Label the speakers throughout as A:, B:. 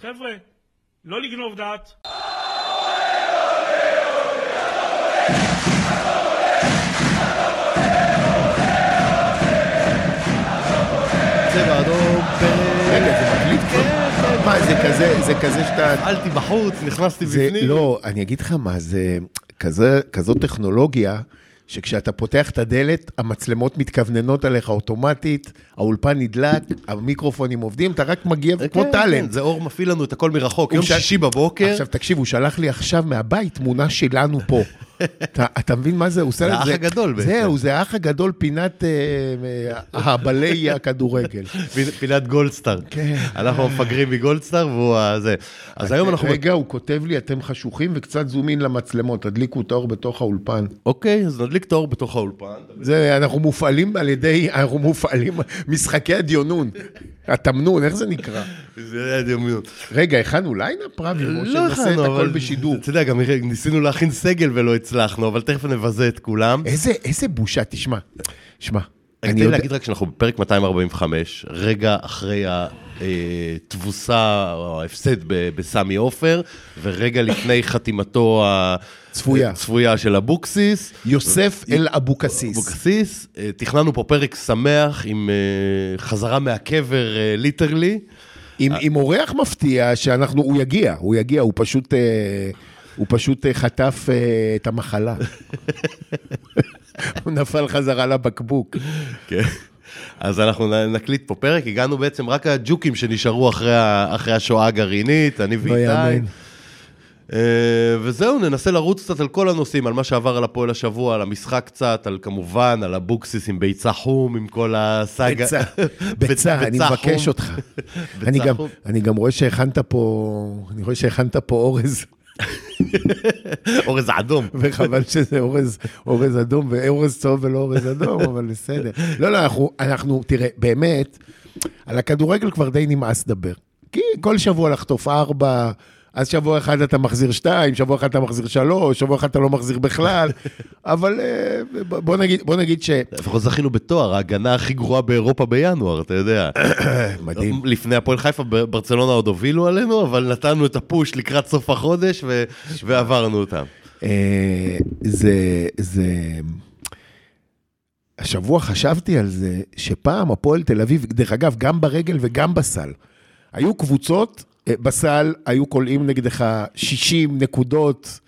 A: חבר'ה, לא לגנוב דעת.
B: צבע אדום, פרק.
C: רגע, זה מקליט כבר? מה, זה כזה, זה כזה שאתה...
B: כן, פעלתי בחוץ, נכנסתי
C: זה
B: בפנים.
C: לא, אני אגיד לך מה, זה כזה, כזאת טכנולוגיה, שכשאתה פותח את הדלת, המצלמות מתכווננות עליך אוטומטית, האולפן נדלק, המיקרופונים עובדים, אתה רק מגיע
B: כן,
C: כמו
B: כן,
C: טאלנט. לא
B: זה אור מפעיל לנו את הכל מרחוק.
C: הוא
B: יום
C: ש-
B: שישי בבוקר,
C: עכשיו תקשיב, הוא שלח לי עכשיו מהבית תמונה שלנו פה. אתה, אתה מבין מה זה? הוא עושה
B: זה
C: את
B: האח הגדול בעצם.
C: זהו, זה האח הגדול פינת אה, הבלי הכדורגל.
B: ב- פינת גולדסטאר.
C: כן.
B: אנחנו מפגרים מגולדסטאר והוא הזה. אז היום אנחנו...
C: רגע, הוא כותב לי, אתם חשוכים וקצת זום אין למצלמות, תדליקו את האור בתוך האולפן.
B: אוקיי, אז נדליק את האור בתוך האולפן.
C: זה, אנחנו מופעלים על ידי, אנחנו מופעלים, משחקי הדיונון, התמנון, איך זה נקרא?
B: זה היה דמיון.
C: רגע, הכנו ליינאפ רבי,
B: לא
C: או שנעשה את הכל בשידור.
B: אתה יודע, גם ניסינו להכין סגל ולא הצלחנו, אבל תכף נבזה את כולם.
C: איזה, איזה בושה, תשמע, שמע,
B: אני
C: אני
B: רוצה
C: יודע,
B: להגיד רק שאנחנו בפרק 245, רגע אחרי התבוסה או ההפסד ב- בסמי עופר, ורגע לפני חתימתו ה- אה,
C: צפויה.
B: צפויה של אבוקסיס.
C: יוסף אל אבוקסיס.
B: אה, אבוקסיס, אה, תכננו פה פרק שמח עם אה, חזרה מהקבר אה, ליטרלי. אה.
C: עם, עם אורח מפתיע שאנחנו, הוא יגיע, הוא יגיע, הוא פשוט, אה, הוא פשוט אה, חטף אה, את המחלה. הוא נפל חזרה לבקבוק.
B: כן. אז אנחנו נ- נקליט פה פרק, הגענו בעצם רק הג'וקים שנשארו אחרי, ה- אחרי השואה הגרעינית, אני
C: לא
B: ואיתי.
C: יאמן.
B: אה, וזהו, ננסה לרוץ קצת על כל הנושאים, על מה שעבר על הפועל השבוע, על המשחק קצת, על כמובן, על אבוקסיס עם ביצה חום, עם כל הסאגה.
C: ביצה, ביצה, אני
B: חום.
C: מבקש אותך. אני גם-
B: חום.
C: אני גם רואה שהכנת פה, אני רואה שהכנת פה אורז,
B: אורז אדום.
C: וחבל שזה אורז, אורז אדום, ואורז צהוב ולא אורז אדום, אבל בסדר. לא, לא, אנחנו, אנחנו, תראה, באמת, על הכדורגל כבר די נמאס לדבר. כי כל שבוע לחטוף ארבע, אז שבוע אחד אתה מחזיר שתיים, שבוע אחד אתה מחזיר שלוש, שבוע אחד אתה לא מחזיר בכלל, אבל אה, ב- בוא נגיד, בוא נגיד ש...
B: לפחות זכינו בתואר, ההגנה הכי גרועה באירופה בינואר, אתה יודע.
C: מדהים.
B: לפני הפועל חיפה, ב- ברצלונה עוד הובילו עלינו, אבל נתנו את הפוש לקראת סוף החודש ו- ועברנו אותם.
C: אה, זה, זה... השבוע חשבתי על זה שפעם הפועל תל אביב, דרך אגב, גם ברגל וגם בסל, היו קבוצות, אה, בסל היו כולאים נגדך 60 נקודות,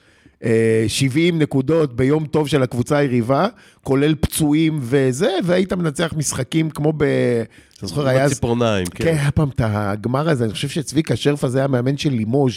C: אה, 70 נקודות ביום טוב של הקבוצה היריבה, כולל פצועים וזה, והיית מנצח משחקים כמו ב... אתה זוכר, היה אז...
B: ציפורניים,
C: כן,
B: כן.
C: היה פעם את הגמר הזה, אני חושב שצביקה שרפה זה היה מאמן של לימוז',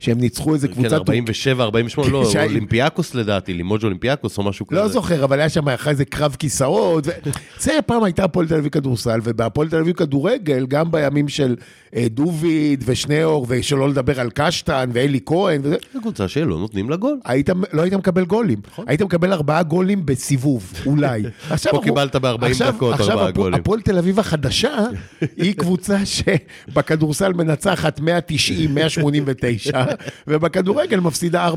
C: שהם ניצחו איזה
B: כן,
C: קבוצה
B: 47, 48, לא,
C: שי-
B: אולימפיאקוס לדעתי, לימוג' אולימפיאקוס או משהו כזה.
C: לא זוכר, אבל היה שם אחרי זה קרב כיסאות. ו... זה פעם הייתה הפועל תל אביב כדורסל, ובהפועל תל אביב כדורגל, גם בימים של אה, דוביד ושניאור, ושלא לדבר על קשטן ואלי כהן, וזה,
B: זו קבוצה שלא נותנים לה גול.
C: היית, לא היית מקבל גולים. היית מקבל ארבעה גולים בסיבוב, אולי. עכשיו
B: נכון. פה קיבלת ב-40
C: עכשיו-
B: דקות
C: עכשיו
B: ארבעה
C: הפו-
B: גולים.
C: הפועל תל אביב החדשה היא קבוצה שבכדורסל מנצחת 190, 189, ובכדורגל מפסידה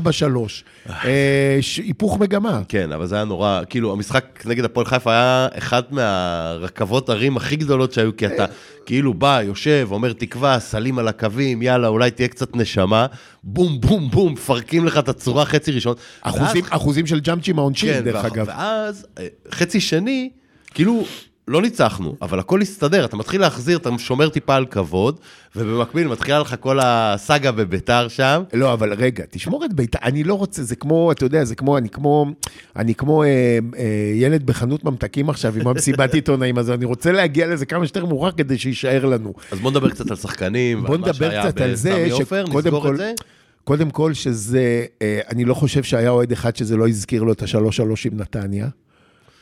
C: 4-3. אה, ש- היפוך מגמה.
B: כן, אבל זה היה נורא, כאילו, המשחק נגד הפועל חיפה היה אחת מהרכבות הרים הכי גדולות שהיו, כי אתה כאילו בא, יושב, אומר תקווה, סלים על הקווים, יאללה, אולי תהיה קצת נשמה, בום, בום, בום, מפרקים לך את הצורה חצי ראשון.
C: אחוזים,
B: ואז-
C: אחוזים של ג'אמצ'ים העונשין,
B: כן,
C: דרך
B: ואח-
C: אגב.
B: ואז, אה, חצי שני, כאילו... לא ניצחנו, אבל הכל הסתדר, אתה מתחיל להחזיר, אתה שומר טיפה על כבוד, ובמקביל מתחילה לך כל הסאגה בביתר שם.
C: לא, אבל רגע, תשמור את ביתה, אני לא רוצה, זה כמו, אתה יודע, זה כמו, אני כמו, אני כמו אה, אה, ילד בחנות ממתקים עכשיו עם המסיבת עיתונאים, אז אני רוצה להגיע לזה כמה שיותר מאוחר כדי שיישאר לנו.
B: אז בוא נדבר קצת על שחקנים,
C: בוא
B: ועל מה
C: נדבר
B: שהיה
C: קצת על זה,
B: בסמי עופר,
C: שקודם
B: נסגור
C: כל,
B: את זה.
C: קודם כל שזה, אה, אני לא חושב שהיה אוהד אחד שזה לא הזכיר לו את השלוש-שלוש עם נתניה.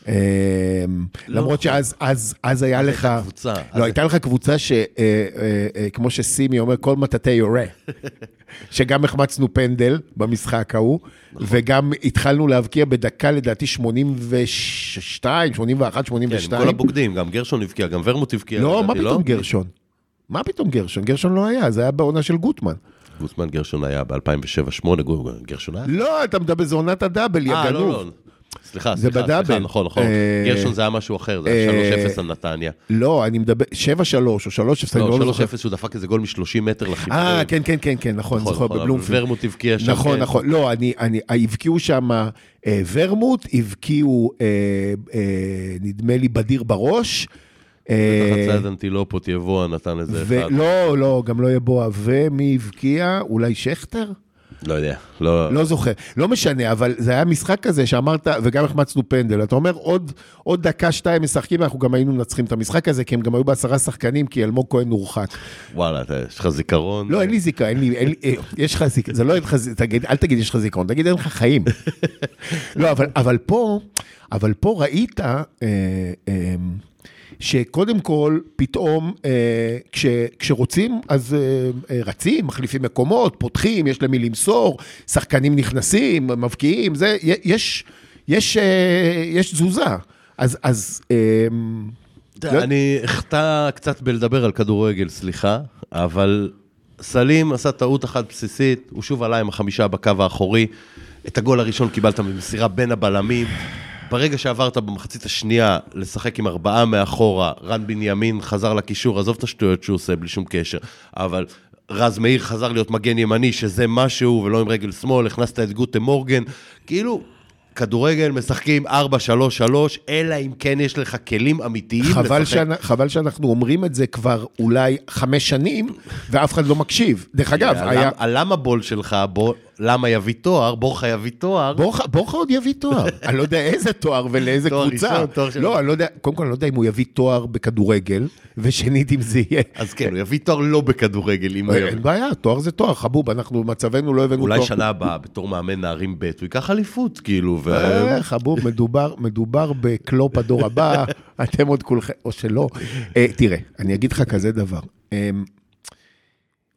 C: אה, למרות שאז אז- אז היה לך,
B: לא נכון. אה, קבוצה. אז-
C: לא, הייתה לך קבוצה שכמו אה, שסימי אומר, כל מטאטא יורה. שגם החמצנו פנדל במשחק ההוא,
B: נכון.
C: וגם התחלנו להבקיע בדקה לדעתי 82, 81,
B: כן,
C: 82.
B: עם כל הבוגדים, גם גרשון הבקיע, גם ורמוט הבקיע.
C: לא,
B: לדעתי,
C: מה פתאום גרשון? מה פתאום גרשון? גרשון לא היה, זה היה בעונה של גוטמן.
B: גוטמן גרשון היה ב-2007-2008, גרשון היה?
C: לא, אתה מדבר, זה עונת הדאבל, יא
B: אה, לא,
C: גנוב.
B: לא. סליחה,
C: זה
B: סליחה, סליחה,
C: בדאבל.
B: נכון, נכון.
C: אה,
B: גרשון זה היה משהו אחר, זה היה
C: אה,
B: 3-0 על נתניה.
C: לא, אני מדבר, 7-3 או 3-0, אני
B: לא,
C: לא זוכר.
B: 3-0 שהוא דפק איזה גול מ-30 מטר לחיפורים.
C: אה, כן, כן, כן, כן, נכון, זוכר, בבלומפילד.
B: ורמוט הבקיע שם.
C: נכון,
B: כן.
C: נכון, לא, אני, אני, הבקיעו שם אה, ורמוט, הבקיעו, אה, אה, נדמה לי, בדיר בראש. אה,
B: חצה את אנטילופות, יבואה נתן איזה אחד.
C: ולא, לא, גם לא יהיה בוע. ומי הבקיע? אולי שכטר?
B: לא יודע, לא...
C: לא זוכר. לא משנה, אבל זה היה משחק כזה שאמרת, וגם החמצנו פנדל. אתה אומר, עוד, עוד דקה, שתיים משחקים, אנחנו גם היינו מנצחים את המשחק הזה, כי הם גם היו בעשרה שחקנים, כי אלמוג כהן הורחק.
B: וואלה, אתה- יש לך זיכרון.
C: לא, אין לי זיקה, אין לי, אין לי, אה, יש לך זיכרון, זה לא אין לך זיכרון, תגיד, אל תגיד יש לך זיכרון, תגיד אין לך חיים. לא, אבל, אבל פה, אבל פה ראית אה, אה, שקודם כל, פתאום, אה, כש, כשרוצים, אז אה, אה, רצים, מחליפים מקומות, פותחים, יש למי למסור, שחקנים נכנסים, מבקיעים, זה, י- יש, יש, אה, יש תזוזה. אז, אז, אה,
B: אתה יודע, אני אחטא קצת בלדבר על כדורגל, סליחה, אבל סלים עשה טעות אחת בסיסית, הוא שוב עלה עם החמישה בקו האחורי. את הגול הראשון קיבלת במסירה בין הבלמים. ברגע שעברת במחצית השנייה לשחק עם ארבעה מאחורה, רן בנימין חזר לקישור, עזוב את השטויות שהוא עושה בלי שום קשר, אבל רז מאיר חזר להיות מגן ימני, שזה משהו, ולא עם רגל שמאל, הכנסת את גוטה מורגן, כאילו... כדורגל משחקים 4-3-3, אלא אם כן יש לך כלים אמיתיים לשחק.
C: חבל, שאנ... חבל שאנחנו אומרים את זה כבר אולי חמש שנים, ואף אחד לא מקשיב. דרך אגב,
B: הלמה-
C: היה...
B: הלמה בול שלך, בוא- למה יביא תואר, בורחה יביא תואר,
C: בורחה, בורחה עוד יביא תואר, אני לא יודע איזה תואר ולאיזה
B: תואר
C: קבוצה.
B: ראשון, תואר שני.
C: לא, אני לא יודע, קודם כל אני לא יודע אם הוא יביא תואר בכדורגל, ושנית אם זה יהיה.
B: אז כן, הוא יביא תואר לא בכדורגל, אם הוא יביא.
C: אה, אין בעיה, תואר זה תואר, חבוב, אנחנו במצבנו לא הבאנו תואר.
B: אולי שנה הבאה, בתור מאמן נערים ב', הוא ייקח אליפות, כאילו, ו...
C: אה, חבוב, מדובר, מדובר בקלופ הדור הבא, אתם עוד כולכם, או שלא. אה, תראה, אני אגיד לך כזה דבר. אה,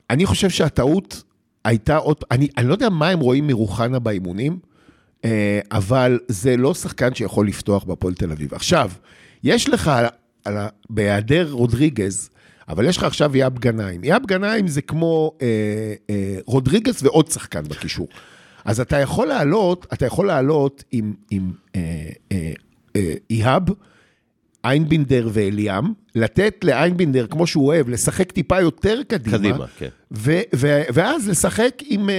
C: אני חושב שהטעות הייתה עוד, אני, אני לא יודע מה הם רואים מרוחנה באימונים, אה, אבל זה לא שחקן שיכול לפתוח בהפועל תל אביב. עכשיו, יש לך, על, על, ה- בהיעדר רודריגז, אבל יש לך עכשיו יאב גנאים. יאב גנאים זה כמו אה, אה, רודריגז ועוד שחקן בקישור. אז אתה יכול לעלות, אתה יכול לעלות עם, עם אה, אה, אה, איהאב, איינבינדר ואליאם, לתת לאיינבינדר, כמו שהוא אוהב, לשחק טיפה יותר קדימה.
B: קדימה, כן.
C: ו- ו- ואז לשחק עם... אה,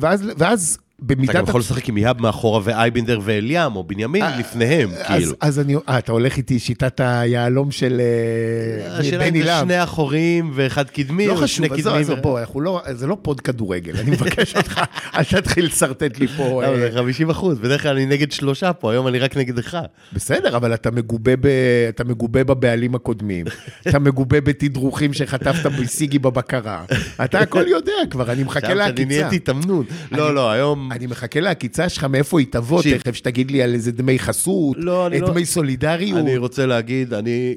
C: ואז, ואז במידת...
B: אתה גם יכול
C: הצ-
B: לשחק עם יהב מאחורה ואייבינדר ואליאם, או בנימין לפניהם,
C: אז,
B: כאילו.
C: אז אני... אה, אתה הולך איתי שיטת היהלום של אה,
B: השאלה אם
C: בני
B: זה
C: להב.
B: שני אחורים ואחד קדמי,
C: לא
B: או
C: חשוב,
B: שני
C: עזוב,
B: קדמיים.
C: עזוב, בוא, אנחנו לא, זה לא פוד כדורגל, אני מבקש אותך, אל תתחיל לשרטט לי פה.
B: לא,
C: אה,
B: זה 50 אחוז, בדרך כלל אני נגד שלושה פה, היום אני רק נגד אחד.
C: בסדר, אבל אתה מגובה, ב, אתה מגובה בבעלים הקודמים, אתה מגובה בתדרוכים שחטפת בסיגי בבקרה, אתה הכל יודע כבר, אני מחכה
B: עכשיו שאני
C: לעקיצה.
B: נהייתי התאמנות. לא, לא, היום...
C: אני מחכה לעקיצה שלך, מאיפה היא תבוא,
B: תקשיב.
C: תכף שתגיד לי על איזה דמי חסות,
B: לא, אני לא-
C: דמי סולידריות.
B: אני רוצה להגיד, אני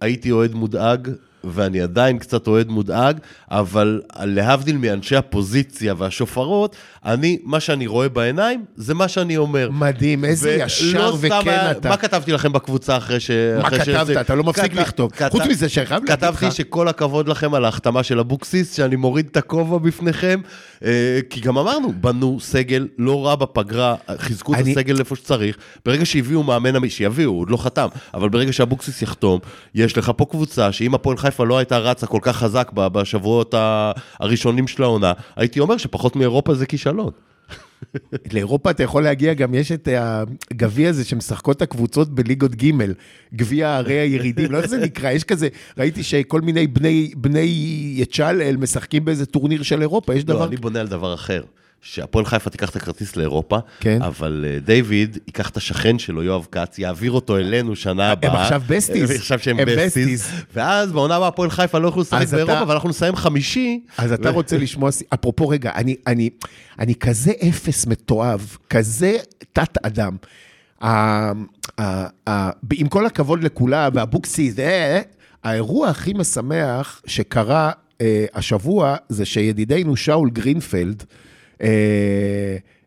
B: הייתי אוהד מודאג, ואני עדיין קצת אוהד מודאג, אבל להבדיל מאנשי הפוזיציה והשופרות, אני, מה שאני רואה בעיניים, זה מה שאני אומר.
C: מדהים, איזה
B: ולא
C: ישר
B: לא סתם
C: וכן
B: היה-
C: אתה.
B: מה כתבתי לכם בקבוצה אחרי ש...
C: מה
B: אחרי
C: כתבת?
B: שזה-
C: אתה לא מפסיק
B: כת-
C: לכתוב.
B: כת-
C: חוץ מזה, שאני חייב להגיד
B: כתבתי
C: לך-
B: שכל הכבוד לכם על ההחתמה של אבוקסיס, שאני מוריד את הכובע בפניכם, אה, כי גם אמרנו, בנו סגל לא רע בפגרה, חיזקו את
C: אני-
B: הסגל איפה שצריך. ברגע שהביאו מאמן, אמי- שיביאו, הוא עוד לא חתם, אבל ברגע שאבוקסיס יחתום, יש לך פה קבוצה שאם הפועל חיפה לא הייתה רצה כל כך חזק ב- בשבועות ה- הראשונים של העונה, הייתי אומר שפחות מאירופה זה כישלון.
C: לאירופה אתה יכול להגיע, גם יש את הגביע הזה שמשחקות הקבוצות בליגות ג', גביע ערי הירידים, לא יודע איך זה נקרא, יש כזה, ראיתי שכל מיני בני, בני יצ'אלל משחקים באיזה טורניר של אירופה, יש
B: לא,
C: דבר...
B: אני בונה על דבר אחר. שהפועל חיפה תיקח את הכרטיס לאירופה,
C: כן.
B: אבל אה, דיוויד ייקח את השכן שלו, יואב כץ, יעביר אותו אלינו שנה הבאה.
C: עכשיו besties.
B: הם עכשיו שהם
C: הם
B: בסטיז.
C: besties.
B: ואז בעונה הבאה הפועל חיפה לא יוכלו לשחק
C: אז
B: באירופה,
C: אתה-
B: ואנחנו נסיים חמישי.
C: אז אתה רוצה לשמוע, ס- אפרופו רגע, אני, אני, אני כזה אפס מתועב, כזה תת-אדם. ה- ה- ה- ב- עם כל הכבוד לכולם, ואבוקסיס, אה, אה, האירוע הכי משמח שקרה אה, השבוע זה שידידנו שאול גרינפלד אה,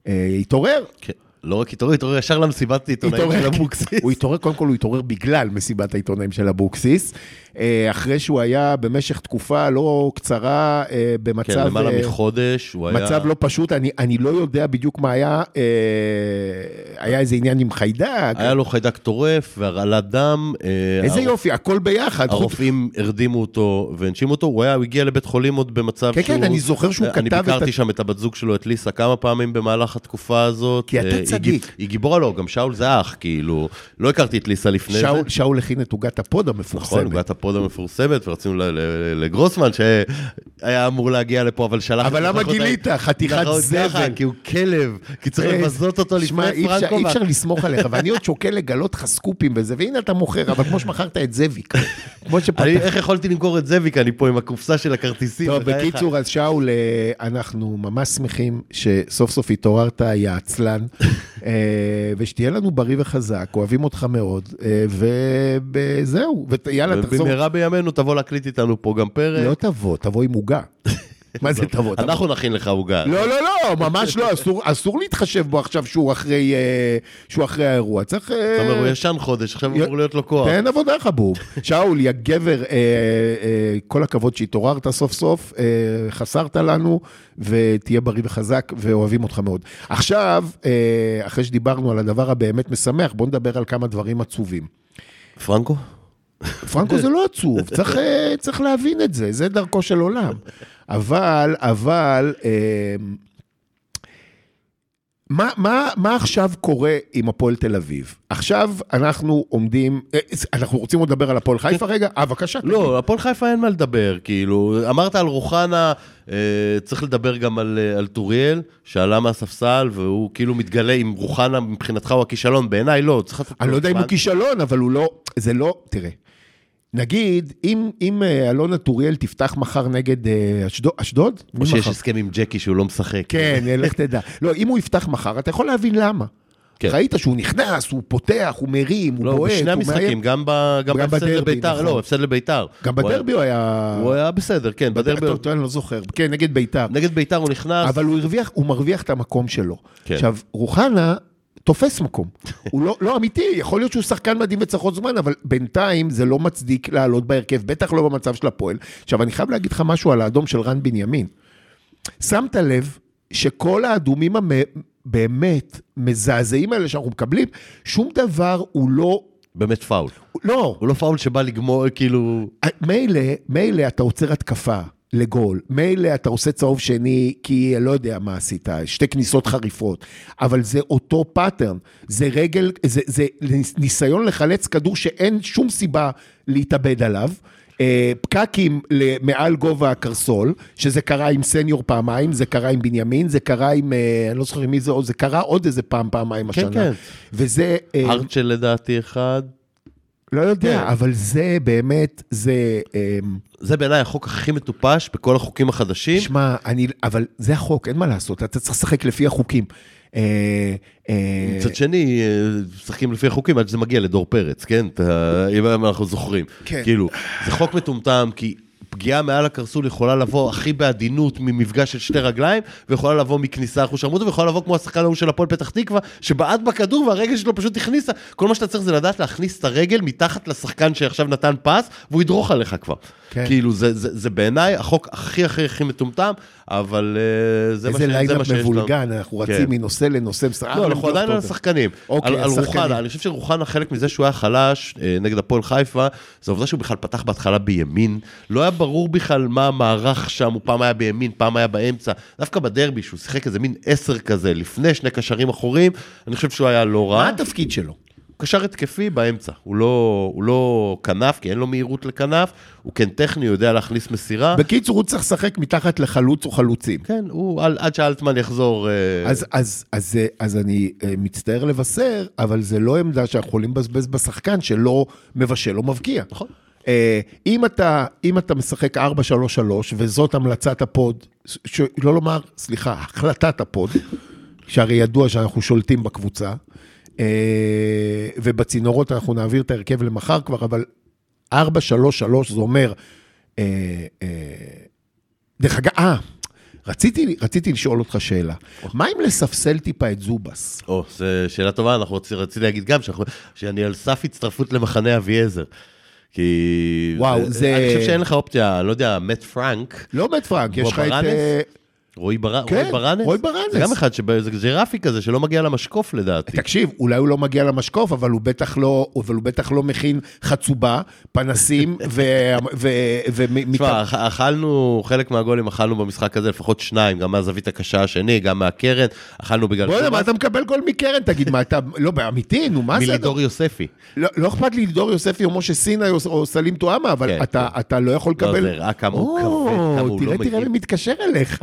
C: אה, התעורר.
B: כן. לא רק התעורר, התעורר ישר למסיבת עיתונאים של
C: התעורר-
B: אבוקסיס.
C: הוא התעורר, קודם כל הוא התעורר בגלל מסיבת העיתונאים של אבוקסיס, אה, אחרי שהוא היה במשך תקופה לא קצרה אה, במצב...
B: כן, למעלה
C: אה,
B: מחודש, הוא היה...
C: מצב לא פשוט, אני, אני לא יודע בדיוק מה היה, אה, היה איזה עניין עם חיידק,
B: היה לו חיידק טורף והרעלת דם. אה,
C: איזה
B: הרופ-
C: יופי, הכל ביחד. חוץ-
B: הרופאים הרדימו אותו והנשימו אותו, הוא היה, הוא הגיע לבית חולים עוד במצב
C: כן,
B: שהוא...
C: כן, אני זוכר שהוא
B: אני
C: כתב את
B: ביקרתי
C: ה-
B: שם את הבת זוג שלו, את ליסה, כמה פעמים במהלך התקופה הזאת.
C: כי אתה
B: אה, היא גיב-
C: צדיק.
B: היא גיבורה לו, גם שאול זה אח, כאילו, לא הכרתי את ליסה לפני זה.
C: שאול- שאול הכין את עוגת הפוד
B: נכון,
C: המפורסמת.
B: עוגת הפוד המפורסמת, ורצינו ל- ל- לגרוסמן שהיה אמור להגיע לפה, אבל שלח...
C: אבל למה
B: נכון,
C: גילית? חתיכת
B: נכון,
C: זבל.
B: ככה, כי הוא כלב, כי צריך לבזות אותו
C: אה, שמע,
B: לפני
C: אי אפשר-
B: פרנקו.
C: אי
B: וה-
C: אפשר לסמוך עליך, ואני עוד שוקל לגלות לך סקופים וזה, והנה אתה מוכר, אבל כמו שמכרת את זאביק, כמו
B: אני-
C: שפתחת.
B: איך יכולתי למכור את זאביק? אני פה עם הקופסה של הכרטיסים.
C: טוב,
B: בחייך.
C: בקיצור, אז שאול, אה, אנחנו ממש שמחים שסוף סוף התעוררת, יא עצלן, אה, ושתהיה לנו בריא וחזק, אוהבים אותך מאוד, אה, וזהו, ויאללה, תחזור.
B: ובמהרה בימינו תבוא להקליט איתנו פה גם
C: לא
B: פרק.
C: תבוא, תבוא עם עוגה. מה זה תבוא? תבוא.
B: לא. אנחנו נכין לך עוגה.
C: לא, לא, לא, ממש לא, אסור- אסור להתחשב בו עכשיו שהוא אחרי אה, שהוא אחרי האירוע. צריך... אה, כן.
B: אתה אומר, הוא ישן חודש, עכשיו
C: י-
B: אמור להיות לו כוח.
C: תן עבודה לך, בוב. שאול, יא גבר, אה, אה, כל הכבוד שהתעוררת סוף סוף, אה, חסרת לנו, ותהיה בריא וחזק, ואוהבים אותך מאוד. עכשיו, אה, אחרי שדיברנו על הדבר הבאמת משמח, בוא נדבר על כמה דברים עצובים.
B: פרנקו?
C: פרנקו זה לא עצוב, צריך, אה, צריך להבין את זה, זה דרכו של עולם. אבל, אבל, אה, מה, מה, מה עכשיו קורה עם הפועל תל אביב? עכשיו אנחנו עומדים, אה, אנחנו רוצים עוד לדבר על הפועל חיפה רגע? אה, בבקשה.
B: לא, הפועל חיפה אין מה לדבר, כאילו, אמרת על רוחנה, אה, צריך לדבר גם על, אה, על טוריאל, שעלה מהספסל, והוא כאילו מתגלה אם רוחנה מבחינתך הוא הכישלון, בעיניי לא, צריך לתת...
C: אני
B: לו
C: לא יודע אם
B: זמן.
C: הוא כישלון, אבל הוא לא, זה לא, תראה. נגיד, אם, אם אה, אלונה טוריאל תפתח מחר נגד אה, אשדוד, אשדוד? מי
B: או שיש
C: מחר?
B: הסכם עם ג'קי שהוא לא משחק.
C: כן, לך תדע. לא, אם הוא יפתח מחר, אתה יכול להבין למה.
B: כן.
C: ראית שהוא נכנס, הוא פותח, הוא מרים, הוא
B: לא,
C: בועט, הוא
B: בשני
C: מאיים.
B: המשחקים, גם ב- גם
C: גם
B: בהפסד
C: בדרבי,
B: לביתר,
C: נכון.
B: לא, הפסד לביתר.
C: גם
B: הוא היה-
C: בדרבי הוא היה...
B: הוא היה בסדר, כן, בדרבי...
C: אתה- אתה- אני לא זוכר. כן, נגד ביתר.
B: נגד ביתר הוא נכנס,
C: אבל הוא הרוויח, הוא מרוויח את המקום שלו.
B: כן.
C: עכשיו, רוחנה תופס מקום. הוא לא, לא אמיתי, יכול להיות שהוא שחקן מדהים וצריך עוד זמן, אבל בינתיים זה לא מצדיק לעלות בהרכב, בטח לא במצב של הפועל. עכשיו, אני חייב להגיד לך משהו על האדום של רן בנימין. שמת לב שכל האדומים הבאמת מזעזעים האלה שאנחנו מקבלים, שום דבר הוא לא...
B: באמת פאול.
C: לא,
B: הוא לא פאול שבא לגמור, כאילו...
C: מילא, מילא אתה עוצר התקפה לגול, מילא אתה עושה צהוב שני כי לא יודע מה עשית, שתי כניסות חריפות, אבל זה אותו פאטרן, זה רגל, זה, זה ניסיון לחלץ כדור שאין שום סיבה להתאבד עליו. אה, פקקים ל- מעל גובה הקרסול, שזה קרה עם סניור פעמיים, זה קרה עם בנימין, זה קרה עם, אה, אני לא זוכר עם מי זה עוד, זה קרה עוד איזה פעם, פעמיים השנה.
B: כן.
C: וזה... אה,
B: ארצ'ל לדעתי אחד.
C: לא יודע,
B: כן.
C: אבל זה באמת, זה... אה,
B: זה בעיניי החוק הכי מטופש בכל החוקים החדשים.
C: שמע, אני, אבל זה החוק, אין מה לעשות, אתה צריך לשחק לפי החוקים. אה, אה,
B: מצד שני, אה, משחקים לפי החוקים עד שזה מגיע לדור פרץ, כן? אתה- אם אנחנו זוכרים.
C: כן.
B: כאילו, זה חוק מטומטם, כי פגיעה מעל הקרסול יכולה לבוא הכי בעדינות ממפגש של שתי רגליים, ויכולה לבוא מכניסה אחוז שרמוטה, ויכולה לבוא כמו השחקן ההוא של הפועל פתח תקווה, שבעט בכדור והרגל שלו פשוט הכניסה. כל מה שאתה צריך זה לדעת להכניס את הרגל מתחת לשחקן שעכשיו נתן פס, והוא ידרוך עליך כבר.
C: כן.
B: כאילו, זה- זה זה בעיניי החוק הכי הכי הכי מטומטם, אבל אה, זה מה ש-
C: איזה
B: זה מה שיש לנו.
C: ליינאפ מבולגן, אנחנו רצים
B: כן.
C: מנושא לנושא. מס- אה,
B: לא, אנחנו עדיין על
C: אותו.
B: השחקנים.
C: אוקיי,
B: על, על
C: השחקנים.
B: רוחנה, אני חושב שרוחנה, חלק מזה שהוא היה חלש אה, נגד הפועל חיפה, זה העובדה שהוא בכלל פתח בהתחלה בימין. לא היה ברור בכלל מה המערך שם, הוא פעם היה בימין, פעם היה באמצע. דווקא בדרבי, שהוא שיחק איזה מין עשר כזה, לפני שני קשרים אחורים, אני חושב שהוא היה לא
C: מה
B: רע.
C: התפקיד שלו?
B: הוא קשר התקפי באמצע. הוא לא, הוא לא כנף, כי אין לו מהירות לכנף, הוא כן טכני, הוא יודע להכניס מסירה.
C: בקיצור, הוא צריך לשחק מתחת לחלוץ או חלוצים.
B: כן, הוא, על- עד שאלטמן יחזור... אה,
C: אז, אז, אז, אה, אז אני אה, מצטער לבשר, אבל זה לא עמדה שאנחנו יכולים לבזבז בשחקן שלא מבשל או מבקיע.
B: נכון.
C: אה, אם אתה, אם אתה משחק 4-3-3, וזאת המלצת הפוד, ש- ש- לא לומר, סליחה, החלטת הפוד, שהרי ידוע שאנחנו שולטים בקבוצה, אה, ובצינורות אנחנו נעביר את ההרכב למחר כבר, אבל 4-3-3 זה אומר, אה, אה, דרך אגב, אה, רציתי, רציתי לשאול אותך שאלה. מה אם לספסל טיפה את זובס?
B: או, זו שאלה טובה, אנחנו רוצים, רציתי להגיד גם שאנחנו, שאני על סף הצטרפות למחנה אביעזר. כי...
C: וואו, זה-
B: אני חושב שאין לך אופציה, אני לא יודע, מאט פרנק,
C: לא מת פרנק, יש לך את...
B: ברנס?
C: אה,
B: רועי בר...
C: כן,
B: רועי ברנס.
C: רועי ברנס.
B: זה גם אחד, שב... זה ג'ירפי כזה שלא מגיע למשקוף לדעתי.
C: תקשיב, אולי הוא לא מגיע למשקוף, אבל הוא בטח לא, אבל הוא בטח לא מכין חצובה, פנסים ו... ו... ו...
B: תשמע,
C: ו...
B: אכ- אכלנו, חלק מהגולים אכלנו במשחק הזה, לפחות שניים, גם מהזווית הקשה השני, גם מהקרן, אכלנו בגלל...
C: בוא'נה,
B: שובס,
C: מה אתה מקבל גול מקרן? תגיד, מה אתה... לא, באמיתי, נו, מה זה?
B: מלידור יוספי.
C: לא, לא אכפת לי לידור יוספי או משה סיני או, או סלים טועמה, אבל
B: כן,
C: אתה, אתה לא יכול
B: לא,
C: לקבל...
B: זה הראה כמה הוא כבד, כמה הוא לא
C: תראה, תראה
B: מגיב.
C: מי מתקשר אליך.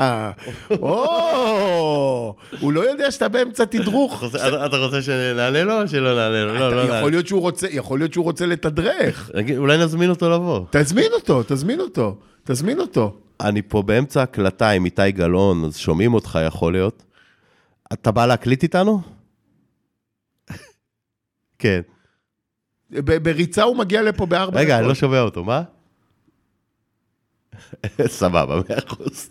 C: או, הוא לא יודע שאתה באמצע תדרוך.
B: אתה רוצה- אתה רוצה שנעלה לו או שלא נעלה לו? לא, לא
C: אתה-
B: נעלה.
C: יכול להיות שהוא רוצה- יכול להיות שהוא רוצה לתדרך.
B: נגיד, אולי נזמין אותו לבוא.
C: תזמין אותו, תזמין אותו, תזמין אותו.
B: אני פה באמצע הקלטה עם איתי גלאון, אז שומעים אותך, יכול להיות. אתה בא להקליט איתנו? כן.
C: ב- בריצה הוא מגיע לפה בארבע
B: רגע, אני לא
C: דקות.
B: שומע אותו, מה? סבבה, מאה אחוז.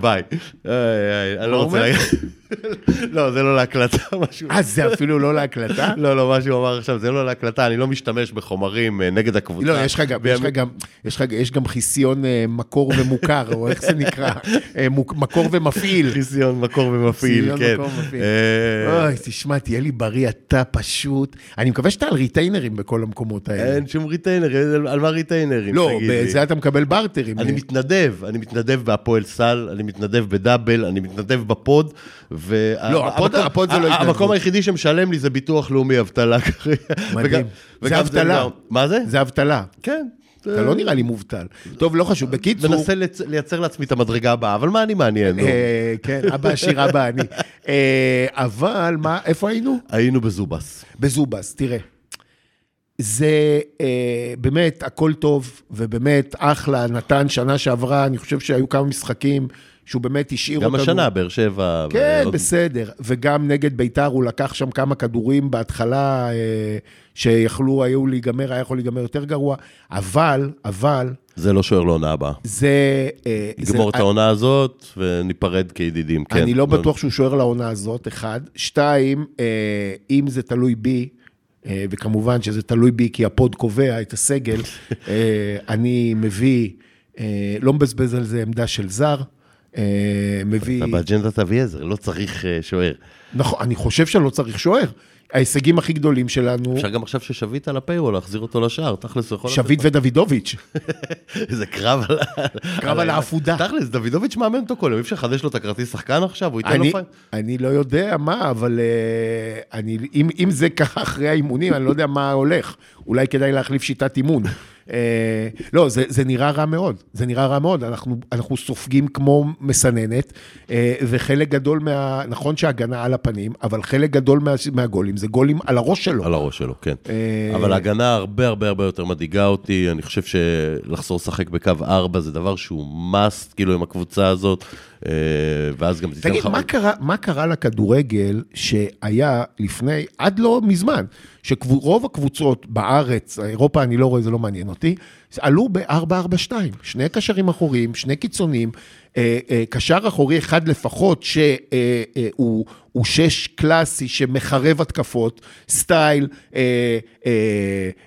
B: ביי. איי, איי, אני
C: מה
B: לא
C: הוא
B: רוצה
C: אומר?
B: להגיד... לא, זה לא להקלטה, משהו...
C: אה, זה אפילו לא להקלטה?
B: לא, לא, מה שהוא אמר עכשיו, זה לא להקלטה, אני לא משתמש בחומרים אה, נגד הקבוצה.
C: לא, יש לך גם, יש לך גם, יש לך- יש גם חיסיון אה, מקור ומוכר, או איך זה נקרא? אה, מוק- מקור ומפעיל.
B: חיסיון מקור ומפעיל,
C: חיסיון
B: כן.
C: מקור ומפעיל.
B: אה,
C: אוי, תשמע, תהיה לי בריא, אתה פשוט... אני מקווה שאתה על ריטיינרים בכל המקומות האלה.
B: אין שום ריטיינר, אין- על מה ריטיינרים?
C: לא,
B: תגיד לי?
C: בזה אתה מקבל בארטרים.
B: אני מתנדב, אני מתנדב בהפועל סל, אני מתנדב בדאבל, אני מתנדב בפוד. ו-
C: לא, הפוד-
B: המקום-
C: הפוד זה לא
B: ה-
C: התנדבות.
B: המקום היחידי שמשלם לי זה ביטוח לאומי אבטלה כרגע.
C: מדהים.
B: וגם-
C: זה
B: וגם
C: אבטלה.
B: גם- מה זה?
C: זה אבטלה.
B: כן.
C: אתה לא נראה לי מובטל. טוב, לא חשוב. בקיצור...
B: מנסה לצ- לייצר לעצמי את המדרגה הבאה, אבל מה אני מעניין? נו?
C: אה, כן, אבא עשיר, אבא אני. אה, אבל מה, איפה היינו?
B: היינו בזובס.
C: בזובס, תראה. זה אה, באמת הכל טוב, ובאמת אחלה, נתן שנה שעברה, אני חושב שהיו כמה משחקים שהוא באמת השאיר
B: גם
C: אותנו.
B: השנה, אה, באר שבע.
C: כן,
B: ועוד-
C: בסדר. וגם נגד ביתר הוא לקח שם כמה כדורים בהתחלה אה,
B: Mm-hmm.
C: שיכלו, היו להיגמר, היה יכול להיגמר יותר גרוע, אבל, אבל,
B: זה לא שוער לעונה הבאה.
C: זה... אה, זה-
B: נגמור את העונה הזאת וניפרד כידידים, כן.
C: אני לא בטוח שהוא שוער לעונה הזאת, אחד. שתיים, אה, אם זה תלוי בי, אה, וכמובן שזה תלוי בי כי הפוד קובע את הסגל, אה, אני מביא, אה, לא מבזבז על זה עמדה של זר, אה, מביא...
B: אתה באג'נדת אביעזר, לא צריך אה, שוער.
C: נכון, אני חושב שלא צריך שוער. ההישגים הכי גדולים שלנו,
B: אפשר גם עכשיו ששביט על הפיירול, להחזיר אותו לשער, תכלס הוא יכול...
C: שביט ודוידוביץ'.
B: איזה קרב על ה...
C: קרב על העפודה.
B: תכלס, דוידוביץ' מאמן אותו כל יום, אי אפשר לחדש לו את הכרטיס שחקן עכשיו? הוא ייתן לו
C: אני,
B: פייל?
C: אני לא יודע מה, אבל אה, אני, אם, אם זה ככה אחרי האימונים, אני לא יודע מה הולך. אולי כדאי להחליף שיטת אימון. אה, לא, זה, זה נראה רע מאוד. זה נראה רע מאוד. אנחנו, אנחנו סופגים כמו מסננת, אה, וחלק גדול מה... נכון שההגנה על הפנים, אבל חלק גדול מה, מהגולים זה גולים על הראש שלו.
B: על הראש שלו, כן.
C: אה,
B: אבל ההגנה הרבה הרבה הרבה יותר מדאיגה אותי, אני חושב שלחזור לשחק בקו 4 זה דבר שהוא must, כאילו, עם הקבוצה הזאת, אה, ואז גם זה ייתן
C: תגיד,
B: לך...
C: מה קרה, מה קרה לכדורגל שהיה לפני, עד לא מזמן, שרוב הקבוצות בארץ, אירופה, אני לא רואה, זה לא מעניין אותי, עלו ב-442, שני קשרים אחוריים, שני קיצונים, אה, אה, קשר אחורי אחד לפחות, שהוא אה, אה, הוא- הוא שש קלאסי שמחרב התקפות, סטייל אה,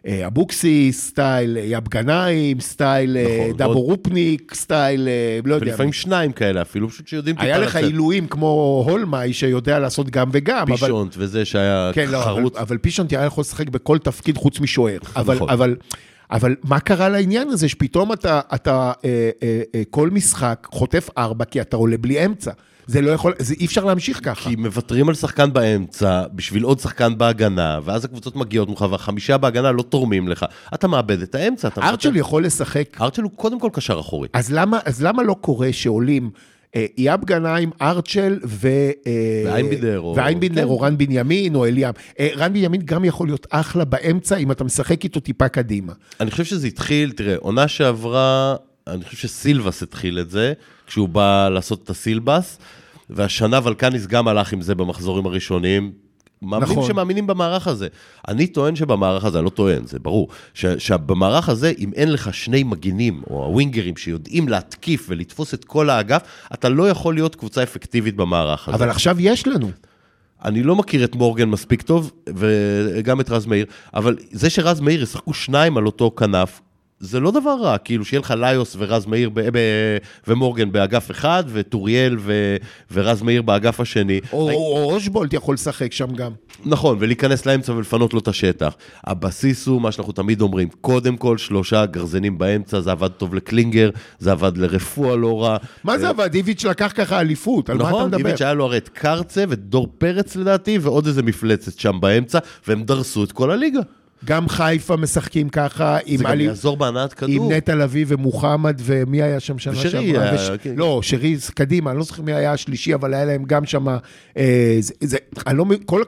C: אה, אה, אבוקסיס, סטייל אה, יאב גנאים, סטייל אה,
B: נכון,
C: דאבו
B: ועוד-
C: רופניק, סטייל, אה, לא יודע.
B: ולפעמים שניים כאלה אפילו, פשוט שיודעים
C: היה לך עילויים כמו הולמאי, שיודע לעשות גם וגם, אבל...
B: פישונט וזה שהיה
C: כן, לא, אבל,
B: חרוץ.
C: אבל פישונט היה יכול לשחק בכל תפקיד חוץ משוער. אבל,
B: נכון.
C: אבל, אבל מה קרה לעניין הזה שפתאום אתה, אתה אה, אה, אה, כל משחק חוטף ארבע כי אתה עולה בלי אמצע. זה לא יכול, זה אי אפשר להמשיך ככה.
B: כי מוותרים על שחקן באמצע, בשביל עוד שחקן בהגנה, ואז הקבוצות מגיעות ממך, והחמישה בהגנה לא תורמים לך. אתה מאבד את האמצע, אתה...
C: ארצ'ל יכול לשחק
B: ארצ'ל הוא קודם כל קשר אחורי.
C: אז למה, אז למה לא קורה שעולים אה, אייב גנאים, ארצ'ל ו... אה,
B: ואיינבינדר, או-
C: ואיינבינדר,
B: כן.
C: או רן בנימין, או אליאם. אה, רן בנימין גם יכול להיות אחלה באמצע, אם אתה משחק איתו טיפה קדימה.
B: אני חושב שזה התחיל, תראה, עונה שעברה, אני חושב שסילבס התחיל את זה, כשהוא בא לעשות את הסילבס, והשנה ולקניס גם הלך עם זה במחזורים הראשונים. מאמנים נכון.
C: נכון.
B: שמאמינים במערך הזה. אני טוען שבמערך הזה, אני לא טוען, זה ברור, ש, שבמערך הזה, אם אין לך שני מגינים, או הווינגרים שיודעים להתקיף ולתפוס את כל האגף, אתה לא יכול להיות קבוצה אפקטיבית במערך הזה.
C: אבל עכשיו יש לנו.
B: אני לא מכיר את מורגן מספיק טוב, וגם את רז מאיר, אבל זה שרז מאיר ישחקו שניים על אותו כנף, זה לא דבר רע, כאילו שיהיה לך ליוס ורז מאיר ב- ב- ומורגן באגף אחד, וטוריאל ו- ורז מאיר באגף השני.
C: או או אושבולט יכול לשחק שם גם.
B: נכון, ולהיכנס לאמצע ולפנות לו את השטח. הבסיס הוא מה שאנחנו תמיד אומרים, קודם כל שלושה גרזנים באמצע, זה עבד טוב לקלינגר, זה עבד לרפואה לא רע.
C: מה זה אבל? דיוויץ' לקח ככה אליפות, על מה אתה
B: נכון,
C: מדבר?
B: גימיץ' היה לו הרי את קרצה ואת דור פרץ לדעתי, ועוד איזה מפלצת שם באמצע, והם דרסו את כל הליגה.
C: גם חיפה משחקים ככה,
B: זה
C: עם
B: גם
C: עלי...
B: יעזור בהנעת
C: עם
B: כדור.
C: נטע לביא ומוחמד, ומי היה שם שנה
B: ושרי
C: שעברה?
B: היה,
C: וש-
B: כן.
C: לא, שרי, זה קדימה, אני לא זוכר מי היה השלישי, אבל היה להם גם שם... אה, זה- זה- אני לא... מ- כל...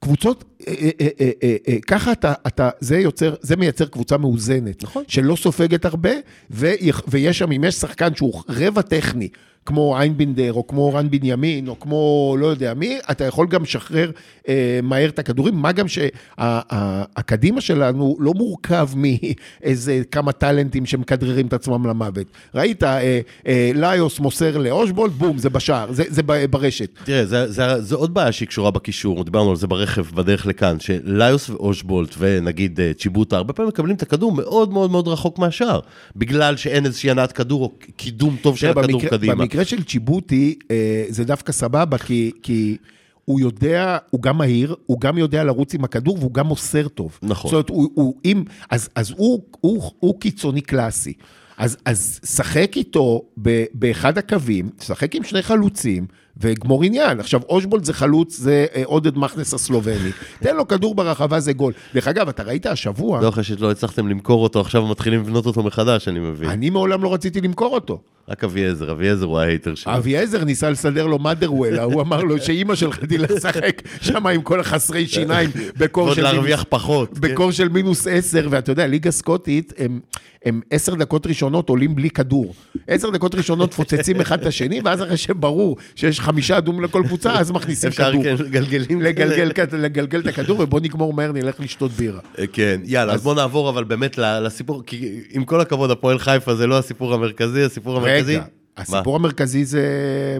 C: קבוצות, אה, אה, אה, אה, אה, ככה אתה, אתה, זה יוצר, זה מייצר קבוצה מאוזנת, נכון. שלא סופגת הרבה, ויח- ויש שם, אם יש שחקן שהוא רבע טכני, כמו איינבינדר, או כמו רן בנימין, או כמו לא יודע מי, אתה יכול גם לשחרר אה, מהר את הכדורים, מה גם שהקדימה שלנו לא מורכב מאיזה כמה טאלנטים שמכדררים את עצמם למוות. ראית, אה, אה, ליוס מוסר לאושבולט, בום, זה בשער, זה, זה ב- ברשת.
B: תראה, זה, זה, זה עוד בעיה שהיא קשורה בקישור, דיברנו על זה ברכב בדרך לכאן, שליוס ואושבולט ונגיד אה, צ'יבוטה, הרבה פעמים מקבלים את הכדור מאוד מאוד מאוד רחוק מהשאר, בגלל שאין איזושהי הנעת כדור או קידום טוב של
C: תראה,
B: הכדור
C: במקרה-
B: קדימה.
C: במקרה של צ'יבוטי, אה, זה דווקא סבבה, כי, כי הוא יודע, הוא גם מהיר, הוא גם יודע לרוץ עם הכדור, והוא גם מוסר טוב.
B: נכון.
C: זאת אומרת, הוא, הוא, אם, אז, אז הוא, הוא, הוא קיצוני קלאסי. אז, אז שחק איתו ב, באחד הקווים, שחק עם שני חלוצים, וגמור עניין. עכשיו, אושבולד זה חלוץ, זה אה, עודד מכנס הסלובני. תן לו כדור ברחבה, זה גול. דרך אגב, אתה ראית השבוע,
B: לא אחרי שלא הצלחתם למכור אותו, עכשיו מתחילים לבנות אותו מחדש, אני מבין.
C: אני מעולם לא רציתי למכור אותו.
B: רק אביעזר, אביעזר הוא ההייטר שלו.
C: אביעזר ניסה לסדר לו מאדרוולה, הוא אמר לו שאימא שלך תדעי לשחק שם עם כל החסרי שיניים בקור
B: ועוד
C: של מינוס-
B: להרוויח פחות. כן.
C: בקור של מינוס עשר, ואתה יודע, ליגה סקוטית, הם- הם עשר דקות ראשונות עולים בלי כדור. עשר דקות ראשונות פוצצים אחד את השני, ואז אחרי שברור שיש חמישה אדום לכל קבוצה, אז מכניסים
B: אפשר
C: כדור.
B: כן, לגלגלים.
C: לגלגל לגלגל את הכדור, ובוא נגמור מהר, נלך לשתות בירה.
B: כן, יאללה, אז בוא נעבור אבל באמת ל- לסיפור, כי עם כל הכבוד, הפועל חיפה זה לא הסיפור המרכזי, הסיפור המרכזי...
C: רגע, הסיפור המרכזי זה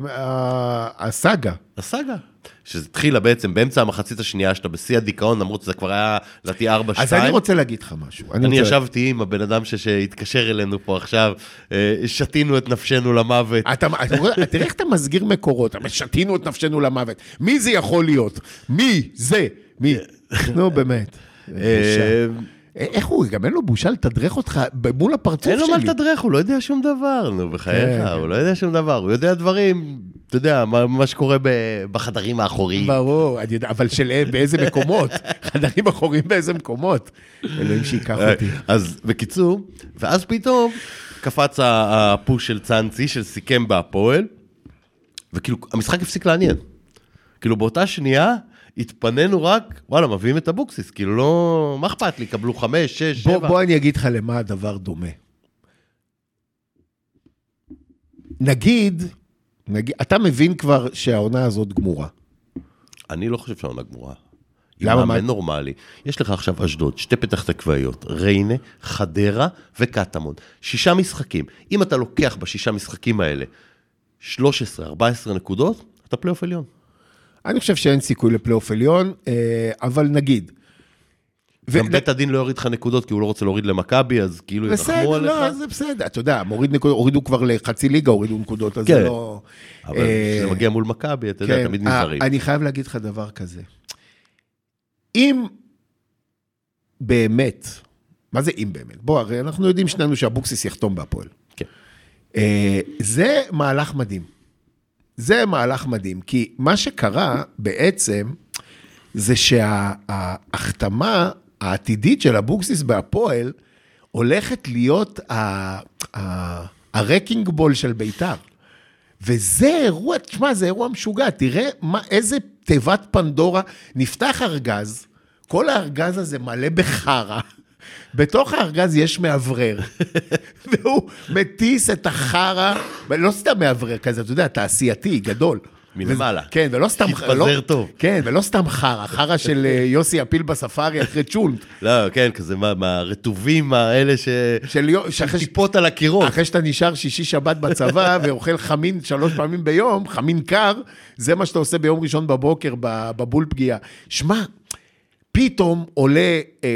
C: אה, הסאגה.
B: מה? הסאגה. שהתחילה בעצם באמצע המחצית השנייה, שאתה בשיא הדיכאון, למרות שזה כבר היה, לדעתי 4-2.
C: אז אני רוצה להגיד לך משהו.
B: אני
C: רוצה-
B: ישבתי עם הבן אדם ש- שהתקשר אלינו פה עכשיו, אה, שתינו את נפשנו למוות.
C: אתה, אתה רואה- תראה איך אתה מסגיר מקורות, אבל שתינו את נפשנו למוות. מי זה יכול להיות? מי זה? מי? נו, באמת.
B: אה,
C: בושה. אה, איך הוא, גם אין לו בושה לתדרך אותך מול הפרצוף שלי.
B: אין לו מה לתדרך, הוא לא יודע שום דבר, נו, בחייך,
C: כן.
B: הוא לא יודע שום דבר, הוא יודע דברים, אתה יודע, מה- מה שקורה ב- בחדרים האחוריים.
C: ברור, אני יודע, אבל של אה, באיזה מקומות? חדרים אחורים באיזה מקומות? אלוהים שייקח אותי.
B: אה, אז בקיצור, ואז פתאום קפץ ה- הפוש של צאנצי, של סיכם בהפועל, וכאילו המשחק הפסיק לעניין. כאילו באותה שנייה התפנינו רק, וואלה, מביאים את אבוקסיס, כאילו לא, מה אכפת לי, קבלו חמש, שש,
C: בוא-
B: שבע.
C: בוא אני אגיד לך למה הדבר דומה. נגיד, נגיד- אתה מבין כבר שהעונה הזאת גמורה.
B: אני לא חושב שהעונה גמורה.
C: למה?
B: למה?
C: מה-
B: מאמן נורמלי. יש לך עכשיו אשדוד, שתי פתח תקוואיות, ריינה, חדרה וקטמון. שישה משחקים. אם אתה לוקח בשישה משחקים האלה 13-14 נקודות, אתה פלייאוף עליון.
C: אני חושב שאין סיכוי לפלייאוף עליון, אה, אבל נגיד. ו-
B: גם בית הדין לא יוריד לך נקודות, כי הוא לא רוצה להוריד למכבי, אז כאילו ירחמו
C: בסדר,
B: עליך.
C: לא, זה בסדר, אתה יודע, מוריד נקודות, הורידו כבר לחצי ליגה, הורידו נקודות, אז
B: כן.
C: זה לא...
B: אבל
C: אה,
B: כשזה מגיע מול מכבי, אתה
C: כן,
B: יודע, תמיד
C: אה,
B: נזהרים.
C: אני חייב להגיד לך דבר כזה. אם באמת, מה זה אם באמת? בוא, הרי אנחנו יודעים שנינו שאבוקסיס יחתום בהפועל.
B: כן.
C: אה, זה מהלך מדהים. זה מהלך מדהים, כי מה שקרה בעצם, זה שההחתמה העתידית של אבוקסיס בהפועל הולכת להיות ה- ה- הרקינג בול של בית"ר. וזה אירוע, תשמע, זה אירוע משוגע, תראה מה, איזה תיבת פנדורה, נפתח ארגז, כל הארגז הזה מלא בחרא, בתוך הארגז יש מאוורר, לא והוא מטיס את החרא, ולא סתם מאוורר כזה, אתה יודע, תעשייתי, גדול.
B: מלמעלה.
C: וזה- כן, ולא סתם...
B: התפזר
C: לא-
B: טוב.
C: כן, ולא סתם חרא, חרא של אה, יוסי הפיל בספארי אחרי צ'ולט.
B: לא, כן, כזה מה- מהרטובים האלה ש...
C: של יו- שאחרי ש-
B: טיפות על הקירות.
C: אחרי שאתה נשאר שישי-שבת בצבא ואוכל חמין שלוש פעמים ביום, חמין קר, זה מה שאתה עושה ביום ראשון בבוקר ב- בבול פגיעה. שמע, פתאום עולה אה,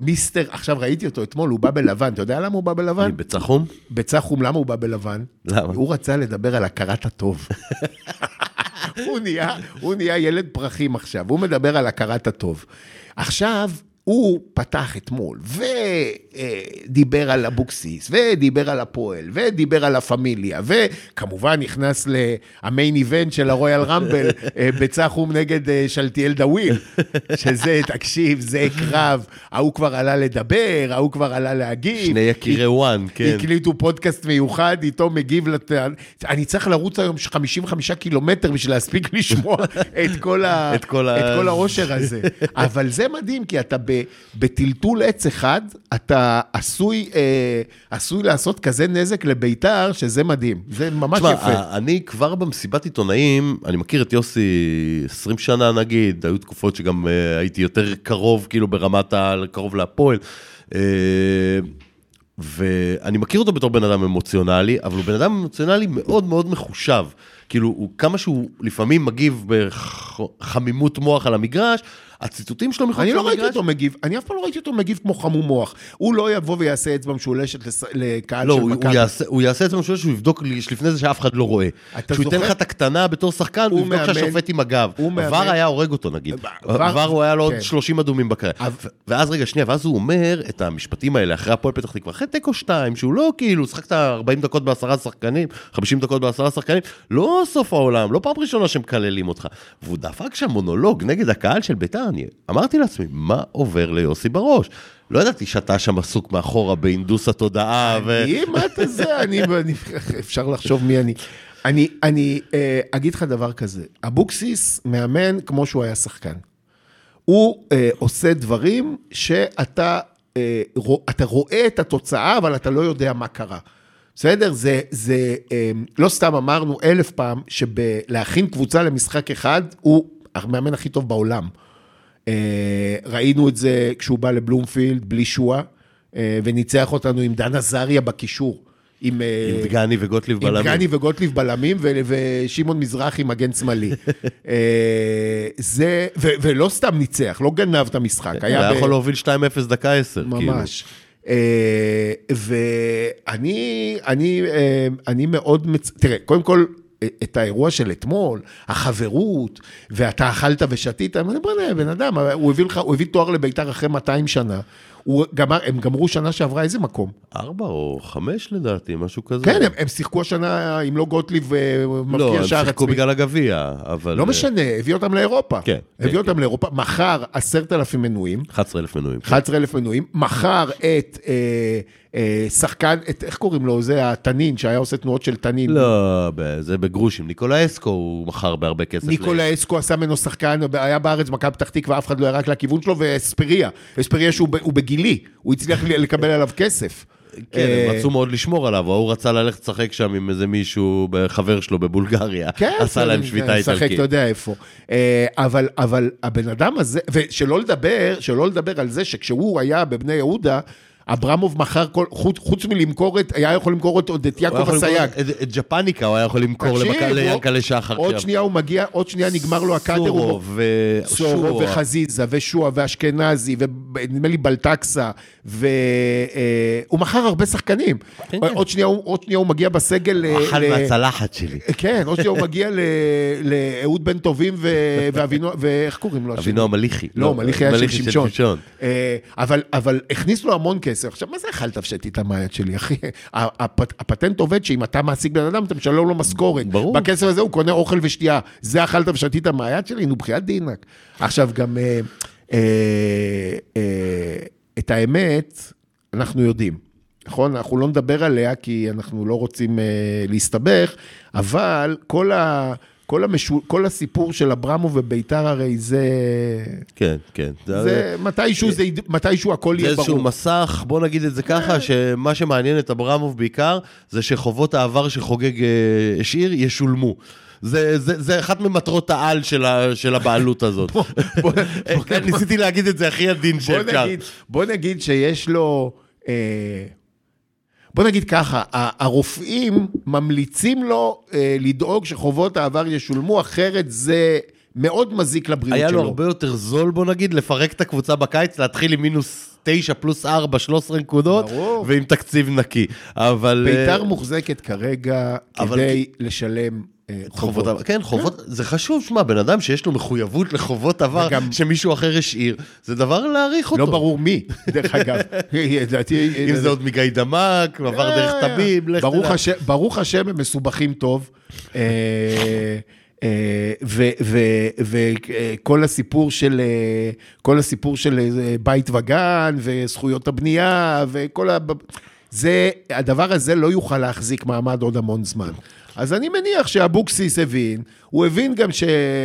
C: מיסטר, עכשיו ראיתי אותו אתמול, הוא בא בלבן, אתה יודע למה הוא בא בלבן?
B: אני בצחום?
C: בצחום, למה הוא בא בלבן?
B: למה?
C: הוא רצה לדבר על הכרת הטוב. הוא, נהיה, הוא נהיה ילד פרחים עכשיו, הוא מדבר על הכרת הטוב. עכשיו, הוא פתח אתמול, ודיבר על אבוקסיס, ודיבר על הפועל, ודיבר על הפמיליה, וכמובן נכנס למיין איבנט של הרויאל רמבל, אה, בצחום נגד אה, שלטיאל דאוויל, שזה, תקשיב, זה קרב, ההוא כבר עלה לדבר, ההוא כבר עלה להגיב.
B: שני יקירי וואן, כן.
C: הקליטו פודקאסט מיוחד, איתו מגיב לטען. אני צריך לרוץ היום 55 קילומטר בשביל להספיק לשמוע את כל, ה...
B: את כל ה-
C: את כל העושר הזה. אבל זה מדהים, כי אתה ב... בטלטול עץ אחד, אתה עשוי, אה, עשוי לעשות כזה נזק לביתר, שזה מדהים. זה ממש
B: תשמע,
C: יפה.
B: ה- אני כבר במסיבת עיתונאים, אני מכיר את יוסי 20 שנה נגיד, היו תקופות שגם אה, הייתי יותר קרוב, כאילו ברמת ה... קרוב להפועל. אה, ואני מכיר אותו בתור בן אדם אמוציונלי, אבל הוא בן אדם אמוציונלי מאוד מאוד מחושב. כאילו, הוא, כמה שהוא לפעמים מגיב בחמימות מוח על המגרש, הציטוטים שלו מחוץ
C: אני
B: למגרש...
C: לא ראיתי אותו מגיב, אני אף פעם לא ראיתי אותו מגיב כמו חמום מוח. הוא לא יבוא ויעשה אצבע משולשת לס- לקהל
B: לא,
C: של
B: הוא, הוא,
C: מכבי.
B: יעשה, הוא יעשה את זה משהו שהוא יבדוק לי- לפני זה שאף אחד לא רואה.
C: אתה
B: כשהוא ייתן
C: זוכר?
B: לך את הקטנה בתור שחקן, הוא
C: הוא
B: יבדוק
C: מאמן.
B: שהשופט עם הגב.
C: הוא מאמן.
B: עבר היה הורג אותו נגיד.
C: ור-
B: עבר הוא היה לו עוד
C: כן.
B: 30 אדומים בקריירה.
C: אבל-
B: ואז רגע, שנייה, ואז הוא אומר את המשפטים האלה אחרי הפועל פתח תקווה, אחרי תיקו 2, שהוא לא כאילו, שחקת 40 דקות בעשרה שחקנים, 50 דקות בעשרה שחקנים, לא סוף העולם, לא פעם ראשונה שמקללים אותך. והוא דפק שם מונולוג נגד הקהל של ביתר, אני אמרתי לעצמי, מה עובר ליוסי בראש? לא ידעתי שאתה שם עסוק מאחורה בהנדוס התודעה, ו...
C: אני, מה אתה זה? אני, אני, אפשר לחשוב מי אני. אני, אני אה, אגיד לך דבר כזה, אבוקסיס מאמן כמו שהוא היה שחקן. הוא אה, עושה דברים שאתה אה, רוא, אתה רואה את התוצאה, אבל אתה לא יודע מה קרה. בסדר? זה, זה אה, לא סתם אמרנו אלף פעם, שלהכין קבוצה למשחק אחד, הוא המאמן הכי טוב בעולם. אה, ראינו את זה כשהוא בא לבלומפילד בלי שועה, אה, וניצח אותנו עם דן עזריה בקישור. עם, אה,
B: עם דגני וגוטליב
C: עם
B: בלמים.
C: דגני וגוטליב בלמים ו- ושמעון מזרחי מגן שמאלי. אה, זה, ו- ולא סתם ניצח, לא גנב את המשחק.
B: הוא היה
C: ב-
B: כן, לא יכול להוביל 2-0 דקה 10. כאילו.
C: ממש. אה, ואני אני, אה, אני מאוד, מצ... תראה, קודם כל, אה, את האירוע של אתמול, החברות, ואתה אכלת ושתית, אני אומר, בוא'נה, בן אדם, הוא הביא לך, הוא הביא תואר לביתר אחרי 200 שנה. הוא גמר, הם גמרו שנה שעברה איזה מקום.
B: ארבע או חמש לדעתי, משהו כזה.
C: כן, הם, הם שיחקו השנה, אם לא גוטליב אה,
B: לא,
C: מבקיע
B: הם
C: שער עצמי.
B: שיחקו בגלל הגביע, אבל...
C: לא משנה, הביא אותם לאירופה.
B: אה, כן, כן,
C: הביא
B: כן.
C: אותם לאירופה. מחר, 10,000 מנויים.
B: 11,000 מנויים.
C: 11,000 מנויים, מכר את אה, אה, שחקן, את, איך קוראים לו? זה התנין, שהיה עושה תנועות של תנין.
B: לא, ב- זה בגרושים. ניקולה אסקו הוא מכר בהרבה כסף. ל-
C: ניקולה אסקו עשה ממנו שחקן, היה בארץ במכבי פתח תקווה, אף אחד לא ירק לכיוון שלו, ואספריה, אספריה שהוא ב- הוא בגילי, הוא הצליח ל- לקבל עליו כסף.
B: כן,
C: אה,
B: הם רצו מאוד לשמור עליו, ההוא רצה ללכת לשחק שם עם איזה מישהו, חבר שלו בבולגריה.
C: כן,
B: עשה להם שביתה
C: משחק,
B: איטלקית.
C: אתה יודע איפה. אה, אבל, אבל הבן אדם הזה, ושלא לדבר, שלא לדבר על זה שכשהוא היה בבני יהודה, אברמוב מכר, כל, חוץ, חוץ מלמכור את, היה יכול למכור את, עוד את
B: הוא היה
C: יעקב
B: יכול למכור
C: אסייג.
B: את- את ג'פניקה הוא היה יכול למכור
C: תקשיב,
B: למכבי-
C: הוא-
B: ליענקלה שחר.
C: עוד
B: שם.
C: שנייה הוא מגיע, עוד שנייה נגמר לו הקאדר. הוא-
B: סורוב ו-
C: סורו
B: שורוב.
C: וחזיזה ושועה ואשכנזי ונדמה לי בלטקסה והוא מכר הרבה שחקנים.
B: כן, כן.
C: עוד שנייה הוא- עוד שנייה הוא מגיע בסגל. אה, ל-
B: אכל
C: ל-
B: מהצלחת שלי.
C: כן, עוד שנייה הוא מגיע ל- לאהוד בן טובים ו- ואבינו, ואיך קוראים לו? השני?
B: אבינועם מליחי.
C: לא, מליחי היה של שמשון.
B: שמשון.
C: אה, אבל, אבל הכניס לו המון כסף. עכשיו, מה זה אכלת ושתית מהיד שלי, אחי? ה- הפט- הפטנט עובד שאם אתה מעסיק בן אדם, אתה משלם לו משכורת.
B: ברור.
C: בכסף הזה הוא קונה אוכל ושתייה. זה אכלת ושתית מהיד שלי? נו, בחייאת דינק. עכשיו, גם אה, אה, אה, את האמת, אנחנו יודעים. נכון? אנחנו לא נדבר עליה כי אנחנו לא רוצים אה, להסתבך, אבל כל ה... כל, המשו... כל הסיפור של אברמוב וביתר הרי זה...
B: כן, כן.
C: זה מתישהו, זה... יד- מתישהו הכל
B: זה
C: יהיה
B: אה, איזשהו
C: ברור. אה.
B: מסך, בוא נגיד את זה ככה, שמה שמעניין את אברמוב בעיקר, זה שחובות העבר שחוגג אה, השאיר ישולמו. זה, זה, זה אחת ממטרות העל של, ה, של הבעלות הזאת.
C: בוא-
B: אה,
C: בוא-
B: ניסיתי להגיד את זה הכי עדין
C: בוא
B: שאפשר.
C: נגיד, בוא נגיד שיש לו... אה, בוא נגיד ככה, ה- הרופאים ממליצים לו אה, לדאוג שחובות העבר ישולמו, אחרת זה מאוד מזיק לבריאות
B: היה
C: שלו.
B: לו הרבה יותר זול, בוא נגיד, לפרק את הקבוצה בקיץ, להתחיל עם מינוס 9 פלוס 4, 13 נקודות,
C: ברור.
B: ועם תקציב נקי. אבל... אה,
C: ביתר מוחזקת כרגע
B: אבל-
C: כדי לשלם אה,
B: חובות
C: חובות.
B: עבר, כן, חובות, זה חשוב, שמע, בן אדם שיש לו מחויבות לחובות עבר
C: וגם-
B: שמישהו אחר השאיר, זה דבר להעריך אותו.
C: לא ברור מי, דרך אגב. לדעתי...
B: אם זה עוד מגיידמק, עבר
C: אה,
B: דרך תמים, לך
C: ברוך
B: תדע.
C: השם- ברוך השם הם מסובכים טוב. אה, וכל הסיפור של אה, כל הסיפור של אה, בית וגן וזכויות הבנייה וכל ה... זה, הדבר הזה לא יוכל להחזיק מעמד עוד המון זמן. אז אני מניח שאבוקסיס הבין, הוא הבין גם ש...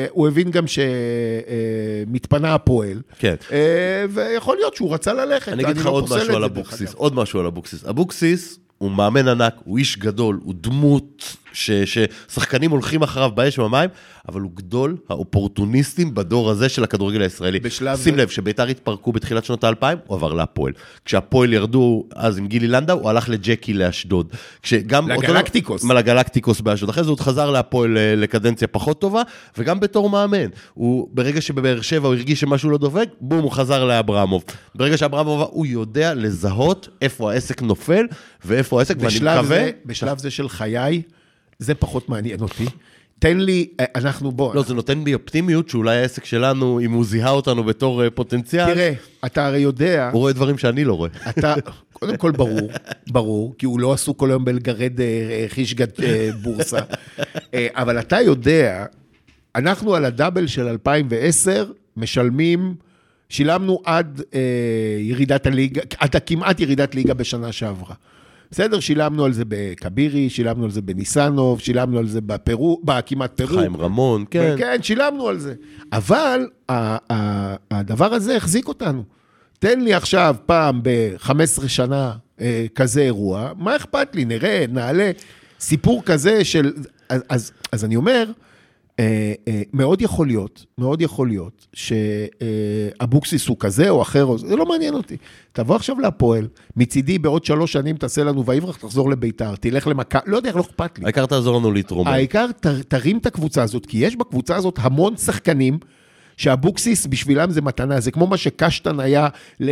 C: הוא הבין גם שמתפנה הפועל.
B: כן.
C: אה, ויכול להיות שהוא רצה ללכת,
B: אני אגיד לך
C: לא
B: עוד
C: פוסל את
B: משהו על
C: זה, דרך
B: אבוקסיס,
C: אגב.
B: עוד משהו על אבוקסיס. אבוקסיס הוא מאמן ענק, הוא איש גדול, הוא דמות ש- ששחקנים הולכים אחריו באש ובמים, אבל הוא גדול האופורטוניסטים בדור הזה של הכדורגל הישראלי.
C: בשלב
B: שים
C: זה-
B: לב, שביתר התפרקו בתחילת שנות האלפיים, הוא עבר להפועל. כשהפועל ירדו אז עם גילי לנדאו, הוא הלך לג'קי לאשדוד. כשגם אותו-
C: לגלקטיקוס.
B: מה, לגלקטיקוס באשדוד. אחרי זה הוא עוד חזר להפועל אה, לקדנציה פחות טובה, וגם בתור מאמן. הוא, ברגע שבבאר שבע הוא הרגיש שמשהו לא דופק, בום, הוא חזר לאברמוב. ברגע שאברמוב, הוא יודע לזהות איפה העסק נופל ואיפה העסק, ואני
C: בשלב
B: מקווה...
C: זה, בשלב זה של חיי, זה פחות מעניין אותי. תן לי, אה, אנחנו בוא,
B: לא, זה נותן בי אופטימיות שאולי העסק שלנו, אם הוא זיהה אותנו בתור אה, פוטנציאל,
C: תראה, אתה הרי יודע,
B: הוא רואה דברים שאני לא רואה.
C: אתה, קודם כל ברור, ברור, כי הוא לא עסוק כל היום בלגרד אה, אה, חיש גד אה, בורסה, אה, אבל אתה יודע, אנחנו על הדאבל של 2010 משלמים, שילמנו עד אה, ירידת הליגה, עד כמעט ירידת ליגה בשנה שעברה. בסדר, שילמנו על זה בכבירי, שילמנו על זה בניסנוב, שילמנו על זה בפרו, בכמעט פרו.
B: חיים רמון, כן.
C: כן. כן, שילמנו על זה. אבל ה- ה- הדבר הזה החזיק אותנו. תן לי עכשיו פעם ב-15 שנה אה, כזה אירוע, מה אכפת לי? נראה, נעלה. סיפור כזה של... אז, אז, אז אני אומר, אה, אה, מאוד יכול להיות, מאוד יכול להיות, שאבוקסיס הוא כזה או אחר, או זה זה לא מעניין אותי. תבוא עכשיו להפועל, מצידי בעוד שלוש שנים תעשה לנו ויברח, תחזור לביתר, תלך למכבי, לא יודע, לא אכפת לי.
B: העיקר תעזור לנו להתרומם.
C: העיקר ת, תרים את הקבוצה הזאת, כי יש בקבוצה הזאת המון שחקנים. שאבוקסיס בשבילם זה מתנה, זה כמו מה שקשטן היה
B: נכון,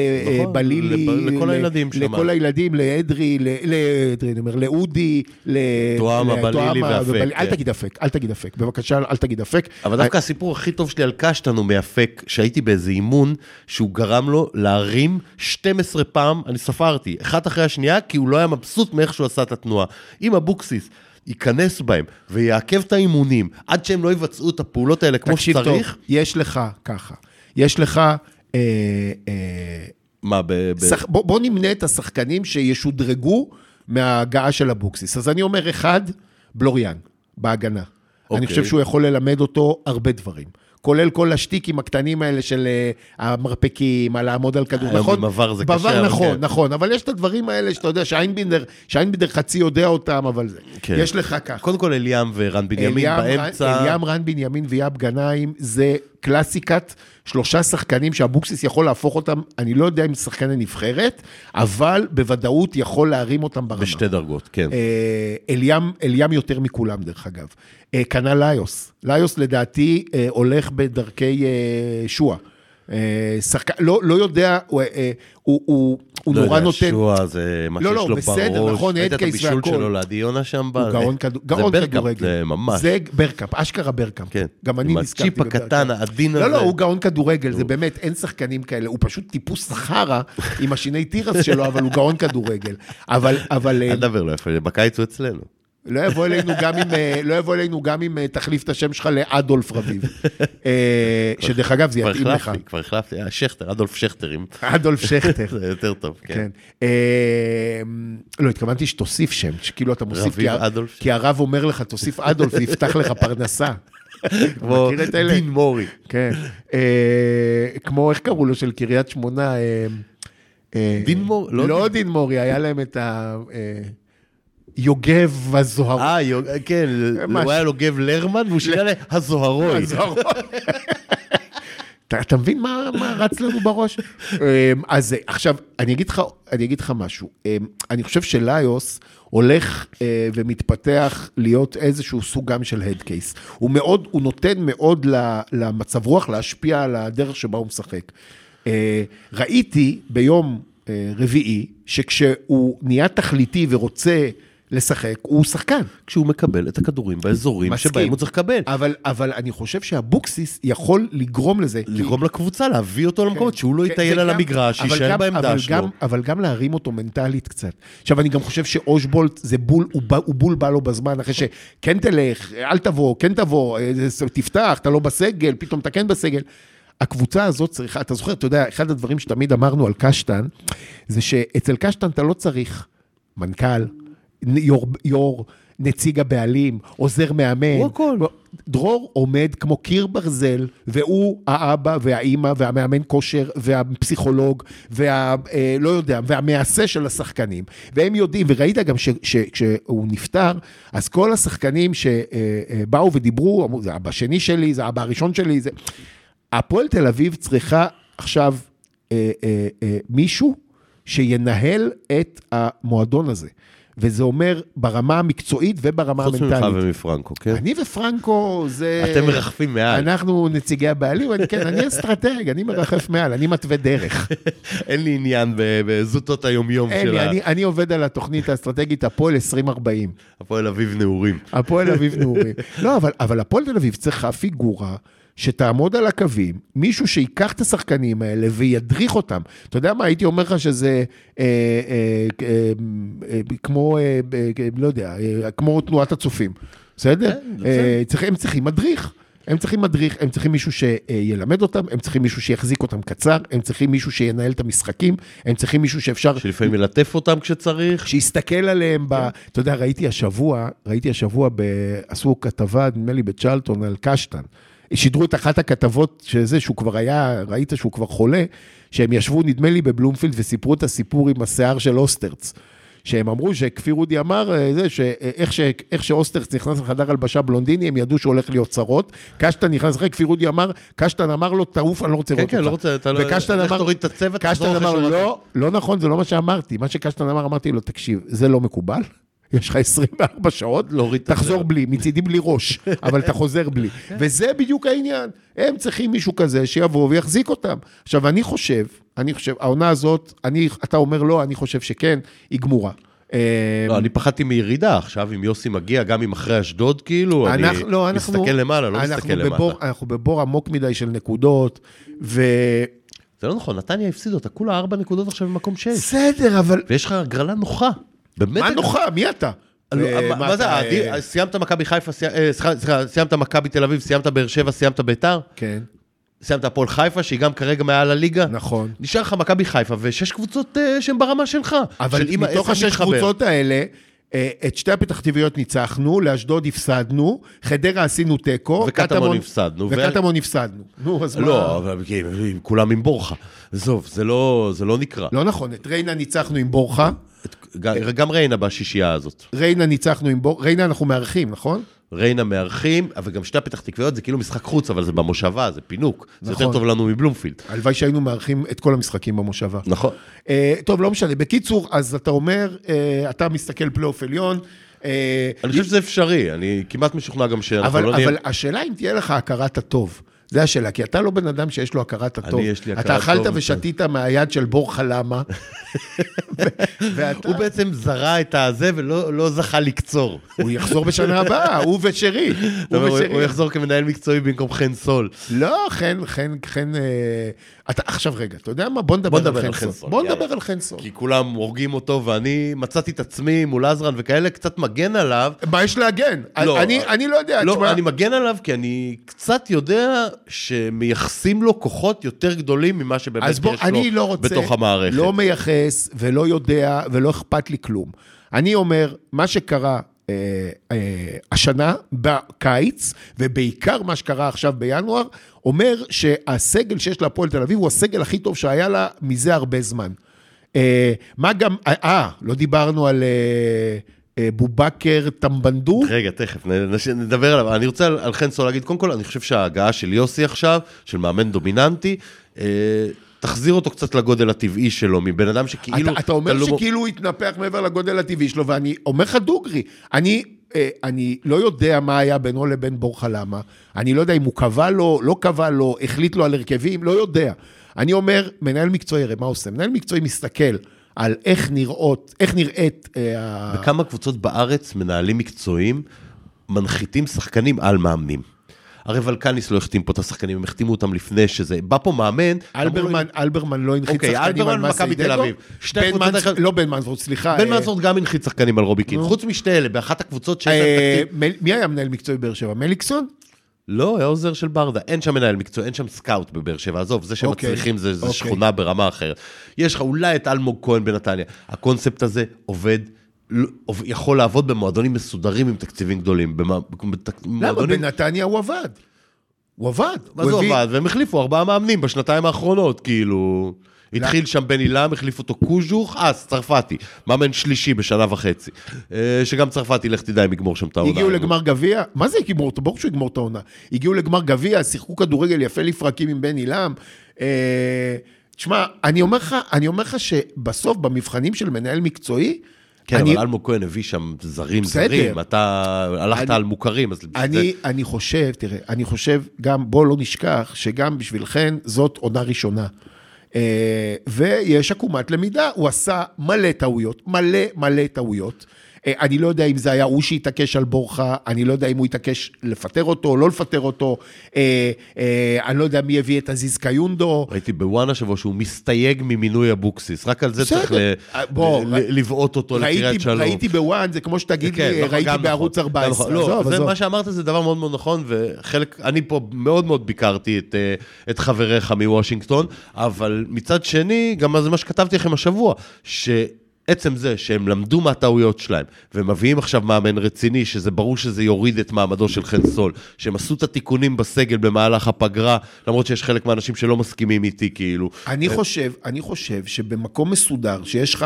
C: לבלילי,
B: לב- לכל
C: ל-
B: הילדים שם.
C: לכל הילדים, לאדרי, ל- לאדרי, אני אומר, לאודי, ל-
B: טועמה,
C: לטועמה,
B: בלילי ואפק,
C: ובלילי. אל
B: כן.
C: תגיד אפק, אל תגיד אפק, בבקשה, אל תגיד אפק.
B: אבל דווקא הסיפור הכי טוב שלי על קשטן הוא מאפק, שהייתי באיזה אימון שהוא גרם לו להרים 12 פעם, אני ספרתי, אחת אחרי השנייה, כי הוא לא היה מבסוט מאיך שהוא עשה את התנועה. אם אבוקסיס ייכנס בהם ויעכב את האימונים עד שהם לא יבצעו את הפעולות האלה כמו
C: תקשיב טוב,
B: שצריך,
C: יש לך ככה, יש לך... אה, אה,
B: מה, ב... ב...
C: שח... בוא, בוא נמנה את השחקנים שישודרגו מההגעה של אבוקסיס. אז אני אומר, אחד, בלוריאן, בהגנה. אוקיי.
B: אוקיי.
C: אני חושב שהוא יכול ללמד אותו הרבה דברים. כולל כל השטיקים הקטנים האלה של אה, המרפקים, על לעמוד על כדור,
B: היום
C: נכון?
B: עם עבר זה קשה,
C: בעבר
B: אבל
C: נכון,
B: כן.
C: נכון, אבל יש את הדברים האלה שאתה יודע, שאיינבינדר, שאיינבינדר חצי יודע אותם, אבל זה.
B: כן.
C: יש לך ככה.
B: קודם כל אליאם ורן בנימין באמצע.
C: אליאם רן בנימין ויאב גנאים זה קלאסיקת שלושה שחקנים שאבוקסיס יכול להפוך אותם, אני לא יודע אם זה שחקני נבחרת, אבל בוודאות יכול להרים אותם ברמה.
B: בשתי דרגות, כן.
C: אה, אליאם, אליאם יותר מכולם, דרך אגב. אה, כנ"ל ליוס. ליוס לדעתי אה, הולך בדרכי אה, שועה. אה, שחק... לא, לא יודע, הוא, אה, הוא, הוא, הוא
B: לא
C: נורא
B: יודע,
C: נותן...
B: שועה זה מה
C: לא,
B: שיש
C: לא,
B: לו בראש.
C: בסדר, נכון,
B: ראית את
C: הדקייס
B: הבישול
C: והכל.
B: שלו לעדי יונה שם?
C: הוא
B: ב-
C: גאון, כדור, גאון
B: זה ברקאפ,
C: כדורגל.
B: זה ממש.
C: זה ברקאפ, אשכרה ברקאפ.
B: כן.
C: גם אני
B: עם
C: נזכרתי
B: הצ'יפ הקטן, העדין
C: לא,
B: הזה.
C: לא, הוא גאון כדורגל, זה באמת, אין שחקנים כאלה. הוא פשוט טיפוס חרא עם השיני תירס שלו, אבל הוא גאון כדורגל. אבל, אבל... אה,
B: אל תדבר לא יפה, בקיץ הוא אצלנו.
C: לא יבוא אלינו גם אם, אה, לא יבוא אלינו גם אם אה, תחליף את השם שלך לאדולף רביב. אה, שדרך אגב, זה
B: כבר
C: יתאים לך.
B: החלפתי, כבר החלפתי, אה, שכטר, אדולף שכטר, אם-
C: אדולף שכטר.
B: זה יותר טוב, כן.
C: כן. אה, לא, התכוונתי שתוסיף שם, שכאילו אתה מוסיף, כן,
B: רביב
C: כי ה-
B: אדולף.
C: כי הרב אומר לך, תוסיף אדולף, זה יפתח לך פרנסה.
B: כמו
C: מכיר את אלה?
B: דין מורי.
C: כן. אה, כמו, איך קראו לו, של קריית שמונה? אה, אה,
B: דין מור- לא
C: לא,
B: דין-
C: דין מורי, היה להם את ה... אה, יוגב הזוהר.
B: אה, יוג- כן, הוא
C: משהו.
B: היה לו גב לרמן והוא שינה להזוהרוי.
C: אתה, אתה מבין מה, מה רץ לנו בראש? אמ, אז אה, עכשיו, אני אגיד לך, אני אגיד לך משהו. אמ, אני חושב שליוס הולך אה, ומתפתח להיות איזשהו סוג גם של הדקייס. הוא מאוד, הוא נותן מאוד ל- למצב רוח להשפיע על הדרך שבה הוא משחק. אה, ראיתי ביום אה, רביעי, שכשהוא נהיה תכליתי ורוצה לשחק, הוא שחקן.
B: כשהוא מקבל את הכדורים באזורים
C: מסכים. אה,
B: שבהם הוא צריך לקבל.
C: אבל, אבל אני חושב שאבוקסיס יכול לגרום לזה. כי-
B: לגרום לקבוצה, להביא אותו למקומות שהוא לא
C: כן,
B: יטייל
C: זה
B: על
C: גם-
B: המגרש,
C: אבל
B: יישאר
C: גם- אבל
B: בעמדה
C: גם-
B: שלו.
C: אבל גם להרים אותו מנטלית קצת. עכשיו, אני גם חושב שאושבולט זה בול, הוא בא- הוא בול בא לו בזמן, אחרי שכן תלך, אל תבוא, כן תבוא, אה, זה- תפתח, אתה לא בסגל, פתאום אתה כן בסגל. הקבוצה הזאת צריכה, אתה זוכר, אתה יודע, אחד הדברים שתמיד אמרנו על קשטן, זה שאצל קשטן אתה לא צריך מנכ"ל, נ- יו"ר, יו"ר נציג הבעלים, עוזר מאמן.
B: הוא הכל.
C: דרור עומד כמו קיר ברזל, והוא האבא והאימא והמאמן כושר והפסיכולוג וה... אה, לא יודע, והמעשה של השחקנים. והם יודעים, וראית גם שכשהוא נפטר, אז כל השחקנים שבאו ודיברו, אמרו, זה אבא שני שלי, זה אבא הראשון שלי, זה... הפועל תל אביב צריכה עכשיו אה, אה, אה, מישהו שינהל את המועדון הזה. וזה אומר ברמה המקצועית וברמה
B: חוץ ממך
C: המנטלית.
B: ומפרנקו, כן?
C: אני ופרנקו זה...
B: אתם מרחפים מעל.
C: אנחנו נציגי הבעלים, אני, כן, אני אסטרטג, אני מרחף מעל, אני מתווה דרך.
B: אין לי עניין ב- בזוטות היומיום
C: אין
B: של
C: לי,
B: ה-
C: אני, אני עובד על התוכנית האסטרטגית הפועל 2040.
B: הפועל אביב נעורים.
C: הפועל אביב נעורים. לא, אבל, אבל הפועל תל אביב צריכה פיגורה שתעמוד על הקווים, מישהו שייקח את השחקנים האלה וידריך אותם. אתה יודע מה, הייתי אומר לך שזה אה, אה, אה, אה, כמו, אה, אה, לא יודע, אה, כמו תנועת הצופים, בסדר?
B: כן, בסדר.
C: אה, צריך, הם צריכים מדריך. הם צריכים מדריך, הם צריכים מישהו שילמד אותם, הם צריכים מישהו שיחזיק אותם קצר, הם צריכים מישהו שינהל את המשחקים, הם צריכים מישהו שאפשר
B: שלפעמים מלטף אותם כשצריך.
C: שיסתכל עליהם ב...
B: כן.
C: אתה יודע, ראיתי השבוע, ראיתי השבוע, ב... עשו כתבה, נדמה לי, בצ'רלטון על קשטן. שידרו את אחת הכתבות שזה, שהוא כבר היה, ראית שהוא כבר חולה, שהם ישבו, נדמה לי, בבלומפילד וסיפרו את הסיפור עם השיער של אוסטרץ. שהם אמרו שכפיר אודי אמר, אה, זה, שאיך ש... איך שאוסטרץ נכנס לחדר הלבשה בלונדיני, הם ידעו שהוא הולך להיות צרות. קשטן נכנס אחרי, כפיר אודי אמר, קשטן אמר לו, תעוף, אני לא רוצה
B: כן,
C: לראות
B: כן,
C: אותך.
B: לא רוצה, אתה לא...
C: וקשטן
B: לך
C: אמר,
B: תוריד את הצוות,
C: קשטן
B: תחזור אחרי
C: אמר,
B: שהוא רצה.
C: לא, לא נכון, זה לא מה שאמרתי. מה שקשטן אמר, אמרתי לו, תקשיב, זה לא מקובל, יש לך 24 שעות,
B: להוריד את כן.
C: תחזור
B: הצוות."
C: בלי, מצידי בלי ראש, אבל אתה חוזר בלי. וזה בדיוק העניין. הם צריכים מישהו כזה שיבוא ויחזיק אותם. עכשיו, אני חושב, אני חושב, העונה הזאת, אני, אתה אומר לא, אני חושב שכן, היא גמורה. אה,
B: לא, אני פחדתי מירידה עכשיו, אם יוסי מגיע, גם אם אחרי אשדוד, כאילו, אני
C: אנחנו- לא, אנחנו-
B: מסתכל למעלה, לא
C: אנחנו
B: מסתכל
C: בבור-
B: למטה.
C: אנחנו בבור עמוק מדי של נקודות, ו...
B: זה לא נכון, נתניה הפסידו, אתה כולה ארבע נקודות עכשיו במקום שש.
C: בסדר, אבל...
B: ויש לך הגרלה נוחה. באמת.
C: מה נוחה? מי אתה?
B: לא,
C: אה,
B: מה- מה זה,
C: אתה,
B: העדי-
C: אה,
B: סיימת מכבי חיפה, סי- אה, סליחה, סליחה, סיימת מכבי תל אביב, סיימת באר שבע, סיימת ביתר,
C: כן,
B: סיימת הפועל חיפה, שהיא גם כרגע מעל הליגה.
C: נכון.
B: נשאר לך מכבי חיפה ושש קבוצות אה, שהן ברמה שלך.
C: אבל
B: של אם
C: מתוך
B: העשר
C: השש
B: מתחבר.
C: קבוצות האלה, אה, את שתי הפתח טבעיות ניצחנו, לאשדוד הפסדנו, חדרה עשינו תיקו.
B: וקטמון הפסדנו, ו-
C: וקטמון הפסדנו. נו, אז מה?
B: לא, אבל כי הם- הם כולם עם בורחה. עזוב, זה לא זה לא נקרא.
C: לא נכון, את ריינה ניצחנו עם בורחה,
B: גם- גם ריינה בשישייה הזאת.
C: ריינה ניצחנו עם בורחה, ריינה אנחנו מארחים, נכון?
B: ריינה מארחים, אבל גם שתי הפתח תקוויות זה כאילו משחק חוץ, אבל זה במושבה, זה פינוק. זה יותר
C: נכון.
B: טוב לנו מבלומפילד.
C: הלוואי שהיינו מארחים את כל המשחקים במושבה.
B: נכון.
C: אה, טוב, לא משנה. בקיצור, אז אתה אומר, אה, אתה מסתכל פלייאוף עליון. אה,
B: אני חושב שזה אפשרי, אני כמעט משוכנע גם שאנחנו
C: אבל,
B: לא
C: לא
B: נהיה...
C: אבל השאלה אם תהיה לך הכרת הטוב. זה השאלה, כי אתה לא בן אדם שיש לו הכרת הטוב.
B: יש לי הכרת
C: אתה
B: טוב, כן.
C: אכלת
B: מצוין.
C: ושתית מהיד של בורחה למה. ו- ואתה...
B: הוא בעצם זרע את הזה ולא לא זכה לקצור.
C: הוא יחזור בשנה הבאה, הוא ושרי.
B: אתה
C: הוא
B: אומר, הוא
C: ושרי.
B: הוא יחזור כמנהל מקצועי במקום חן סול.
C: לא, חן, חן, חן... אה, אתה- עכשיו רגע, אתה יודע מה? בוא
B: בוא
C: נדבר
B: נדבר
C: על חן סול. בוא
B: יאללה.
C: נדבר על חן סול.
B: כי כולם הורגים אותו, ואני מצאתי את עצמי מול עזרן וכאלה, קצת מגן עליו.
C: מה יש להגן?
B: לא.
C: אני אני לא יודע,
B: לא,
C: תשמע,
B: אני מגן עליו כי אני קצת יודע שמייחסים לו כוחות יותר גדולים ממה שבאמת
C: אז בוא,
B: יש
C: אני
B: לו
C: לא רוצה,
B: בתוך המערכת.
C: לא מייחס ולא יודע ולא אכפת לי כלום. אני אומר, מה שקרה אה, אה, השנה, בקיץ, ובעיקר מה שקרה עכשיו בינואר, אומר שהסגל שיש להפועל תל אביב הוא הסגל הכי טוב שהיה לה מזה הרבה זמן. אה, מה גם, אה, אה, לא דיברנו על אה, אה, בובקר טמבנדו.
B: רגע, תכף, נ- נש- נדבר עליו. אני רוצה על על חנסו להגיד, קודם כל, אני חושב שההגעה של יוסי עכשיו, של מאמן דומיננטי, אה, תחזיר אותו קצת לגודל הטבעי שלו, מבן אדם שכאילו...
C: אתה, אתה אומר
B: תלוי בו-
C: שכאילו הוא התנפח מעבר לגודל הטבעי שלו, ואני אומר לך דוגרי, אני, אה, אני לא יודע מה היה בינו לבין בורחה למה, אני לא יודע אם הוא קבע לו, לא קבע לו, החליט לו על הרכבים, לא יודע. אני אומר, מנהל מקצועי, הרי מה הוא עושה? מנהל מקצועי מסתכל על איך נראות, איך נראית... אה, ה-
B: בכמה קבוצות בארץ מנהלים מקצועיים מנחיתים שחקנים על מאמנים. הרי ולקניס לא החתים פה את השחקנים, הם החתימו אותם לפני שזה. בא פה מאמן... אמרו
C: אלברמן,
B: לו,
C: אלברמן לא הנחית
B: אוקיי,
C: שחקנים
B: אלברמן
C: על מסי
B: מכבי תל
C: דגו,
B: אביב. שתי
C: בן
B: קבוצות
C: מנספורד,
B: אחד-
C: לא בן מנספורד, סליחה.
B: בן
C: אה,
B: מנסורד גם הנחית שחקנים על רובי קין, חוץ משתי אלה, באחת הקבוצות שיש
C: אה,
B: להם תקציב.
C: מל- מי היה מנהל מקצועי באר שבע? מליקסון?
B: לא, היה עוזר של ברדה. אין שם מנהל מקצוע, אין שם סקאוט בבאר שבע. עזוב, זה
C: אוקיי.
B: שמצליחים זה, זה
C: אוקיי.
B: שכונה ברמה אחרת. יש לך אולי את אלמוג כהן בנתניה. הקונספט הזה עובד, לא- עוב- יכול לעבוד במועדונים מסודרים עם תקציבים גדולים. במע- בת-
C: למה?
B: מועדונים-
C: בנתניה הוא עבד. הוא עבד.
B: מה זה
C: הביא-
B: עבד? והם החליפו ארבעה מאמנים בשנתיים האחרונות, כאילו...
C: לא.
B: התחיל שם בן עילם, החליף אותו קוז'וך, אה, אז צרפתי, מאמן שלישי בשנה וחצי. אה, שגם צרפתי, לך תדע אם יגמור שם את העונה.
C: הגיעו
B: אם הוא-
C: לגמר גביע, מה זה יגמור אותו? ברור שהוא יגמור את העונה. הגיעו לגמר גביע, שיחקו כדורגל יפה לפרקים עם בן עילם. אה, תשמע, אני אומר לך, אני אומר לך שבסוף, במבחנים של מנהל מקצועי,
B: כן,
C: אני,
B: אבל אלמוג כהן הביא שם זרים
C: בסדר.
B: זרים, אתה הלכת
C: אני-
B: על מוכרים, אז
C: אני, אני חושב, תראה, אני חושב, גם בוא לא נשכח, שגם בשבילכן זאת עונה ראשונה. אה, ויש עקומת למידה, הוא עשה מלא טעויות, מלא מלא טעויות. אה, אני לא יודע אם זה היה הוא שהתעקש על בורחה, אני לא יודע אם הוא התעקש לפטר אותו או לא לפטר אותו, אה, אה, אני לא יודע מי הביא את עזיז קיונדו.
B: ראיתי בוואן השבוע שהוא מסתייג ממינוי אבוקסיס, רק על זה
C: בסדר.
B: צריך ל-
C: אה, בוא,
B: ל- ל- לבעוט אותו
C: ראיתי,
B: לקריית שלום.
C: ראיתי בוואן, זה כמו שתגיד
B: כן,
C: לי,
B: נכון,
C: ראיתי
B: גם
C: בערוץ
B: נכון, גם
C: 14.
B: נכון. לא,
C: עזוב,
B: זה-
C: עזוב.
B: מה שאמרת זה דבר מאוד מאוד נכון, וחלק, אני פה מאוד מאוד ביקרתי את, אה, את חבריך מוושינגטון, אבל מצד שני, גם זה מה שכתבתי לכם השבוע, ש... עצם זה שהם למדו מהטעויות שלהם, והם מביאים עכשיו מאמן רציני, שזה ברור שזה יוריד את מעמדו של חן סול, שהם עשו את התיקונים בסגל במהלך הפגרה, למרות שיש חלק מהאנשים שלא מסכימים איתי, כאילו.
C: אני חושב, אני חושב שבמקום מסודר, שיש לך,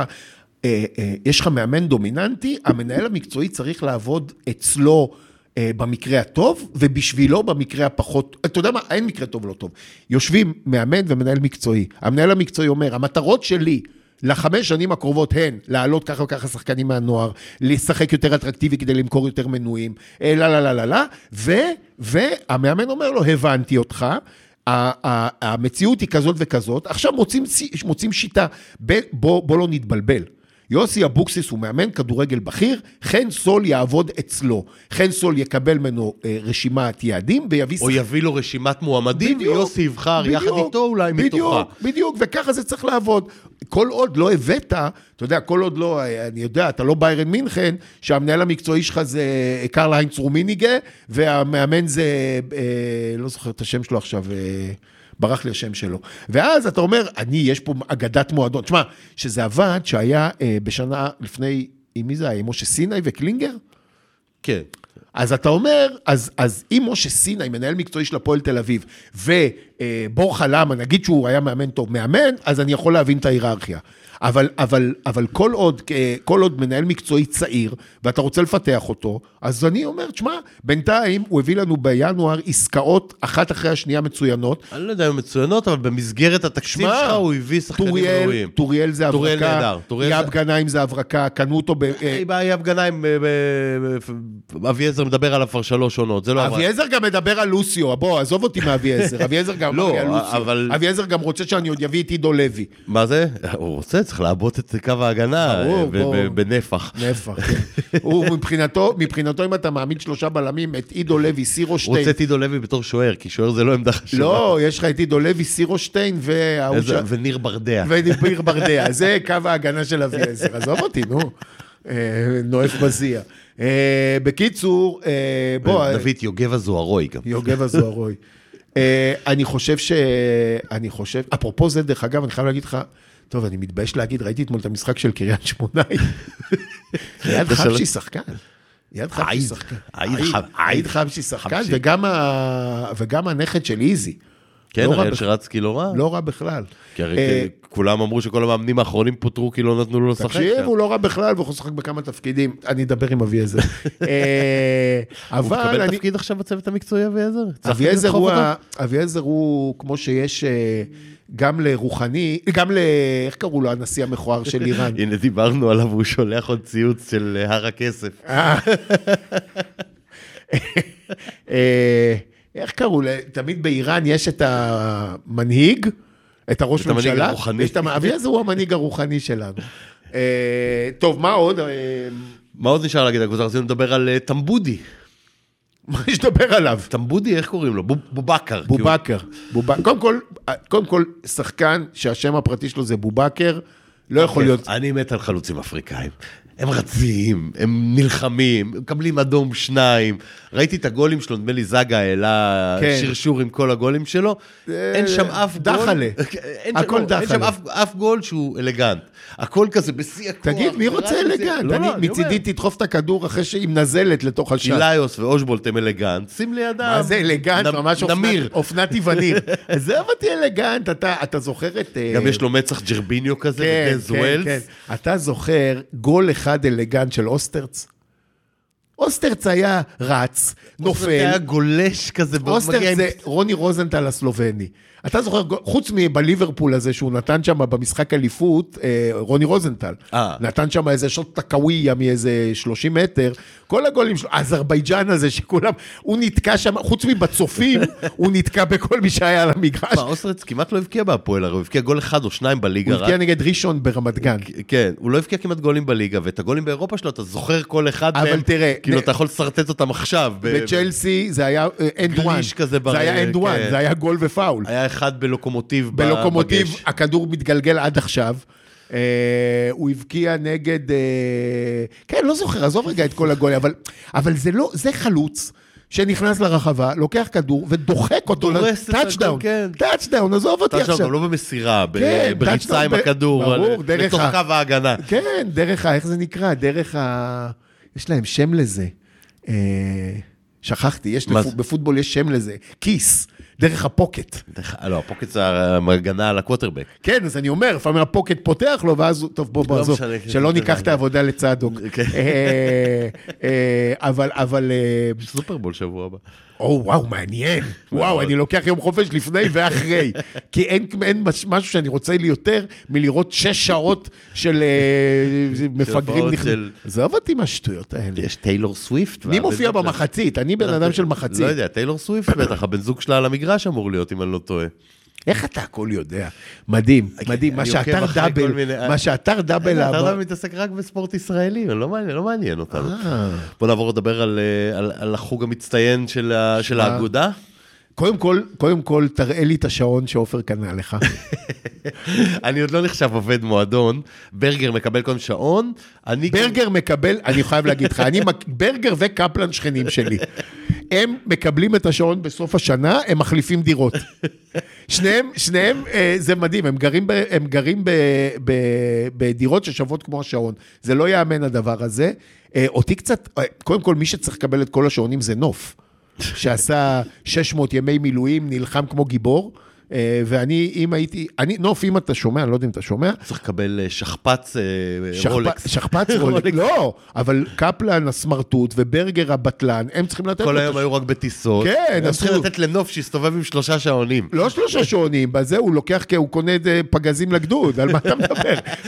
C: אה, אה, יש לך מאמן דומיננטי, המנהל המקצועי צריך לעבוד אצלו. אה, במקרה הטוב, ובשבילו במקרה הפחות, אתה יודע מה, אין מקרה טוב לא טוב. יושבים מאמן ומנהל מקצועי. המנהל המקצועי אומר, המטרות שלי לחמש שנים הקרובות הן לעלות ככה וככה שחקנים מהנוער, לשחק יותר אטרקטיבי כדי למכור יותר מנויים, אה, לה לה לה לה לה, ו, והמאמן אומר לו, הבנתי אותך, ה- ה- המציאות היא כזאת וכזאת, עכשיו מוצאים, סי- מוצאים שיטה, ב, בוא, בוא לא נתבלבל. יוסי אבוקסיס הוא מאמן כדורגל בכיר, חן סול יעבוד אצלו. חן סול יקבל ממנו אה, רשימת יעדים ויביא
B: או יביא לו רשימת מועמדים, ויוסי יבחר יחד
C: בדיוק,
B: איתו אולי
C: בדיוק,
B: מתוכה.
C: בדיוק, וככה זה צריך לעבוד. כל עוד לא הבאת, אתה יודע, כל עוד לא, אני יודע, אתה לא ביירן מינכן, שהמנהל המקצועי שלך זה אה, קרל היינץ רומיניגה, והמאמן זה, אה, לא זוכר את השם שלו עכשיו, אה, ברח לי השם שלו. ואז אתה אומר, אני, יש פה אגדת מועדון. תשמע, שזה עבד, שהיה אה, בשנה לפני, עם מי זה היה? עם משה סיני וקלינגר?
B: כן.
C: אז אתה אומר, אז, אז אם משה סיני, מנהל מקצועי של הפועל תל אביב, ובורחה למה, נגיד שהוא היה מאמן טוב, מאמן, אז אני יכול להבין את ההיררכיה. אבל, אבל, אבל כל, עוד, אה, כל עוד מנהל מקצועי צעיר, ואתה רוצה לפתח אותו, אז אני אומר, תשמע, בינתיים הוא הביא לנו בינואר עסקאות אחת אחרי השנייה מצוינות.
B: אני לא יודע אם הן מצוינות, אבל במסגרת התקציב
C: שמע,
B: שלך הוא הביא שחקנים
C: טוריאל,
B: ראויים.
C: טוריאל זה
B: טוריאל
C: הברקה,
B: נהדר, טוריאל
C: יאב
B: זה-
C: גנאים זה הברקה, קנו אותו ב... אה,
B: היה הפגנה עם... אה, אה, אביעזר מדבר עליו כבר שלוש עונות, זה לא... עבר.
C: אביעזר גם מדבר על לוסיו, בוא, עזוב אותי מאביעזר. אביעזר גם
B: לא,
C: אמר לי על לוסיו.
B: אבל-
C: אביעזר גם רוצה שאני עוד אביא את עידו לוי.
B: מה זה? הוא רוצה, צריך לעבות את קו ההגנה
C: ברור,
B: אה, ב-
C: ברור.
B: ב- בנפח.
C: נפח, כן. הוא מבחינתו, מבחינתו אם אתה מעמיד שלושה בלמים, את עידו לוי, סירו
B: הוא
C: שטיין.
B: רוצה את עידו לוי בתור שוער, כי שוער זה לא עמדה חשובה.
C: לא, יש לך את עידו לוי, סירו שטיין, וההוא
B: איזה-
C: ש-
B: וניר ברדע.
C: וניר ברדע. זה קו ההגנה של אביעזר. עזוב אותי, נו. אה, נואף מזיע. אה, בקיצור, אה, לא בוא...
B: דוד יוגב הזוהרוי גם.
C: יוגב הזוהרוי. אה, אני חושב ש... אני חושב... אפרופו זה, דרך אגב, אני חייב להגיד לך, טוב, אני מתבייש להגיד, ראיתי אתמול את המשחק של קריית שמונה. קריית
B: זה שלוש-
C: חבשי שחקן. עיד חבשי
B: עיד.
C: שחקן.
B: עיד
C: עיד.
B: חב-
C: עיד
B: עיד
C: חבשי שחקן,
B: חבשי.
C: וגם ה- וגם הנכד של איזי.
B: כן,
C: לא רע
B: אריאל
C: בכ-
B: שרצקי לא רע.
C: לא רע בכלל.
B: כי הרי
C: אה,
B: כן, כולם אמרו שכל המאמנים האחרונים פוטרו כי לא נתנו לו לשחק
C: תקשיב,
B: שם.
C: הוא לא רע בכלל, והוא יכול לשחק בכמה תפקידים. אני אדבר עם אביעזר. אה,
B: הוא
C: אבל
B: מקבל
C: אני...
B: תפקיד עכשיו בצוות המקצועי, אביעזר? הצלחתם
C: אביעזר
B: לדחוף
C: הוא,
B: אותו?
C: ה... אביעזר הוא, כמו שיש אה, גם לרוחני, גם ל... איך קראו לו הנשיא המכוער של איראן?
B: הנה דיברנו עליו, הוא שולח עוד ציוץ של אה, הר הכסף.
C: אה, איך קראו? ל- תמיד באיראן יש את המנהיג, את הראש
B: את המנהיג
C: ממשלה.
B: הרוחני.
C: יש את המ- אביעזר הוא המנהיג הרוחני שלנו. אה, טוב, מה עוד? אה,
B: מה עוד נשאר להגיד? הקבוצה רצינו לדבר על אה, טמבודי.
C: מה יש לדבר עליו?
B: טמבודי, איך קוראים לו? בוב- בובקר.
C: בובקר. בובק- קודם כל, קודם כל, שחקן שהשם הפרטי שלו זה בובקר, לא יכול להיות...
B: כן. אני מת על חלוצים אפריקאים. הם רצים, הם נלחמים, הם מקבלים אדום שניים. ראיתי את הגולים שלו, נדמה לי זאגה העלה
C: כן.
B: שרשור עם כל הגולים שלו.
C: אה,
B: אין שם אף גול.
C: דחלה.
B: אין שם-
C: הכל
B: לא, אין שם
C: דחלה.
B: אף- אף גול שהוא אלגנט. הכל כזה בשיא הכוח.
C: תגיד, מי
B: ורץ
C: רוצה
B: עם זה.
C: אלגנט?
B: לא,
C: אני
B: לא, אני
C: מצידי
B: אומר,
C: תדחוף את הכדור אחרי שהיא מנזלת לתוך השער.
B: צ'יליוס ואושבולט הם אלגנט, שים לידם.
C: מה זה אלגנט?
B: נ-
C: ממש אופנת-
B: נמיר.
C: אופנת איווניר. עזוב אותי אלגנט, אתה אתה זוכר את... אה,
B: גם יש לו מצח ג'רביניו כזה,
C: כן,
B: ודז
C: כן, כן.
B: ווילס.
C: אתה זוכר גול אחד אלגנט של אוסטרץ? אוסטרץ היה רץ,
B: זה היה
C: נופל,
B: גולש כזה, מגיע
C: אוסטר
B: עם
C: זה רוני רוזנטל הסלובני. אתה זוכר, חוץ מבליברפול הזה שהוא נתן שם במשחק אליפות, אה, רוני רוזנטל.
B: אה.
C: נתן שם איזה שוט תקוויה מאיזה 30 מטר, כל הגולים שלו, אזרבייג'אן הזה שכולם, הוא נתקע שם, חוץ מבצופים, הוא נתקע בכל מי שהיה על המגרש.
B: מה, אוסטרץ כמעט לא הבקיע בהפועל, הרי הוא הבקיע גול אחד או שניים בליגה.
C: הוא
B: רק.
C: הבקיע נגד ראשון ברמת גן.
B: כן, הוא לא הבקיע כמעט גולים בליגה, ואת הגולים באירופה שלו, אתה זוכר כל אחד
C: אבל
B: מהם.
C: תראה,
B: כאילו,
C: ב-
B: אתה יכול לשרטט אותם עכשיו. ב-
C: בצ'לסי זה היה אנד וואן.
B: גליש כזה
C: זה היה
B: ברר,
C: אנד וואן,
B: כן.
C: זה היה גול ופאול.
B: היה אחד בלוקומוטיב. ב-
C: בלוקומוטיב,
B: בגש.
C: הכדור מתגלגל עד עכשיו. אה, הוא הבקיע נגד... אה, כן, לא זוכר, עזוב רגע את כל הגולים, אבל, אבל זה לא, זה חלוץ. שנכנס לרחבה, לוקח כדור ודוחק אותו,
B: דורס את
C: טאצ'דאון,
B: הגול, כן.
C: טאצ'דאון, עזוב אותי
B: אתה עכשיו
C: עכשיו.
B: גם לא במסירה, ב-
C: כן,
B: בריצה
C: טאצ'דאון
B: עם
C: ב-
B: הכדור.
C: ברור,
B: על-
C: דרך
B: לתוך
C: ה-
B: קו ההגנה.
C: כן, דרך ה... איך זה נקרא? דרך ה... יש להם שם לזה. אה, שכחתי, יש
B: מה
C: לפו-
B: זה?
C: בפוטבול יש שם לזה, כיס, דרך הפוקט.
B: דרך- לא, הפוקט זה ההגנה על הקווטרבק.
C: כן, אז אני אומר, לפעמים הפוקט פותח לו, ואז הוא, טוב, בוא, בוא,
B: לא
C: עזוב,
B: משנה, כן,
C: שלא
B: זה
C: ניקח את
B: זה.
C: העבודה לצדוק.
B: כן.
C: אה, אה, אבל, אבל, אה,
B: יש סופרבול שבוע הבא.
C: או, וואו, מעניין. וואו, אני לוקח יום חופש לפני ואחרי. כי אין אין מש- משהו שאני רוצה לי יותר מלראות שש שעות של אה, מפגרים.
B: הופעות
C: נכ-
B: של- כן,
C: עזוב אותי מהשטויות האלה.
B: יש טיילור סוויפט.
C: מי
B: והבן
C: מופיע
B: זוג שלה-
C: במחצית? אני בן אדם של
B: לא
C: מחצית.
B: יודע, טיילור סוויפט בטח, הבן זוג שלה על המגרש אמור להיות, אם אני לא טועה.
C: איך אתה הכל יודע? מדהים, מדהים. מה
B: כן, אני עוקב
C: שאתר
B: אחרי כל מיני-
C: דאבל, מה שאתר דאבל...
B: אתה
C: אמר-
B: אדם מתעסק רק בספורט ישראלי, לא מעניין- לא מעניין אותנו.
C: אה.
B: בוא נעבור לדבר על, אה, על, על החוג המצטיין של, ה, של האגודה.
C: קודם כל, קודם כל, תראה לי את השעון שעופר קנה לך.
B: אני עוד לא נחשב עובד מועדון, ברגר מקבל כל שעון, אני...
C: ברגר מקבל, אני חייב להגיד לך, אני, מק- ברגר וקפלן שכנים שלי. הם מקבלים את השעון בסוף השנה, הם מחליפים דירות. שניהם, שניהם, אה, זה מדהים, הם גרים, ב, הם גרים ב, ב, בדירות ששוות כמו השעון. זה לא ייאמן הדבר הזה. אה, אותי קצת, אה, קודם כל, מי שצריך לקבל את כל השעונים זה נוף, שעשה 600 ימי מילואים, נלחם כמו גיבור. אה, ואני, אם הייתי, אני, נוף, אם אתה שומע, אני לא יודע אם אתה שומע,
B: צריך לקבל אה, שכפ"ץ אה,
C: שכפ-
B: רולקס.
C: שכפ"ץ רולקס. לא, אבל קפלן הסמרטוט וברגר הבטלן, הם צריכים לתת
B: כל
C: לו
B: היום
C: את
B: היו רק בטיסות.
C: כן,
B: הם
C: עשו-
B: צריכים לתת לנוף שיסתובב עם שלושה שעונים.
C: לא שלושה שעונים, בזה הוא לוקח, כי הוא קונה את, אה, פגזים לגדוד, על מה אתה מדבר?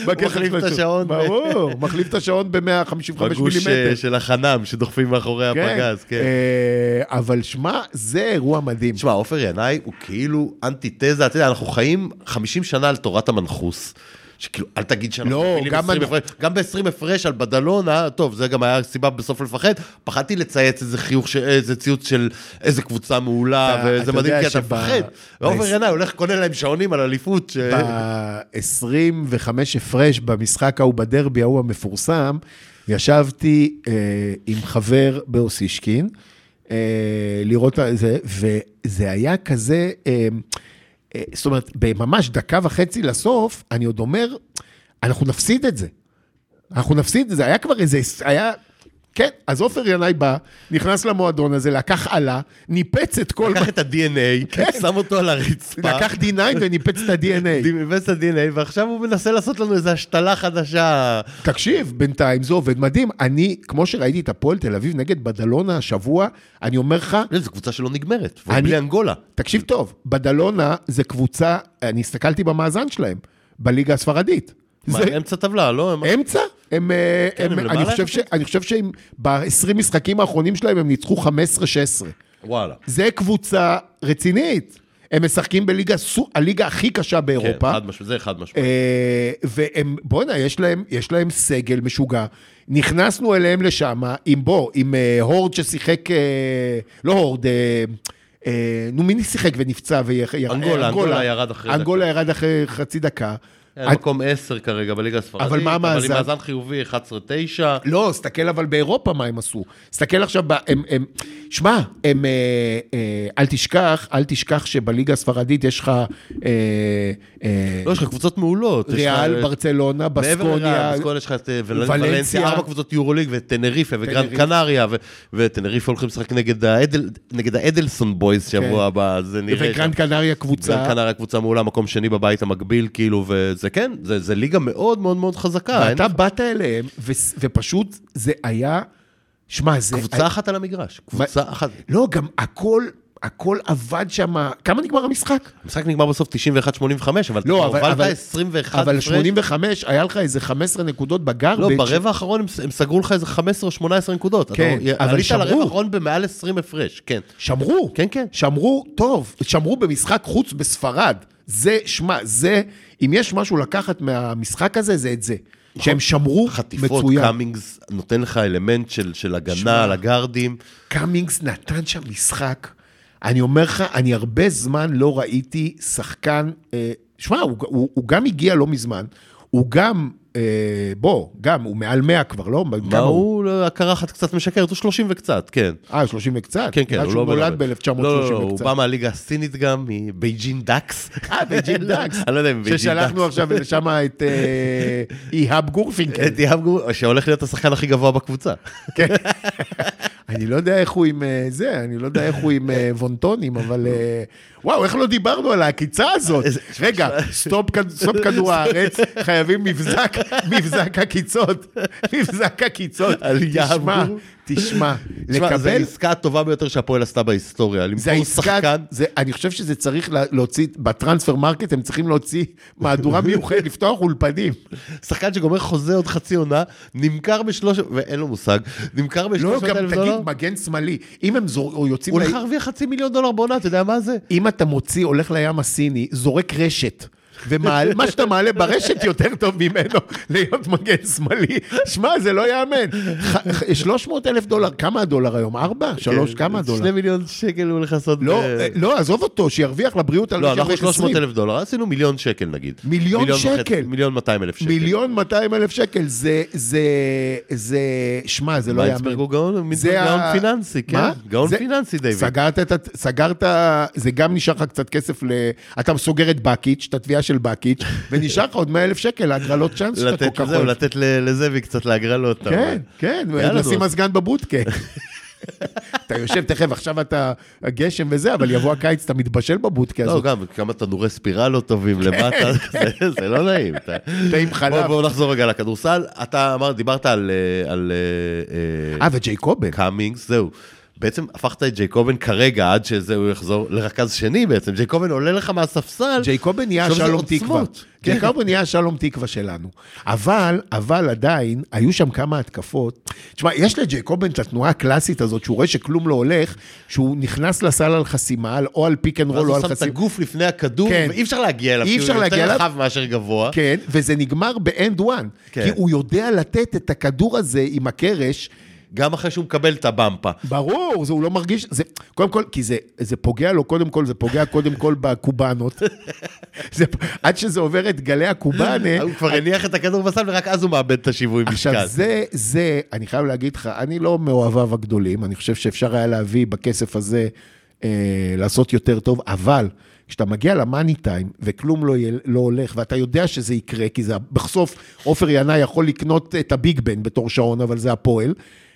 C: בכסף
B: מחליף
C: שלו.
B: את השעון ב-
C: ברור, מחליף את השעון ב-155
B: בגוש אה,
C: מילימטר.
B: של החנם שדוחפים מאחורי הפגז, כן.
C: אה, אבל שמע, זה אירוע מדהים.
B: תשמע, עופר ינאי הוא כאילו אנטיתזה, אתה יודע, אנחנו חיים 50 שנה על תורת המנחוס. שכאילו, אל תגיד שאנחנו
C: לא,
B: מבינים
C: גם
B: 20
C: אני-
B: הפרש, גם ב-20 הפרש על בדלונה, טוב, זה גם היה סיבה בסוף לפחד, פחדתי לצייץ איזה חיוך, ש... איזה ציוץ של איזה קבוצה מעולה,
C: אתה- אתה
B: וזה מדהים,
C: יודע
B: כי אתה
C: שב-
B: מפחד. ועופר
C: ב-
B: ינאי הולך, קונה להם שעונים על אליפות, ש...
C: ב-25 הפרש במשחק ההוא בדרבי ההוא המפורסם, ישבתי אה, עם חבר באוסישקין, אה, לראות את זה, וזה היה כזה, אה, אה, זאת אומרת, בממש דקה וחצי לסוף, אני עוד אומר, אנחנו נפסיד את זה. אנחנו נפסיד את זה, היה כבר איזה, היה כן, אז עופר ינאי בא, נכנס למועדון הזה, לקח עלה, ניפץ את כל...
B: לקח את ה-DNA,
C: כן.
B: שם אותו על הרצפה.
C: לקח D9 וניפץ את ה-DNA.
B: דימבס ה-DNA, ועכשיו הוא מנסה לעשות לנו איזו השתלה חדשה.
C: תקשיב, בינתיים זה עובד מדהים. אני, כמו שראיתי את הפועל תל אביב נגד בדלונה השבוע, אני אומר לך,
B: זו קבוצה שלא נגמרת,
C: אני-
B: ובלי אנגולה.
C: תקשיב טוב, בדלונה זה קבוצה, אני הסתכלתי במאזן שלהם, בליגה הספרדית.
B: מה,
C: זה-
B: אמצע טבלה, לא? הם-
C: אמצע? הם, אה,
B: כן,
C: הם,
B: הם
C: אני,
B: למעלה
C: חושב ש, אני חושב שהם, ב-20 משחקים האחרונים שלהם הם ניצחו 15-16.
B: וואלה.
C: זה קבוצה רצינית. הם משחקים בליגה, סו- הליגה הכי קשה
B: כן,
C: באירופה.
B: חד משמעית, זה חד משמעית.
C: אה, והם, בואנה, יש להם, יש להם סגל משוגע. נכנסנו אליהם לשם עם בוא, עם אה, הורד ששיחק, אה, לא הורד, אה, אה, נו מי שיחק ונפצע וירד?
B: אנגולה, אנגולה ירד אחרי
C: אנגולה ירד אחרי חצי דקה.
B: כן, מקום 10 כרגע בליגה הספרדית.
C: אה, אבל מה המאזן?
B: אבל עם מאזן חיובי 11-9.
C: לא, סתכל אבל באירופה מה הם עשו. סתכל עכשיו, ב- הם, הם, שמע, הם, אה, אה, אל תשכח, אל תשכח שבליגה הספרדית יש לך... אה, אה,
B: לא, יש לך קבוצות מעולות. יש לך-
C: ריאל, ברצלונה,
B: מעבר לריאל,
C: בסקוניה,
B: בסקוניה יש לך את אה, ול-
C: ולנסיה.
B: ולנסיה, ארבע קבוצות יורוליג וטנריפה וגרנד
C: טנריפה.
B: קנריה, ו- וטנריפה הולכים לשחק נגד האדל- נגד האדלסון בויז שבוע הבא, אז זה נראה...
C: כן.
B: שם.
C: וגרנד קנריה קבוצה.
B: גרנד קנריה קבוצה מעולה, מקום שני בבית המקביל, כאילו, וזה כן, זה זה ליגה מאוד מאוד מאוד חזקה. אין
C: ואתה באת אליהם, ו- ופשוט זה היה... שמע, זה...
B: קבוצה אחת על המגרש, קבוצה אחת.
C: לא, גם הכל, הכל עבד שם. כמה נגמר המשחק?
B: המשחק נגמר בסוף 91-85, אבל אתה
C: לא, אבל...
B: הובלת
C: אבל-
B: 21
C: אבל
B: הפרש.
C: 85, היה לך איזה 15 נקודות
B: לא,
C: בגרבג'.
B: ברבע האחרון הם, הם סגרו לך איזה 15 או 18 נקודות.
C: כן,
B: אתה-
C: אבל
B: עלית
C: שמרו.
B: לרבע האחרון במעל 20 הפרש, כן.
C: שמרו.
B: כן, כן.
C: שמרו טוב, שמרו במשחק חוץ בספרד. זה, שמע, זה, אם יש משהו לקחת מהמשחק הזה, זה את זה. שהם שמרו
B: נכון. חטיפות,
C: מצוין.
B: קאמינגס, נותן לך אלמנט של, של הגנה
C: שמע.
B: על הגארדים.
C: קמינגס נתן שם משחק. אני אומר לך, אני הרבה זמן לא ראיתי שחקן... אה, שמע, הוא, הוא, הוא גם הגיע לא מזמן, הוא גם, אה, בוא, גם, הוא מעל 100 כבר, לא?
B: מה הוא, לא, הקרחת קצת משקרת, הוא 30 וקצת, כן.
C: אה, 30 וקצת?
B: כן, כן,
C: הוא לא... שהוא
B: בן
C: נולד
B: הרבה.
C: ב-1930
B: לא, לא, הוא
C: וקצת.
B: בא מהליגה הסינית גם, מבייג'ין דאקס.
C: אה, בייג'ין דאקס.
B: אני לא יודע אם בייג'ין דאקס.
C: ששלחנו עכשיו לשם את אה, איהאב גורפינקל.
B: את יהב גור- שהולך להיות השחקן הכי גבוה בקבוצה.
C: אני לא יודע איך הוא עם אה, זה, אני לא יודע איך הוא עם אה, וונטונים, אבל אה, וואו, איך לא דיברנו על העקיצה הזאת?
B: איזה-
C: רגע, סטופ כד- סטופ כדור הארץ, חייבים מבזק, מבזק עקיצות, מבזק עקיצות.
B: על
C: תשמע,
B: יעבור. תשמע,
C: תשמע,
B: זו
C: לקבל...
B: העסקה הטובה ביותר שהפועל עשתה בהיסטוריה.
C: זה
B: למכור
C: העסקה,
B: שחקן,
C: זה- אני חושב שזה צריך לה- להוציא, בטרנספר מרקט הם צריכים להוציא מהדורה מיוחדת, לפתוח אולפנים.
B: שחקן שגומר חוזה עוד חצי עונה, נמכר בשלוש... ואין לו מושג, נמכר
C: לא,
B: בשלוש מאות
C: גם
B: אלף
C: תגיד,
B: דולר.
C: מגן שמאלי, אם הם זור- או יוצאים...
B: הוא
C: ל-
B: הולך להרוויח חצי מיליון דולר בעונה, אתה יודע מה זה?
C: אם אתה מוציא, הולך לים הסיני, זורק רשת, ומה שאתה מעלה ברשת יותר טוב ממנו להיות מגן שמאלי. שמע, זה לא יאמן. ח- ח- 300 אלף דולר, כמה הדולר היום? ארבע? שלוש?
B: כן,
C: כמה
B: שני
C: הדולר?
B: מיליון שקל הוא הולך לעשות...
C: לא,
B: ב-
C: אה, לא, עזוב אותו, שירוויח לבריאות על
B: לא,
C: מי
B: אנחנו
C: שירוויח
B: 300
C: 20.
B: אלף דולר, עשינו מיליון שקל נגיד.
C: מיליון
B: וחצי-
C: שקל?
B: מיליון 200 אלף שקל.
C: מיליון 200 אלף שקל, זה, זה, זה, שמע, זה לא יאמן.
B: ויינצברג הוא גאון, מין
C: זה
B: גאון
C: ה-
B: פיננסי, כן.
C: מה?
B: גאון
C: זה-
B: פיננסי, דיוויד.
C: סגרת את, ה- סגרת, זה גם נשאר לך קצת כסף ל... אתה סוגר את בקיץ', את התביעה של בקיץ', ונשאר לך עוד 100 אלף שקל להגרלות צ'אנס שאתה כל
B: לתת,
C: כך
B: זהו,
C: אוהב.
B: לתת ל- לזאבי קצת להגרלות. אתה
C: כן,
B: אומר.
C: כן,
B: יאללה,
C: לשים
B: נו.
C: מזגן בבודקה. אתה יושב תכף, עכשיו אתה הגשם וזה, אבל יבוא הקיץ, אתה מתבשל בבודקה
B: לא,
C: הזאת.
B: גם כמה תנורי ספירלות טובים
C: כן.
B: למטה, זה- זה לא נעים. אתה-
C: אתה עם
B: בוא-
C: חלב.
B: בואו נחזור רגע לכדורסל. אתה אמר, דיברת על... אה, על אה,
C: אה, וג'ייקובן.
B: קאמינגס, זהו. בעצם הפכת את ג'ייקובן כרגע, עד שזה הוא יחזור לרכז שני בעצם. ג'ייקובן עולה לך מהספסל.
C: ג'ייקובן נהיה
B: עכשיו זה
C: השלום תקווה.
B: עוצמות. כן.
C: ג'ייקובן נהיה השלום תקווה שלנו. אבל, אבל עדיין, היו שם כמה התקפות. תשמע, יש לג'ייקובן את התנועה הקלאסית הזאת, שהוא רואה שכלום לא הולך, שהוא נכנס לסל על חסימה, על- או על פיק אנד
B: ואז
C: רול
B: הוא
C: או לא
B: שם
C: על
B: את
C: חסימה.
B: הגוף לפני הכדור,
C: כן.
B: ואי אפשר להגיע אליו,
C: אי
B: כי
C: אפשר
B: הוא יותר
C: להגיע אליו.
B: רחב מאשר גבוה.
C: כן, וזה נגמר באנד וואן.
B: כן.
C: כי הוא יודע לתת את הכדור הזה עם הקרש.
B: גם אחרי שהוא מקבל את הבמפה.
C: ברור, זה הוא לא מרגיש, זה, קודם כל, כי זה, זה פוגע לו, קודם כל, זה פוגע קודם כל בקובנות. זה, עד שזה עובר את גלי הקובאנה,
B: הוא כבר הניח את הכדור בסל, ורק אז הוא מאבד את השיווי משקל.
C: כן. עכשיו, זה, זה, אני חייב להגיד לך, אני לא מאוהביו הגדולים, אני חושב שאפשר היה להביא בכסף הזה אה, לעשות יותר טוב, אבל כשאתה מגיע למאני טיים וכלום לא, יל- לא הולך, ואתה יודע שזה יקרה, כי זה, בסוף עופר ינאי יכול לקנות את הביג בן בתור שעון, אבל זה הפועל.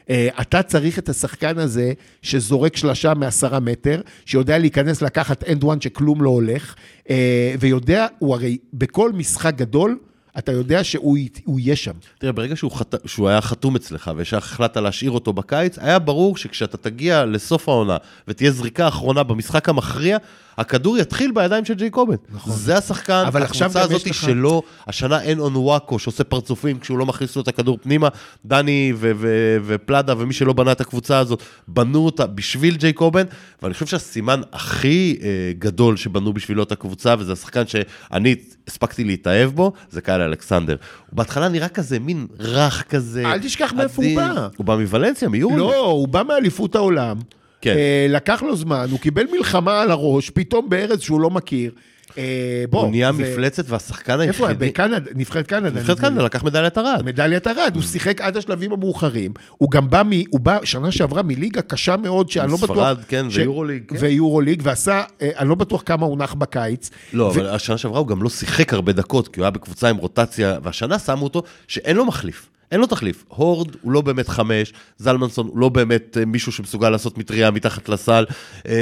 C: אה, אתה צריך את השחקן הזה שזורק שלשה מעשרה מטר, שיודע להיכנס לקחת אנד וואן שכלום לא הולך, אה, ויודע, הוא הרי בכל משחק גדול, אתה יודע שהוא י- הוא יהיה שם.
B: תראה, ברגע שהוא, חת... שהוא היה חתום אצלך ושהחלטת להשאיר אותו בקיץ, היה ברור שכשאתה תגיע לסוף העונה ותהיה זריקה אחרונה במשחק המכריע, הכדור יתחיל בידיים של ג'י קובן. נכון. זה השחקן,
C: אבל עכשיו
B: הקבוצה
C: גם יש
B: הזאת
C: לך-
B: שלו, לא, השנה אין אונוואקו שעושה פרצופים כשהוא לא מכניס לו את הכדור פנימה, דני ו- ו- ופלדה ומי שלא בנה את הקבוצה הזאת, בנו אותה בשביל ג'י קובן, ואני חושב שהסימן הכי אה, גדול שבנו בשבילו את הקבוצה, וזה השחקן שאני הספקתי להתאהב בו, זה קהל אלכסנדר. הוא בהתחלה נראה כזה מין רך כזה.
C: אל תשכח מאיפה הוא
B: עדין.
C: בא.
B: הוא בא מוולנסיה, מיורו.
C: לא, הוא בא מאליפות העולם.
B: כן.
C: אה, לקח לו זמן, הוא קיבל מלחמה על הראש, פתאום בארץ שהוא לא מכיר. אה, בוא,
B: הוא נהיה
C: זה-
B: מפלצת והשחקן היחידי.
C: איפה הוא היה? בקנדה, נבחרת קנדה.
B: נבחרת
C: נדמה לי.
B: קנדה לקח מדליית ארד.
C: מדליית ארד, הוא שיחק עד השלבים המאוחרים. הוא גם בא, מ, הוא בא שנה שעברה מליגה קשה מאוד, שאני לא בטוח...
B: ספרד, כן, ויורוליג, כן.
C: ויורוליג, ועשה, אה, אני לא בטוח כמה הוא נח בקיץ.
B: לא, אבל השנה שעברה הוא גם לא שיחק הרבה דקות, כי הוא היה בקבוצה עם רוטציה, והשנה שמו אותו שאין לו מחליף. אין לו תחליף. הורד הוא לא באמת חמש, זלמנסון הוא לא באמת אה, מישהו שמסוגל לעשות מטריה מתחת לסל, אה,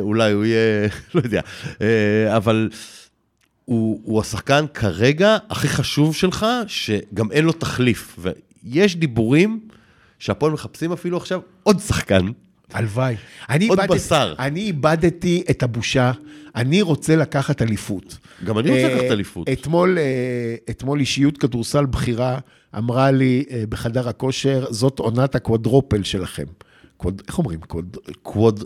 B: אולי הוא יהיה, לא יודע, אה, אבל הוא, הוא השחקן כרגע הכי חשוב שלך, שגם אין לו תחליף. ויש דיבורים שהפועל מחפשים אפילו עכשיו עוד שחקן.
C: הלוואי. אני
B: עוד
C: איבדתי-
B: בשר.
C: אני איבדתי את הבושה, אני רוצה לקחת אליפות.
B: גם אני רוצה
C: אה,
B: לקחת אליפות.
C: אתמול, אה, אתמול אישיות כדורסל בכירה אמרה לי אה, בחדר הכושר, זאת עונת הקוודרופל שלכם. קווד- איך אומרים? קווד-
B: קווד,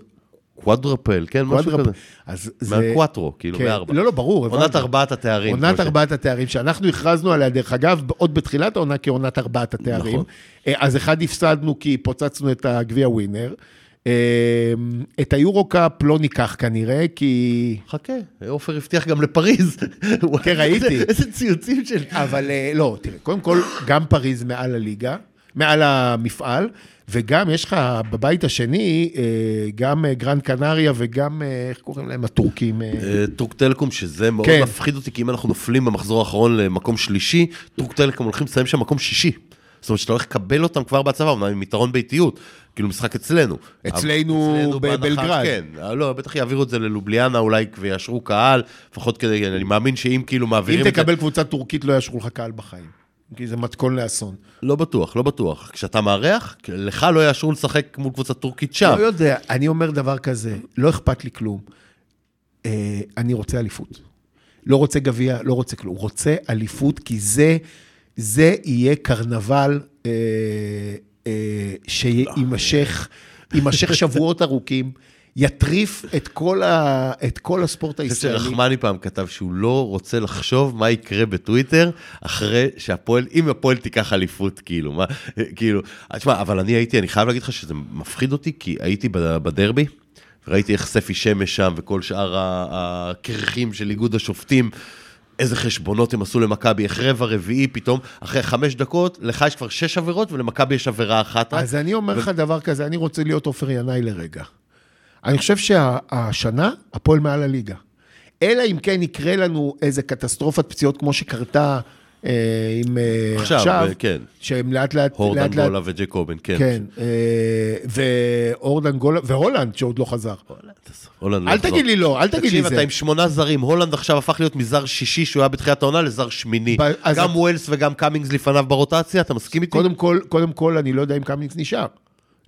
B: קוודרפל, כן, משהו
C: קוודרפל.
B: כזה.
C: אז
B: מהקוואטרו, כאילו,
C: כן.
B: מארבע.
C: לא, לא, ברור.
B: עונת
C: הבנתי.
B: ארבעת התארים. כאילו,
C: עונת
B: כמו ש-
C: ארבעת התארים, שאנחנו הכרזנו עליה, דרך אגב, עוד בתחילת העונה כעונת ארבעת התארים.
B: נכון.
C: אה, אז אחד הפסדנו כי פוצצנו את הגביע ווינר. אה, את היורו קאפ לא ניקח כנראה, כי...
B: חכה, עופר הבטיח גם לפריז.
C: כן, ראיתי.
B: איזה ציוצים של...
C: אבל אה, לא, תראה, קודם כל, גם פריז מעל הליגה, מעל המפעל, וגם יש לך בבית השני, אה, גם אה, גרן קנריה וגם, אה, איך קוראים להם? הטורקים. אה,
B: אה, טורק טלקום, שזה מאוד
C: כן.
B: מפחיד אותי, כי אם אנחנו נופלים במחזור האחרון למקום שלישי, טורק טלקום הולכים לסיים שם מקום שישי. זאת אומרת שאתה הולך לקבל אותם כבר בהצבה, אמנם עם יתרון ביתיות, כאילו משחק אצלנו.
C: אצלנו
B: אצלנו בהנחה,
C: בבלגרד.
B: כן, אה, לא, בטח יעבירו את זה ללובליאנה אולי ויאשרו קהל, לפחות כדי, אני מאמין שאם כאילו
C: אם
B: מעבירים את זה...
C: תקבל קבוצה טורקית, לא יאשרו לך קהל בחיים. כי זה מתכון לאסון.
B: לא בטוח, לא בטוח. כשאתה מארח, לך לא יאשרו לשחק מול קבוצה טורקית שם.
C: לא יודע, אני אומר דבר כזה, לא אכפת לי כלום. אה, אני רוצה אליפות. לא רוצה גביע, לא רוצה כלום. רוצה אליפות, כי זה, זה יהיה קרנבל אה, אה, שיימשך, יימשך שבועות ארוכים, יטריף את כל, ה, את כל הספורט
B: אני חושב
C: הישראלי.
B: שרחמני פעם כתב שהוא לא רוצה לחשוב מה יקרה בטוויטר אחרי שהפועל, אם הפועל תיקח אליפות, כאילו, מה, כאילו, אה, תשמע, אבל אני הייתי, אני חייב להגיד לך שזה מפחיד אותי, כי הייתי בד- בדרבי, וראיתי איך ספי שמש שם וכל שאר ה- הקרחים של איגוד השופטים. איזה חשבונות הם עשו למכבי, איך רבע רביעי פתאום, אחרי חמש דקות, לך יש כבר שש עבירות ולמכבי יש עבירה אחת. רק.
C: אז אני אומר לך דבר כזה, אני רוצה להיות עופר ינאי לרגע. אני חושב שהשנה, הפועל מעל הליגה. אלא אם כן יקרה לנו איזה קטסטרופת פציעות כמו שקרתה אה, עם אה,
B: עכשיו,
C: עכשיו,
B: אה, כן.
C: שהם לאט לאט,
B: הורדן
C: לאט לאט,
B: גולה וג'קובן, כן.
C: כן, אה, והורדן גולה, והולנד שעוד לא חזר.
B: הולנד לא
C: אל
B: יחזור.
C: תגיד לי לא, אל תגיד לי
B: תקשיב, אתה
C: זה.
B: עם שמונה זרים, הולנד עכשיו הפך להיות מזר שישי שהוא היה בתחילת העונה לזר שמיני.
C: ב- אז
B: גם
C: את-
B: ווילס וגם קאמינגס לפניו ברוטציה, אתה מסכים איתי?
C: קודם כל, קודם כל, אני לא יודע אם קמיניץ נשאר.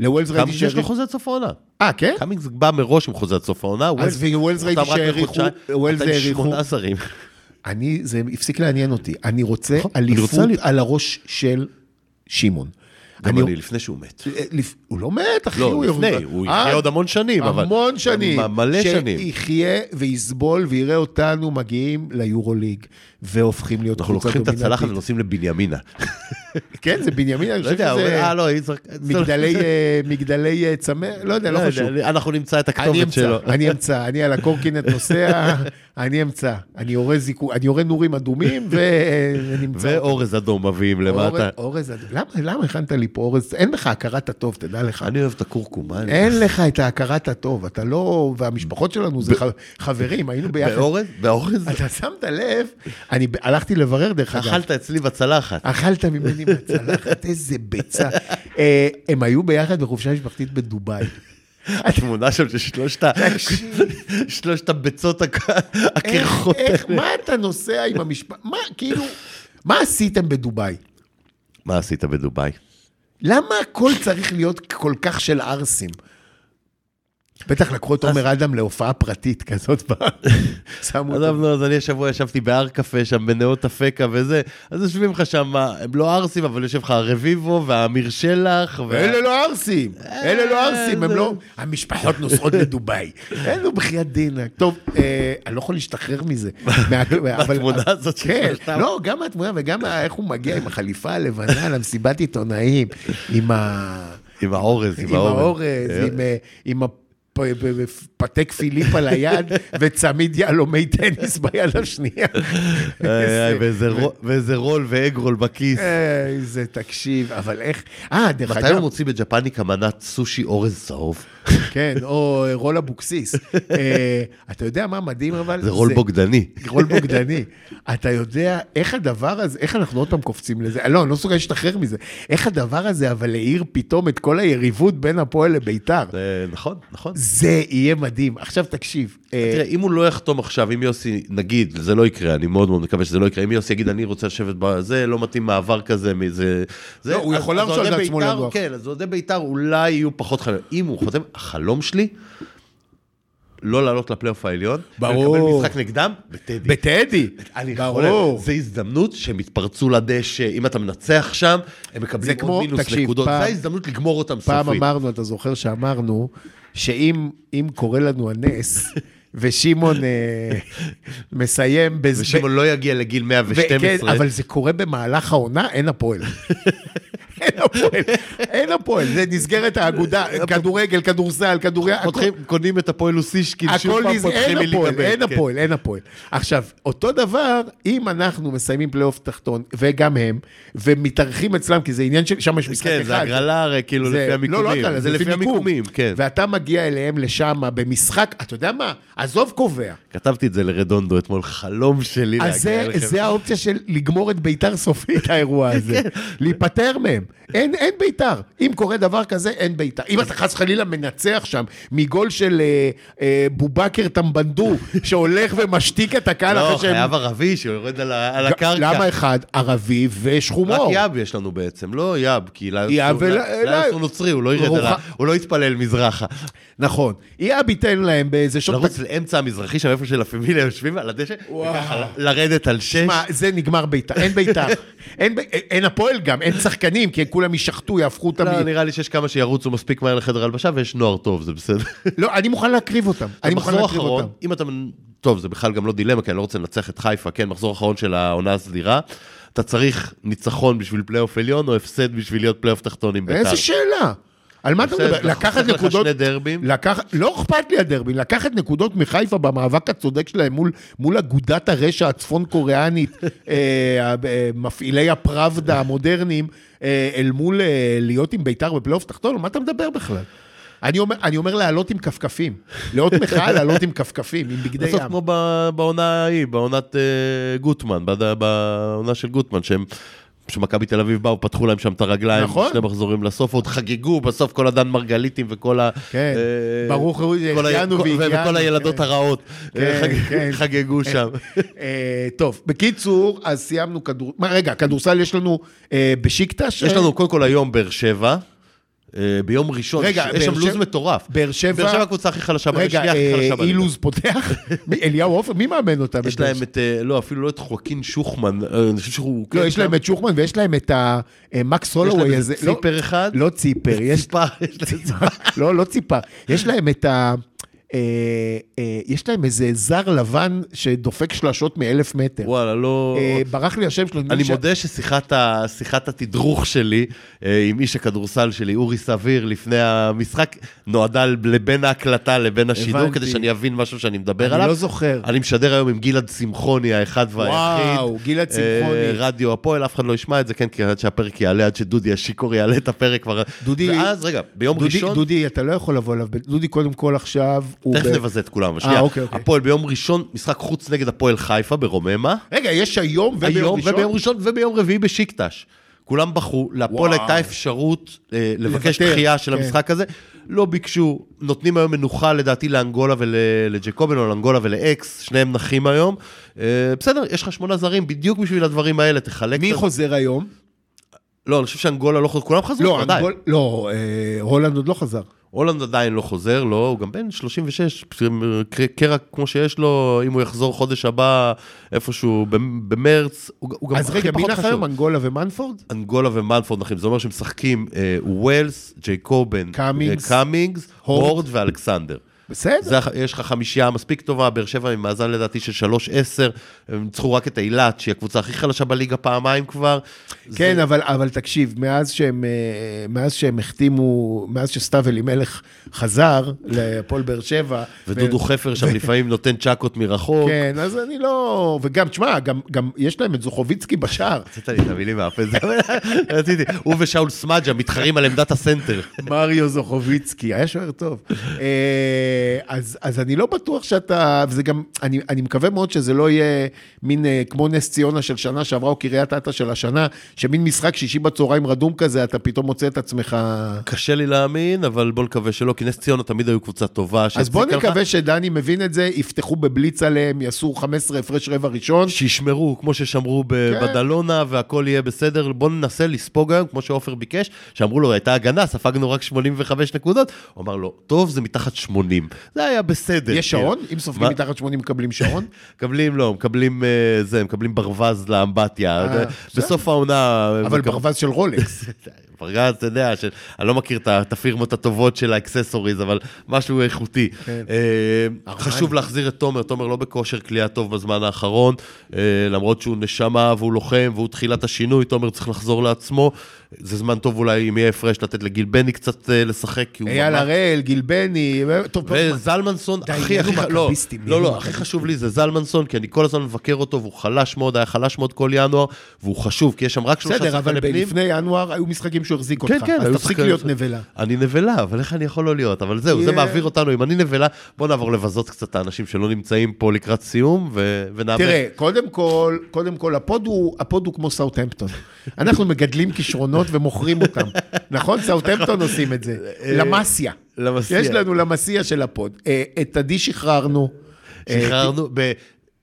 C: לווילס ראיתי
B: קאמינגס יש לו
C: שהריחו...
B: חוזה עד סוף העונה.
C: אה, כן?
B: קאמינגס בא מראש עם חוזה עד סוף העונה,
C: אז ווילס ראיתי
B: אותם רק
C: שהעריכו-
B: לחודשיים.
C: ווילס
B: אתה עם
C: העריכו-
B: שמונה זרים.
C: אני, זה הפסיק לעניין אותי. אני רוצה
B: נכון, אני רוצה
C: אליפות
B: אליפות.
C: על הראש של שמעון.
B: גם אני לפני שהוא מת.
C: אה, לפ- הוא לא מת, לא- אחי.
B: לא, לפני,
C: יורד-
B: הוא
C: אה,
B: יחיה עוד המון שנים. אבל-
C: המון שנים.
B: מ- מלא שנים.
C: שיחיה ויסבול ויראה אותנו מגיעים ליורוליג, והופכים להיות
B: אנחנו לוקחים את הצלחת
C: דומיננטית.
B: ונוסעים לבנימינה.
C: כן, זה בנימין, אני
B: לא
C: חושב
B: יודע, הוא אומר,
C: שזה
B: אה, לא, היא זרק-
C: מגדלי, אה, מגדלי אה, צמא, לא יודע, לא
B: לא
C: חשוב.
B: יודע, אנחנו נמצא את
C: אני
B: הכתובת
C: אמצא,
B: שלו.
C: אני אמצא, אני על הקורקינט נוסע, אני אמצא. אני יורה זיקו- אני יורה נורים אדומים ונמצא.
B: ואורז אדום מביאים למטה.
C: אורז- אורז, אדום. למה- למה הכנת לי פה אורז? אין לך הכרת הטוב, תדע לך.
B: אני אוהב את הכורכום, מה אני-
C: אין לך את הכרת הטוב, אתה לא... והמשפחות שלנו זה ח- חברים, היינו ביחד.
B: באורז? באורז?
C: אתה שמת לב, אני ב- הלכתי לברר דרך אגב.
B: אכלת אצלי בצלחת.
C: אכלת ממני עם הצלחת, איזה ביצה. אה, הם היו ביחד בחופשה משפחתית בדובאי.
B: התמונה שם של שלושת ה-
C: תקשיב. אה,
B: שלושת הביצות הכ-
C: איך,
B: הקרחות.
C: איך, מה אתה נוסע עם המשפחה? מה, כאילו, מה עשיתם בדובאי?
B: מה עשית בדובאי?
C: למה הכל צריך להיות כל כך של ערסים? בטח לקחו את עומר אדם להופעה פרטית כזאת, ב- שמו
B: עזוב,
C: אותו.
B: נו, אז אני השבוע ישבתי בהר קפה שם, בנאות אפקה וזה, אז יושבים לך שם, הם לא ערסים, אבל יושב לך הרביבו והאמיר שלח, וה-
C: אלה לא ערסים, אלה
B: אה,
C: לא ערסים, הם לא... המשפחות נוסעות לדובאי. אלו בחייאת דינק. טוב, אה, אני לא יכול להשתחרר מזה. מה- אבל-
B: מהתמונה הזאת של
C: כן,
B: שלושתם.
C: לא, גם התמונה וגם ה- איך הוא מגיע עם החליפה הלבנה למסיבת עיתונאים, עם ה...
B: עם כן. האורז,
C: לא. עם האורז, עם, אה, עם הפתק פיליפ על היד, וצמיד יהלומי טניס ביד השנייה.
B: איי, איי,
C: איזה- אה,
B: ואיזה רול- ואיזה רול ואגרול בכיס.
C: איזה תקשיב, אבל איך... אה, דרך
B: מתי הוא
C: אגב,
B: מוציא בג'פניקה מנת סושי אורז צהוב?
C: כן, או רול אבוקסיס. אה, אתה יודע מה מדהים אבל?
B: זה רול בוגדני.
C: רול בוגדני. אתה יודע איך הדבר הזה, איך אנחנו עוד פעם קופצים לזה? לא, אני לא מסוגל להשתחרר מזה. איך הדבר הזה אבל האיר פתאום את כל היריבות בין הפועל לביתר?
B: זה נכון, נכון.
C: זה יהיה מדהים. עכשיו תקשיב. אה,
B: תראה, אם הוא לא יחתום עכשיו, אם יוסי, נגיד, זה לא יקרה, אני מאוד מאוד מקווה שזה לא יקרה, אם יוסי יגיד, אני רוצה לשבת בזה, לא מתאים מעבר כזה מזה... זה,
C: לא, הוא
B: אז-
C: יכול
B: אז
C: להרשות
B: אוהדי
C: לעצמו
B: בית"ר-
C: לנוח.
B: כן, אז אוהדי בית"ר אולי יהיו פחות חלום. אם הוא חותם, החלום שלי, לא לעלות לפלייאוף העליון,
C: ברור.
B: ולקבל משחק נגדם, בטדי.
C: בטדי.
B: אני
C: ברור.
B: חולם, זה הזדמנות שהם יתפרצו לדשא, אם אתה מנצח שם, הם
C: זה
B: מקבלים
C: כמו-
B: עוד מינוס
C: תקשיב,
B: נקודות,
C: פעם-
B: זו הזדמנות לגמור אותם סופית.
C: פעם אמרנו, אתה זוכר שאמרנו, שאם אם קורה לנו הנס, ושמעון אה, מסיים בז...
B: ושמעון לא יגיע לגיל
C: ו-
B: 112.
C: כן, אבל זה קורה במהלך העונה, אין הפועל. אין הפועל, אין הפועל, זה נסגרת האגודה, כדורגל, כדורסל, כדוריד,
B: לא, פותחים, קונים את הפועל אוסישקין, שוב
C: הכל
B: פעם
C: נז... אין
B: פותחים מליגה
C: הפועל,
B: ב'.
C: אין
B: כן.
C: הפועל, אין הפועל. עכשיו, אותו דבר, אם אנחנו מסיימים פלייאוף תחתון, וגם הם, ומתארחים אצלם, כי זה עניין של, שם יש משחק אחד.
B: כן, זה הגרלה הרי, כאילו,
C: זה-
B: לפי
C: לא, לא
B: המיקומים.
C: הגרלה,
B: זה לפי
C: מיקום.
B: המיקומים, כן.
C: ואתה מגיע אליהם לשם במשחק, אתה יודע מה? עזוב קובע.
B: כתבתי את זה לרדונדו אתמול, חלום שלי
C: אז זה-
B: להגיע אליכם.
C: זה האופציה של לגמור את ביתר סופית, האירוע הזה.
B: כן.
C: להיפטר מהם. אין אין ביתר. אם קורה דבר כזה, אין ביתר. אם אתה חס וחלילה מנצח שם מגול של אה, אה, בובקר טמבנדו, שהולך ומשתיק את הקהל
B: לא,
C: אחרי שהם...
B: חייב ערבי שיורד על ה- על
C: ג-
B: הקרקע.
C: למה אחד? ערבי
B: רק
C: ושחומו.
B: יאב יש לנו בעצם, לא יאב, כי לאן
C: יאב
B: שהוא-
C: ול-
B: לאן
C: אליי.
B: שהוא נוצרי, הוא לא ירד על ה...
C: רוחה-
B: הוא לא יתפלל מזרחה.
C: נכון. יאב ייתן להם באיזה שעות...
B: לרוץ לאמצע המזרחי שם, איפה של הפמיליה יושבים על הדשא,
C: וואו.
B: וככה ל- לרדת על שש.
C: מה, זה נגמר ביתר, אין ביתר. אין, ב- אין הפועל גם, אין שחקנים, כי הם כולם יישחטו, יהפכו אותם.
B: לא,
C: לא,
B: נראה לי שיש כמה שירוצו מספיק מהר לחדר הלבשה, ויש נוער טוב, זה בסדר.
C: לא, אני מוכן להקריב אותם. אני מוכן
B: מחזור
C: להקריב
B: אחרון,
C: אותם.
B: אם אתה... טוב, זה בכלל גם לא דילמה, כי אני לא רוצה לנצח את חיפה, כן, מחזור אחרון של העונה הסדירה. אתה צריך ניצחון בשביל פלייאוף עליון, או הפסד בשביל להיות פלייאוף תחתון עם בית"ר.
C: איזה שאלה. על מה אתה
B: בסדר,
C: מדבר?
B: אתה
C: לקחת
B: חוסך לך
C: נקודות...
B: שני דרבים.
C: לקח... לא אכפת לי הדרבי, לקחת נקודות מחיפה במאבק הצודק שלהם מול, מול אגודת הרשע הצפון-קוריאנית, אה, ה- אה, מפעילי הפראבדה המודרניים, אה, אל מול אה, להיות עם ביתר בפלייאוף תחתון, על מה אתה מדבר בכלל? אני אומר, אני אומר לעלות עם כפכפים. לאות מחאה לעלות עם כפכפים, עם בגדי
B: בסוף
C: ים.
B: כמו ב- בעונה ההיא, בעונת אה, גוטמן, בד- בעונה של גוטמן, שהם... שמכבי תל אביב באו, פתחו להם שם את הרגליים,
C: נכון.
B: שני מחזורים לסוף, עוד חגגו, בסוף כל הדן מרגליטים וכל ה...
C: כן,
B: אה,
C: ברוך הוא,
B: כל ה-
C: שהחיינו
B: כל-
C: והגיענו,
B: וכל הילדות
C: כן.
B: הרעות אה,
C: כן,
B: חג-
C: כן.
B: חגגו שם.
C: אה, טוב, בקיצור, אז סיימנו כדור... מה, רגע, כדורסל יש לנו אה, בשיקטש?
B: יש לנו קודם כל היום באר שבע. אה, ביום ראשון,
C: רגע,
B: יש שם
C: באר
B: לוז
C: שבע-
B: מטורף.
C: באר שבע-
B: באר שבע הקבוצה הכי חלשה, בליגה, שנייה
C: רגע,
B: הכי
C: אה,
B: חלשה בליגה.
C: אילוז פותח? מי, אליהו עופר? מי מאמן אותם?
B: יש להם את, אה, לא, אפילו לא את חואקין שוחמן, אה, אני חושב שהוא...
C: לא, יש להם את שוחמן ויש להם את המקס הולווי
B: איזה
C: הזה. לא-
B: ציפר אחד.
C: לא ציפר, יש...
B: ציפה, יש להם ציפה.
C: לא, לא ציפה. יש להם את ה... אה, אה, יש להם איזה זר לבן שדופק שלשות מאלף מטר.
B: וואלה, לא...
C: אה, ברח לי השם שלו. נדמה לי
B: אני
C: ש-
B: מודה ששיחת ה- שיחת התדרוך שלי אה, עם איש הכדורסל שלי, אורי סביר, לפני המשחק, נועדה לבין ההקלטה לבין השידור,
C: הבנתי.
B: כדי שאני אבין משהו שאני מדבר עליו.
C: אני לא זוכר.
B: אני משדר היום עם גלעד שמחוני האחד והיחיד.
C: וואו, גלעד שמחוני.
B: אה, רדיו הפועל, אף אחד לא ישמע את זה, כן, כי עד שהפרק יעלה, עד שדודי השיכור יעלה את הפרק כבר...
C: דודי-
B: ואז, רגע, ביום
C: דודי,
B: ראשון...
C: דודי, אתה לא יכול לבוא אליו. ב- דודי, קודם כל עכשיו... הוא
B: תכף
C: ב-
B: נבזה את כולם, אבל שנייה.
C: אוקיי, אוקיי.
B: הפועל ביום ראשון, משחק חוץ נגד הפועל חיפה ברוממה.
C: רגע, יש היום וביום
B: היום,
C: ראשון?
B: וביום ראשון וביום רביעי בשיקטש. כולם בחרו, להפועל
C: וואו.
B: הייתה אפשרות אה, לבקש
C: לוותר,
B: דחייה של
C: כן.
B: המשחק הזה. לא ביקשו, נותנים היום מנוחה לדעתי לאנגולה ולג'קובן, או לאנגולה ולאקס, שניהם נחים היום. אה, בסדר, יש לך שמונה זרים בדיוק בשביל הדברים האלה, תחלק.
C: מי
B: את ה-
C: חוזר היום?
B: לא, אני חושב שאנגולה לא חוזר, כולם חזרו,
C: לא,
B: עדיין.
C: אנגול- לא, אה, הולנד עוד לא חזר.
B: הולנד עדיין לא חוזר, לא, הוא גם בן 36, קר- אה, קרע כמו שיש לו, אם הוא יחזור חודש הבא איפשהו במ- במרץ, הוא ג- הוא גם
C: אז
B: הכי
C: רגע, מי
B: פחות
C: נח
B: חשוב.
C: היום? אנגולה ומנפורד?
B: אנגולה ומנפורד נחים, זה אומר שהם משחקים אה, ווילס, ג'ייקובן,
C: קאמינגס,
B: אה, קאמינגס,
C: הורד.
B: הורד ואלכסנדר.
C: בסדר.
B: זה, הח- יש לך חמישייה מספיק טובה, באר שבע עם מאזן לדעתי של 3-10, הם ניצחו רק את אילת, שהיא הקבוצה הכי חלשה בליגה פעמיים כבר.
C: כן, אבל, אבל תקשיב, מאז שהם, אה, מאז שהם החתימו, מאז שסתיו אלימלך חזר להפועל באר שבע.
B: ודודו חפר שם לפעמים נותן צ'קות מרחוק.
C: כן, אז אני לא... וגם, תשמע, גם, גם יש להם את זוכוביצקי בשער.
B: הוצאת לי את המילים מהפה, זה רציתי. הוא ושאול סמדג'ה מתחרים על עמדת הסנטר.
C: מריו זוכוביצקי, היה שוער טוב. אה, אז, אז אני לא בטוח שאתה, וזה גם, אני, אני מקווה מאוד שזה לא יהיה מין אה, כמו נס ציונה של שנה שעברה, או קריית אתא של השנה, שמין משחק שישי בצהריים רדום כזה, אתה פתאום מוצא את עצמך...
B: קשה לי להאמין, אבל בוא נקווה שלא, כי נס ציונה תמיד היו קבוצה טובה.
C: אז בוא
B: שהציקה לך,
C: נקווה שדני מבין את זה, יפתחו בבליץ עליהם, יעשו 15 הפרש רבע ראשון.
B: שישמרו, כמו ששמרו ב-
C: כן.
B: בדלונה, והכל יהיה בסדר. בוא ננסה לספוג היום, כמו שעופר ביקש, שאמרו לו, הייתה הגנה, ספגנו רק 85 נקודות. הוא אמר לו, טוב, זה מתחת 80. זה היה בסדר.
C: יש
B: כאילו.
C: שעון? אם סופגים
B: מה?
C: מתחת 80 מקבלים שעון?
B: מקבלים, לא, מקבלים אה, זה, מקבלים ברווז לאמבטיה.
C: אה,
B: בסוף העונה...
C: אבל
B: מקב-
C: ברווז של רולקס.
B: פרגז, אתה יודע, ש- אני לא מכיר את ה- את הפירמות הטובות של האקססוריז, אבל משהו איכותי.
C: כן.
B: אה,
C: ארמני.
B: חשוב להחזיר את תומר, תומר לא בכושר כליאה טוב בזמן האחרון, אה, למרות שהוא נשמה והוא לוחם והוא תחילת השינוי, תומר צריך לחזור לעצמו. זה זמן טוב אולי, אם יהיה הפרש, לתת לגיל בני קצת אה, לשחק, כי הוא...
C: אייל
B: ממש-
C: הראל, גיל בני, טוב, טוב,
B: וזלמנסון,
C: די,
B: הכי
C: נהיינו
B: הכי, ח- לא,
C: מכביסטים,
B: לא,
C: נהיינו
B: לא, הכי
C: מכביסטים.
B: חשוב לי זה זלמנסון, כי אני כל הזמן מבקר אותו, והוא חלש מאוד, היה חלש מאוד כל ינואר, והוא חשוב, כי יש שם רק שלושה
C: בסדר, אבל
B: שחקני פנים.
C: לפני ינואר היו משחקים שהוא החזיק אותך.
B: כן, כן,
C: אז
B: היו
C: תפסיק
B: שחקנים-
C: להיות נבלה.
B: אני נבלה, אבל איך אני יכול לא להיות? אבל זהו, זה
C: יהיה.
B: מעביר אותנו. אם אני נבלה, בוא נעבור לבזות קצת את האנשים שלא נמצאים פה לקראת סיום, ו- ונעבור.
C: תראה, קודם כל, קודם כל, הפוד הוא, הפוד הוא כמו סאוטהמפטון. אנחנו מגדלים כישרונות ומוכרים אותם. נכון? סאוטהמפטון עושים את זה.
B: אה,
C: למאסיה.
B: למאסיה.
C: יש לנו למאסיה של הפוד. אה, את עדי שחררנו. אה,
B: שחררנו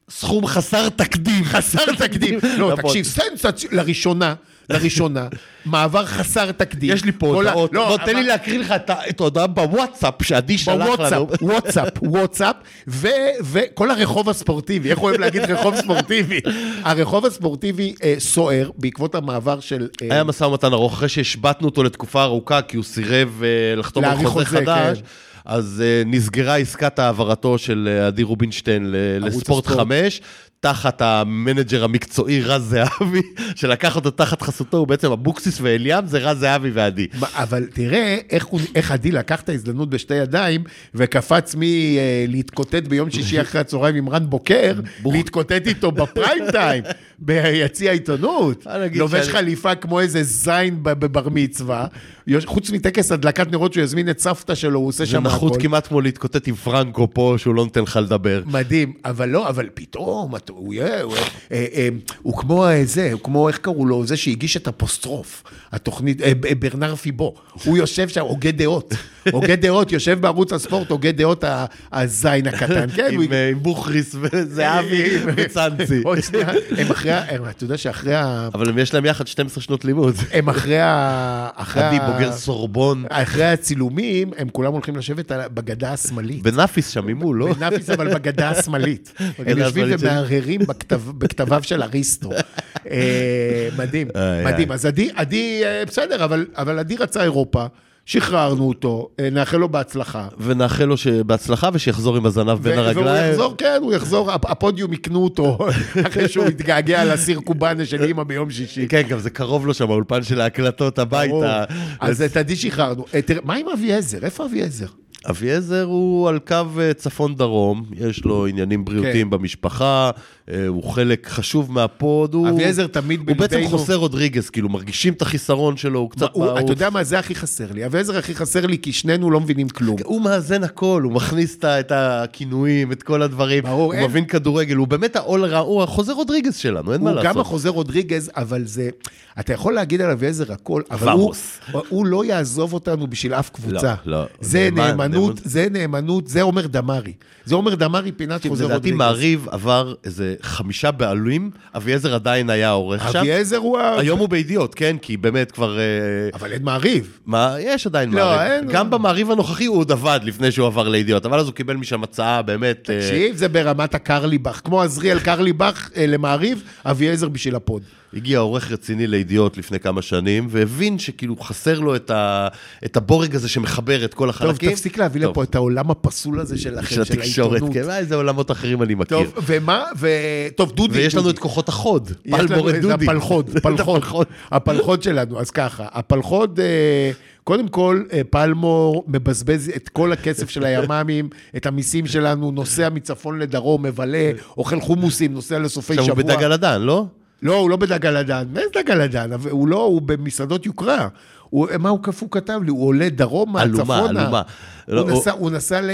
B: בסכום חסר תקדים.
C: חסר תקדים. לא,
B: לפוד.
C: תקשיב, סנסציה, לראשונה, לראשונה, מעבר חסר תקדים.
B: יש לי פה
C: כל ה-
B: הודעות.
C: לא,
B: בוא, תן
C: אבל-
B: לי להקריא לך את ה- את ההודעה בוואטסאפ שעדי שלח לנו.
C: בוואטסאפ, וואטסאפ, וואטסאפ, ו- וכל הרחוב הספורטיבי, איך אוהב להגיד רחוב ספורטיבי? הרחוב הספורטיבי אה, סוער בעקבות המעבר של... אה,
B: היה משא ומתן ארוך, אחרי שהשבתנו אותו לתקופה ארוכה, כי הוא סירב אה, לחתום על
C: להאריך
B: חוזה
C: חוזה,
B: חדש.
C: כן.
B: אז אה, נסגרה עסקת העברתו של אה, עדי רובינשטיין ל- לספורט
C: הספורט.
B: 5, תחת המנג'ר המקצועי רז זהבי, שלקח אותו תחת חסותו, הוא בעצם אבוקסיס ואליאם, זה רז זהבי ועדי.
C: מה- אבל תראה איך, הוא- איך עדי לקח את ההזדמנות בשתי ידיים וקפץ מלהתקוטט ביום שישי אחרי הצהריים עם רן בוקר, להתקוטט איתו בפריים טיים, ביציע העיתונות.
B: בוא נגיד
C: לובש
B: שאני-
C: חליפה כמו איזה זין ב- בבר מצווה. יוש- חוץ מטקס הדלקת נרות שהוא יזמין את סבתא שלו, הוא עושה
B: זה
C: שם הכול.
B: נחות כמעט כמו להתקוטט עם פרנקו פה, שהוא לא נותן לך לדבר.
C: כן, מדהים, אבל לא, אבל פתאום, אתה- הוא יהיה, הוא יהיה- אה, אה, הוא כמו אה, זה, הוא כמו, איך קראו לו, זה שהגיש את הפוסטרוף, התוכנית, אה, ב- ברנר פיבו, הוא יושב שם, הוגה דעות, הוגה דעות, יושב בערוץ הספורט, הוגה דעות ה- הזין הקטן, כן,
B: עם
C: הוא... כן,
B: אה, עם בוכריס וזהבי וצאנצי.
C: עוד שנייה, הם אחרי, ה- הם- אתה יודע שאחרי ה...
B: אבל הם יש להם יחד 12 שנות לימוד.
C: הם אחרי ה... אחרי
B: עדי
C: ה-
B: בוגר סורבון,
C: אחרי הצילומים, הם כולם הולכים לשבת על- בגדה השמאלית.
B: ונאפיס שם ממול, לא?
C: בנאפיס אבל בגדה השמאלית. הם יושבים
B: השמאלית שלי.
C: ומהרהרים בכתב- בכתביו של אריסטו. אה, מדהים,
B: איי,
C: מדהים. אז עדי, עדי, אה, בסדר, אבל- אבל עדי רצה אירופה, שחררנו אותו, אה, נאחל לו בהצלחה.
B: ונאחל לו שבהצלחה ושיחזור עם הזנב בין
C: ו- והוא
B: הרגליים.
C: יחזור, כן, הוא יחזור, הפ- הפודיום יקנו אותו אחרי שהוא יתגעגע לסיר קובאנה של אימא ביום שישי.
B: כן, גם זה קרוב לו שם, האולפן של ההקלטות
C: ברור.
B: הביתה.
C: אז את עדי שחררנו. אה, תראה, מה עם אביעזר? איפה אביעזר?
B: אביעזר הוא על קו אה, צפון-דרום, יש לו עניינים
C: כן.
B: בריאותיים במשפחה, אה, הוא חלק חשוב מהפוד, הוא...
C: אביעזר תמיד
B: הוא בעצם
C: בלבנו.
B: חוסר רודריגז, כאילו, מרגישים את החיסרון שלו, הוא קצת
C: הוא-
B: מעוף.
C: אתה יודע מה, זה הכי חסר לי. אביעזר הכי חסר לי, כי שנינו לא מבינים כלום.
B: הוא מאזן הכל, הוא מכניס את ה- את הכינויים, את כל הדברים.
C: ברור,
B: הוא
C: אין.
B: מבין כדורגל, הוא באמת ה-all around, הוא החוזר רודריגז שלנו, אין מה
C: הוא גם
B: לעשות.
C: החוזר רודריגז, אבל זה... אתה יכול להגיד על אביעזר הכל, אבל הוא,
B: ורוס.
C: הוא לא יעזוב אותנו בשביל אף קבוצה.
B: לא, לא.
C: זה
B: נאמן,
C: נאמנות,
B: נאמנות.
C: זה נאמנות, זה עומר דמארי. זה עומר דמארי פינת חוזר
B: לדעתי
C: רודריגז.
B: מעריב עבר איזה חמישה בעלים, אביעזר עדיין היה העורך שם.
C: אביעזר הוא ה...
B: היום הוא בידיעות, כן? כי באמת כבר... אה,
C: אבל אין מעריב.
B: מה, יש עדיין
C: לא,
B: מעריב.
C: אין.
B: גם במעריב הנוכחי הוא עוד עבד לפני שהוא עבר לידיעות, אבל אז הוא קיבל משם הצעה באמת... אה,
C: תקשיב, זה ברמת הקרליבך. כמו עזריאל קרליבך אה, למעריב, אביעזר בשביל הפוד.
B: הגיע עורך רציני לידיעות לפני כמה שנים, והבין שכאילו חסר לו את, ה... את הבורג הזה שמחבר את כל
C: טוב,
B: החלקים.
C: תפסיק להביא
B: טוב.
C: לפה את העולם הפסול הזה שלכם, של
B: של התקשורת,
C: העיתונות.
B: כן, איזה עולמות אחרים אני מכיר.
C: טוב, ומה, ו... טוב, דודי.
B: ויש לנו
C: דודי.
B: את כוחות החוד,
C: יש לנו
B: פלבורד
C: איזה
B: דודי.
C: הפלחוד, פלחוד, הפלחוד שלנו, אז ככה, הפלחוד, אה, קודם כל, אה, פלמור מבזבז את כל הכסף של הימ"מים, את המיסים שלנו, נוסע מצפון לדרום, מבלה, אוכל חומוסים, נוסע לסופי
B: עכשיו
C: שבוע.
B: הוא בדג על הדן, לא?
C: לא, הוא לא בדג על הדן, מה זה דג על הדן? אבל הוא לא, הוא במסעדות יוקרה. הוא, מה הוא כפו כתב לי? הוא עולה דרומה,
B: עלומה,
C: צפונה.
B: עלומה.
C: הוא,
B: לא, הוא-
C: נסע, הוא נסע ל...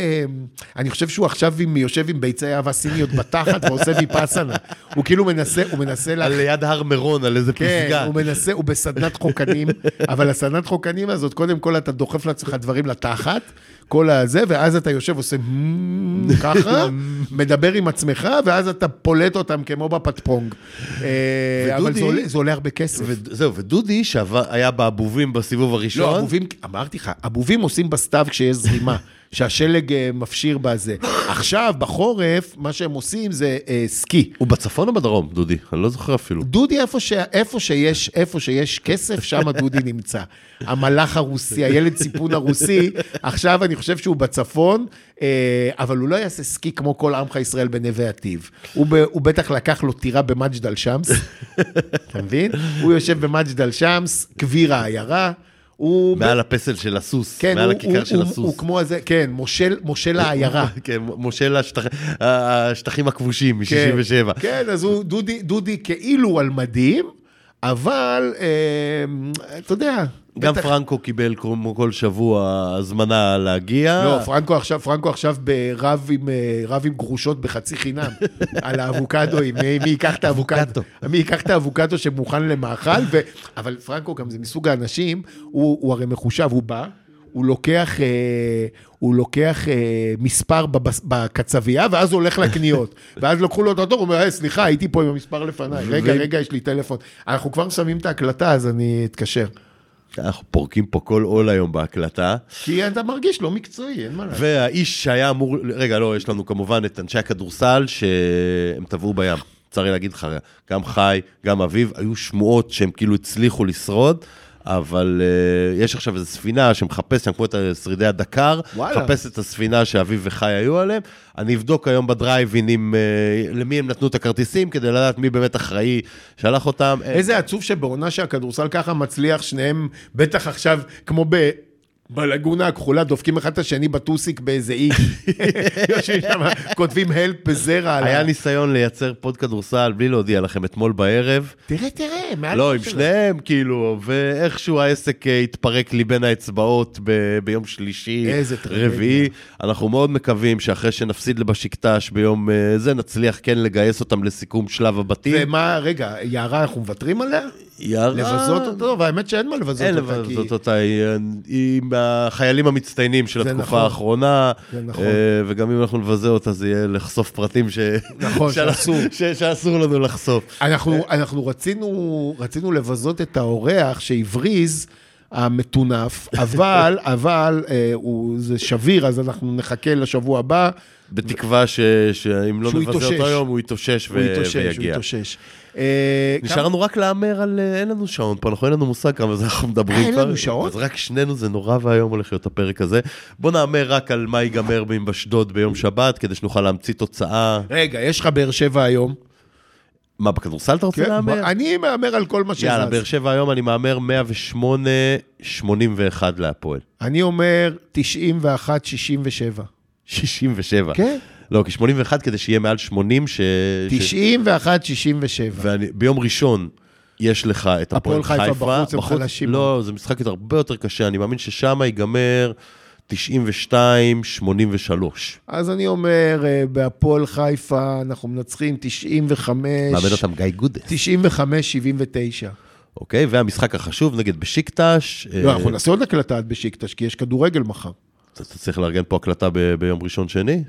C: אני חושב שהוא עכשיו עם, יושב עם ביצי אהבה סיניות בתחת ועושה ויפאסנה. הוא כאילו מנסה, הוא מנסה לה...
B: על ליד הר מירון, על איזה
C: כן,
B: פסגה.
C: הוא מנסה, הוא בסדנת חוקנים, אבל הסדנת חוקנים הזאת, קודם כל אתה דוחף לעצמך דברים לתחת, כל הזה, ואז אתה יושב, עושה "מ- ככה, מדבר עם עצמך, ואז אתה פולט אותם כמו בפטפונג. אה, אבל
B: ודודי-
C: זה עולה- זה עולה הרבה כסף.
B: וזהו, ודודי, שהיה באבובים בסיבוב
C: לא,
B: הראשון,
C: הבובים, אמרתי לך, הבובים עושים בסתיו כשיש זרימה, שהשלג אה, מפשיר בזה. עכשיו, בחורף, מה שהם עושים זה אה, סקי.
B: הוא בצפון או בדרום, דודי? אני לא זוכר אפילו.
C: דודי, איפה, ש... איפה, שיש, איפה שיש כסף, שם דודי נמצא. המלאך הרוסי, הילד סיפון הרוסי, עכשיו אני חושב שהוא בצפון, אה, אבל הוא לא יעשה סקי כמו כל עמך ישראל בנווה עתיב. הוא, ב... הוא בטח לקח לו טירה במג'דל שמס, אתה מבין? הוא יושב במג'דל שמס, כביר העיירה, הוא...
B: מעל הפסל של הסוס,
C: כן,
B: מעל
C: הוא- הוא-
B: הכיכר של
C: הוא- הוא
B: הסוס.
C: כמו הזה, כן, מושל, מושל העיירה.
B: כן, מושל השטח- השטחים הכבושים
C: כן.
B: מ-67.
C: כן, אז הוא דודי, דודי כאילו על מדים, אבל אה, אתה יודע.
B: גם
C: בטח-
B: פרנקו קיבל כמו כל שבוע הזמנה להגיע.
C: לא, פרנקו עכשיו, פרנקו עכשיו ברב עם, אה, רב עם גרושות בחצי חינם, על האבוקדו, עם אה, מי, מי ייקח את האבוקדו, מי ייקח את האבוקדו שמוכן למאכל, ו... אבל פרנקו גם זה מסוג האנשים, הוא, הוא הרי מחושב, הוא בא, הוא לוקח, אה, הוא לוקח אה, מספר בבס- בקצבייה, ואז הוא הולך לקניות. ואז לקחו לו את הדור, הוא אומר, "אה, סליחה, הייתי פה עם המספר לפניי, רגע, רגע, יש לי טלפון. אנחנו כבר שמים את ההקלטה, אז אני אתקשר.
B: אנחנו פורקים פה כל עול היום בהקלטה.
C: כי אתה מרגיש לא מקצועי, אין מה לעשות.
B: והאיש שהיה אמור, רגע, לא, יש לנו כמובן את אנשי הכדורסל שהם טבעו בים. צר לי להגיד לך, גם חי, גם אביב, היו שמועות שהם כאילו הצליחו לשרוד, אבל uh, יש עכשיו איזו ספינה שמחפשת, שם כמו את שרידי הדקר,
C: וואלה.
B: מחפשת את הספינה שאביב וחי היו עליהם. אני אבדוק היום בדרייבין עם, uh, למי הם נתנו את הכרטיסים, כדי לדעת מי באמת אחראי שלח אותם.
C: איזה עצוב שבעונה שהכדורסל ככה מצליח, שניהם בטח עכשיו, כמו ב... בלגונה הכחולה, דופקים אחד את השני בטוסיק באיזה אי. יושבים שם, כותבים הלפ בזרע. על ה-
B: היה ניסיון לייצר פוד כדורסל בלי להודיע לכם אתמול בערב.
C: תראה, תראה, מעל...
B: לא, עם
C: שלו.
B: שניהם, כאילו, ואיכשהו העסק אה, התפרק לי בין האצבעות ב- ביום שלישי,
C: איזה טרגדיה.
B: רביעי. אנחנו מאוד מקווים שאחרי שנפסיד לבשיקטש ביום אה, זה, נצליח כן לגייס אותם לסיכום שלב הבתים.
C: ומה, רגע, יערה אנחנו מוותרים עליה?
B: יערה-
C: לבזות אותה? טוב, האמת שאין מה לבזות
B: לא. אין
C: אותה, כי...
B: לבזות אותה, היא אה, היא מהחיילים המצטיינים של
C: זה
B: התקופה
C: נכון.
B: האחרונה.
C: זה נכון.
B: אה, וגם אם אנחנו נבזה אותה, זה יהיה לחשוף פרטים ש-
C: נכון,
B: שאנחנו-
C: שאסור.
B: ש- שאסור לנו לחשוף.
C: אנחנו, אנחנו רצינו, רצינו לבזות את האורח שהבריז, המטונף, אבל, אבל, אה, הוא, זה שביר, אז אנחנו נחכה לשבוע הבא.
B: בתקווה ש- שאם לא
C: שהוא
B: נבזה
C: יתאושש.
B: אותו היום, הוא יתאושש ו-
C: הוא יתאושש, הוא
B: ויגיע.
C: יתאושש. אה, כמה-
B: נשארנו רק להמר על... אה, אין לנו שעון פה, אנחנו אין לנו מושג כמה זה אנחנו מדברים כבר.
C: אה, אין לנו שעון?
B: אז רק שנינו, זה נורא ואיום הולך להיות הפרק הזה. בוא נהמר רק על מה ייגמר עם אשדוד ביום שבת, כדי שנוכל להמציא תוצאה.
C: רגע, יש לך באר שבע היום.
B: מה, בכדורסל אתה רוצה
C: כן,
B: להמר?
C: בוא, אני מהמר על כל מה שזז.
B: יאללה, באר שבע היום אני מהמר 108-81 להפועל.
C: אני אומר 91-67.
B: 67.
C: כן.
B: לא, כי 81 כדי שיהיה מעל 80, ש... ש...
C: 91-67.
B: וביום ראשון יש לך את הפועל
C: הפועל
B: חיפה.
C: חיפה בחוץ, הם חלשים
B: לא, זה משחק הרבה יותר קשה, אני מאמין ששם ייגמר 92-83.
C: אז אני אומר, אה, בהפועל חיפה אנחנו מנצחים
B: מאמן
C: 95...
B: אותם גיא גודס.
C: 95-79.
B: אוקיי, והמשחק החשוב נגד בשיקטש.
C: לא,
B: אה,
C: אנחנו נעשה עוד הקלטה עד בשיקטש, כי יש כדורגל מחר.
B: אתה אתה צריך לארגן פה הקלטה ב- ביום ראשון-שני?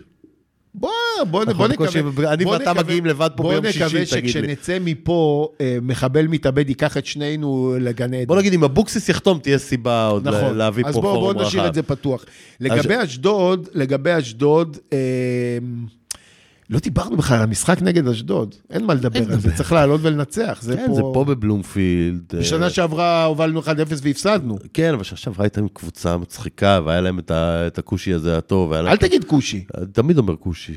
C: בוא, בוא,
B: אנחנו
C: בוא
B: בקושי-
C: נקווה.
B: אני
C: בוא
B: ואתה
C: נקווה-
B: מגיעים לבד פה ביום שישי,
C: בוא
B: תגיד לי.
C: נקווה שכשנצא מפה, אה, מחבל מתאבד ייקח את שנינו לגן עדן.
B: בוא נגיד, אם אבוקסיס יחתום, תהיה סיבה עוד לה-
C: נכון.
B: להביא פה
C: אז
B: פורום רחב.
C: בוא, בוא נשאיר את זה פתוח. לגבי אשדוד, לגבי אשדוד, אה, לא דיברנו בכלל על המשחק נגד אשדוד. אין מה לדבר על זה, צריך לעלות ולנצח. זה
B: כן,
C: פה...
B: זה פה בבלומפילד. אה,
C: בשנה שעברה הובלנו 1-0 והפסדנו.
B: כן, אבל שעכשיו הייתה עם קבוצה מצחיקה, והיה להם את ה- את הכושי הזה הטוב. והיה להם-
C: אל תגיד כושי.
B: אני תמיד אומר כושי.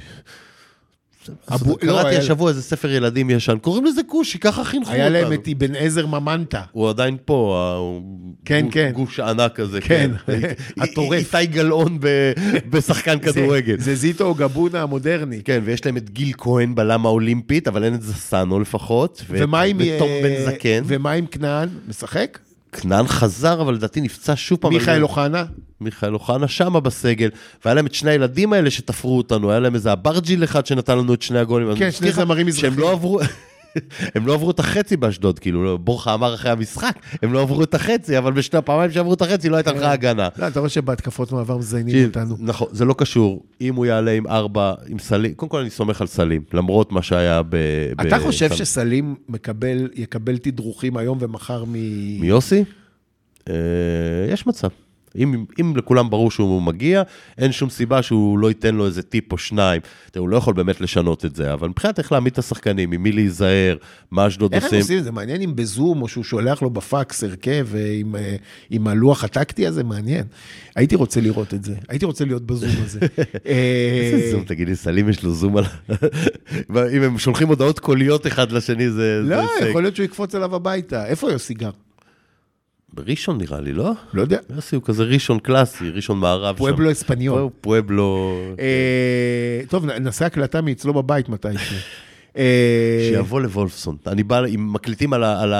C: אבו- לא,
B: קראתי
C: היה-
B: השבוע איזה ספר ילדים ישן, קוראים לזה כושי, ככה חינכו
C: היה להם את
B: אותנו.
C: אבן עזר ממנטה.
B: הוא עדיין פה, ה- הוא
C: כן,
B: גוש-
C: כן.
B: גוש ענק כזה, כן.
C: כן.
B: הטורף. איתי גלאון ב- בשחקן כדורגל.
C: זה זיטו גבונה המודרני.
B: כן, ויש להם את גיל כהן בלם האולימפית, אבל אין את זסנו לפחות. ואת-
C: ומה עם...
B: ותום
C: אה,
B: בן זקן.
C: ומה עם כנען? משחק?
B: כנען חזר, אבל לדעתי נפצע שוב פעם.
C: מיכאל אוחנה?
B: מיכאל אוחנה שמה בסגל, והיה להם את שני הילדים האלה שתפרו אותנו, היה להם איזה אברג'יל אחד שנתן לנו את שני הגולים. אני
C: כן, שני
B: מזכיר לך
C: זמרים
B: שהם
C: מזרחיים.
B: לא עברו... הם לא עברו את החצי באשדוד, כאילו, לא, בורחה אמר אחרי המשחק, הם לא עברו את החצי, אבל בשני הפעמיים שעברו את החצי לא הייתה לך הגנה.
C: לא, אתה רואה שבהתקפות מעבר מזיינים
B: תקשיב,
C: אותנו.
B: נכון, זה לא קשור. אם הוא יעלה עם ארבע, עם סלים, קודם כל אני סומך על סלים, למרות מה שהיה ב...
C: אתה
B: ב-
C: חושב
B: סם-
C: שסלים מקבל, יקבל תדרוכים היום ומחר מ...
B: מיוסי? אה, יש מצב. אם, אם לכולם ברור שהוא מגיע, אין שום סיבה שהוא לא ייתן לו איזה טיפ או שניים. תראה, הוא לא יכול באמת לשנות את זה, אבל מבחינת איך להעמיד את השחקנים, ממי להיזהר, מה אשדוד
C: איך הם
B: עושים.
C: עושים את זה? מעניין אם בזום, או שהוא שולח לו בפקס הרכב אה, עם, אה, עם הלוח הטקטי הזה, מעניין. הייתי רוצה לראות את זה. הייתי רוצה להיות בזום הזה. אה,
B: איזה זום, תגיד לי, סלים יש לו זום על... ה- אם הם שולחים הודעות קוליות אחד לשני, זה... זה
C: לא,
B: הישג.
C: יכול להיות שהוא יקפוץ אליו הביתה. איפה יוסי גר?
B: בראשון נראה לי, לא?
C: לא יודע.
B: יוסי הוא כזה ראשון קלאסי, ראשון מערב שם.
C: פואבלו אספניון.
B: פואבלו...
C: אה, טוב, נ- נעשה הקלטה מאצלו בבית מתישהו. אה,
B: שיבוא לוולפסון. אני בא, עם מקליטים על ה- על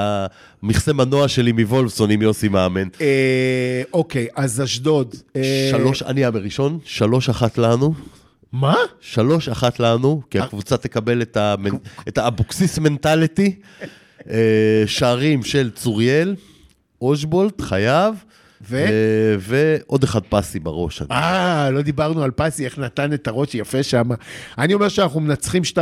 B: המכסה מנוע שלי מוולפסון עם יוסי מאמן.
C: אה, אוקיי, אז אשדוד. אה,
B: שלוש, אני בראשון, שלוש אחת לנו,
C: מה?
B: שלוש אחת לנו, כי הקבוצה תקבל את המנ- את האבוקסיס מנטליטי, אה, שערים של צוריאל, אושבולט, חייב,
C: ו?
B: אה, ועוד אחד פסי בראש. אני-
C: אה, לא דיברנו על פסי, איך נתן את הראש יפה שם. אני אומר שאנחנו מנצחים 2-0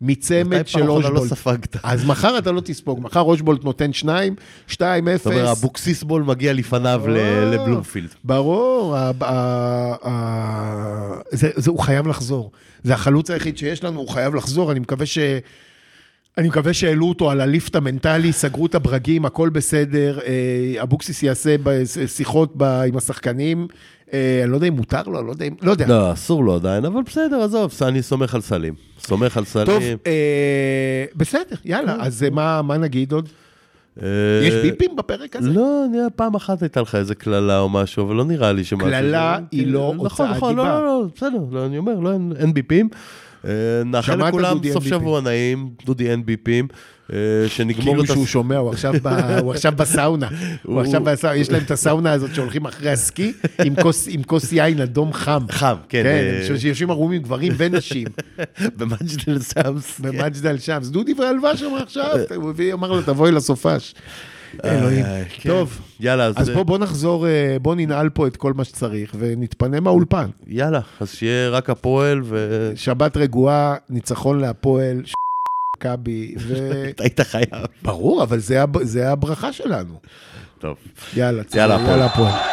B: מתי
C: מצמד
B: פעם
C: של
B: אחרונה לא
C: אושבולט.
B: ספגת.
C: אז מחר אתה לא תספוג, מחר אושבולט נותן 2, 2-0.
B: זאת אומרת, האבוקסיס בול מגיע לפניו ל-
C: אה.
B: לבלומפילד.
C: ברור, ה- ה- ה- זה, זה, הוא חייב לחזור. זה החלוץ היחיד שיש לנו, הוא חייב לחזור. אני מקווה ש... אני מקווה שהעלו אותו על הליפט המנטלי, סגרו את הברגים, הכל בסדר. אה, אבוקסיס יעשה ב- שיחות ב- עם השחקנים. אה, אני לא יודע אם מותר לו, אני לא יודע אם... לא יודע.
B: לא, אסור לו עדיין, אבל בסדר, עזוב, אני סומך על סלים. סומך על סלים.
C: טוב, אה, בסדר, יאללה. אז אה, מה מה נגיד עוד?
B: כן. אה,
C: יש ביפים בפרק הזה?
B: לא, נראה, פעם אחת הייתה לך איזה קללה או משהו, אבל לא נראה לי שמשהו...
C: קללה היא לא
B: נכון,
C: הוצאת
B: נכון,
C: דיבה.
B: לא, לא, לא, בסדר, לא, אני אומר, לא, אין- אין ביפים. אה, נאחל
C: שמעת,
B: לכולם
C: דודי, אין
B: סוף
C: ביפים.
B: שבוע נעים, דודי אין ביפים, אה, שנגמור
C: כאילו
B: את...
C: שהוא
B: הס-
C: שומע, הוא עכשיו ב- הוא עכשיו בסאונה.
B: הוא-
C: הוא עכשיו בסאונה, יש להם את הסאונה הזאת שהולכים אחרי הסקי עם כוס- עם כוס יין אדום חם.
B: חם, כן.
C: כן,
B: אה, כן.
C: ש- שיושבים ערומים גברים ונשים
B: במג'דל סאמס.
C: במג'דל שם. אז דודי והלווה שם עכשיו, הוא הביא- אמר לו, תבואי לסופש. אלוהים.
B: אה, כן.
C: טוב,
B: יאללה,
C: אז
B: אז...
C: בוא- בוא נחזור, אה, בוא ננעל פה את כל מה שצריך ונתפנה מהאולפן.
B: יאללה, אז שיהיה רק הפועל ו...
C: שבת רגועה, ניצחון להפועל, ש- מכבי, ו...
B: אתה היית חייב.
C: ברור, אבל זה הב- זה הברכה שלנו.
B: טוב.
C: יאללה,
B: יאללה, הפועל.
C: הפועל.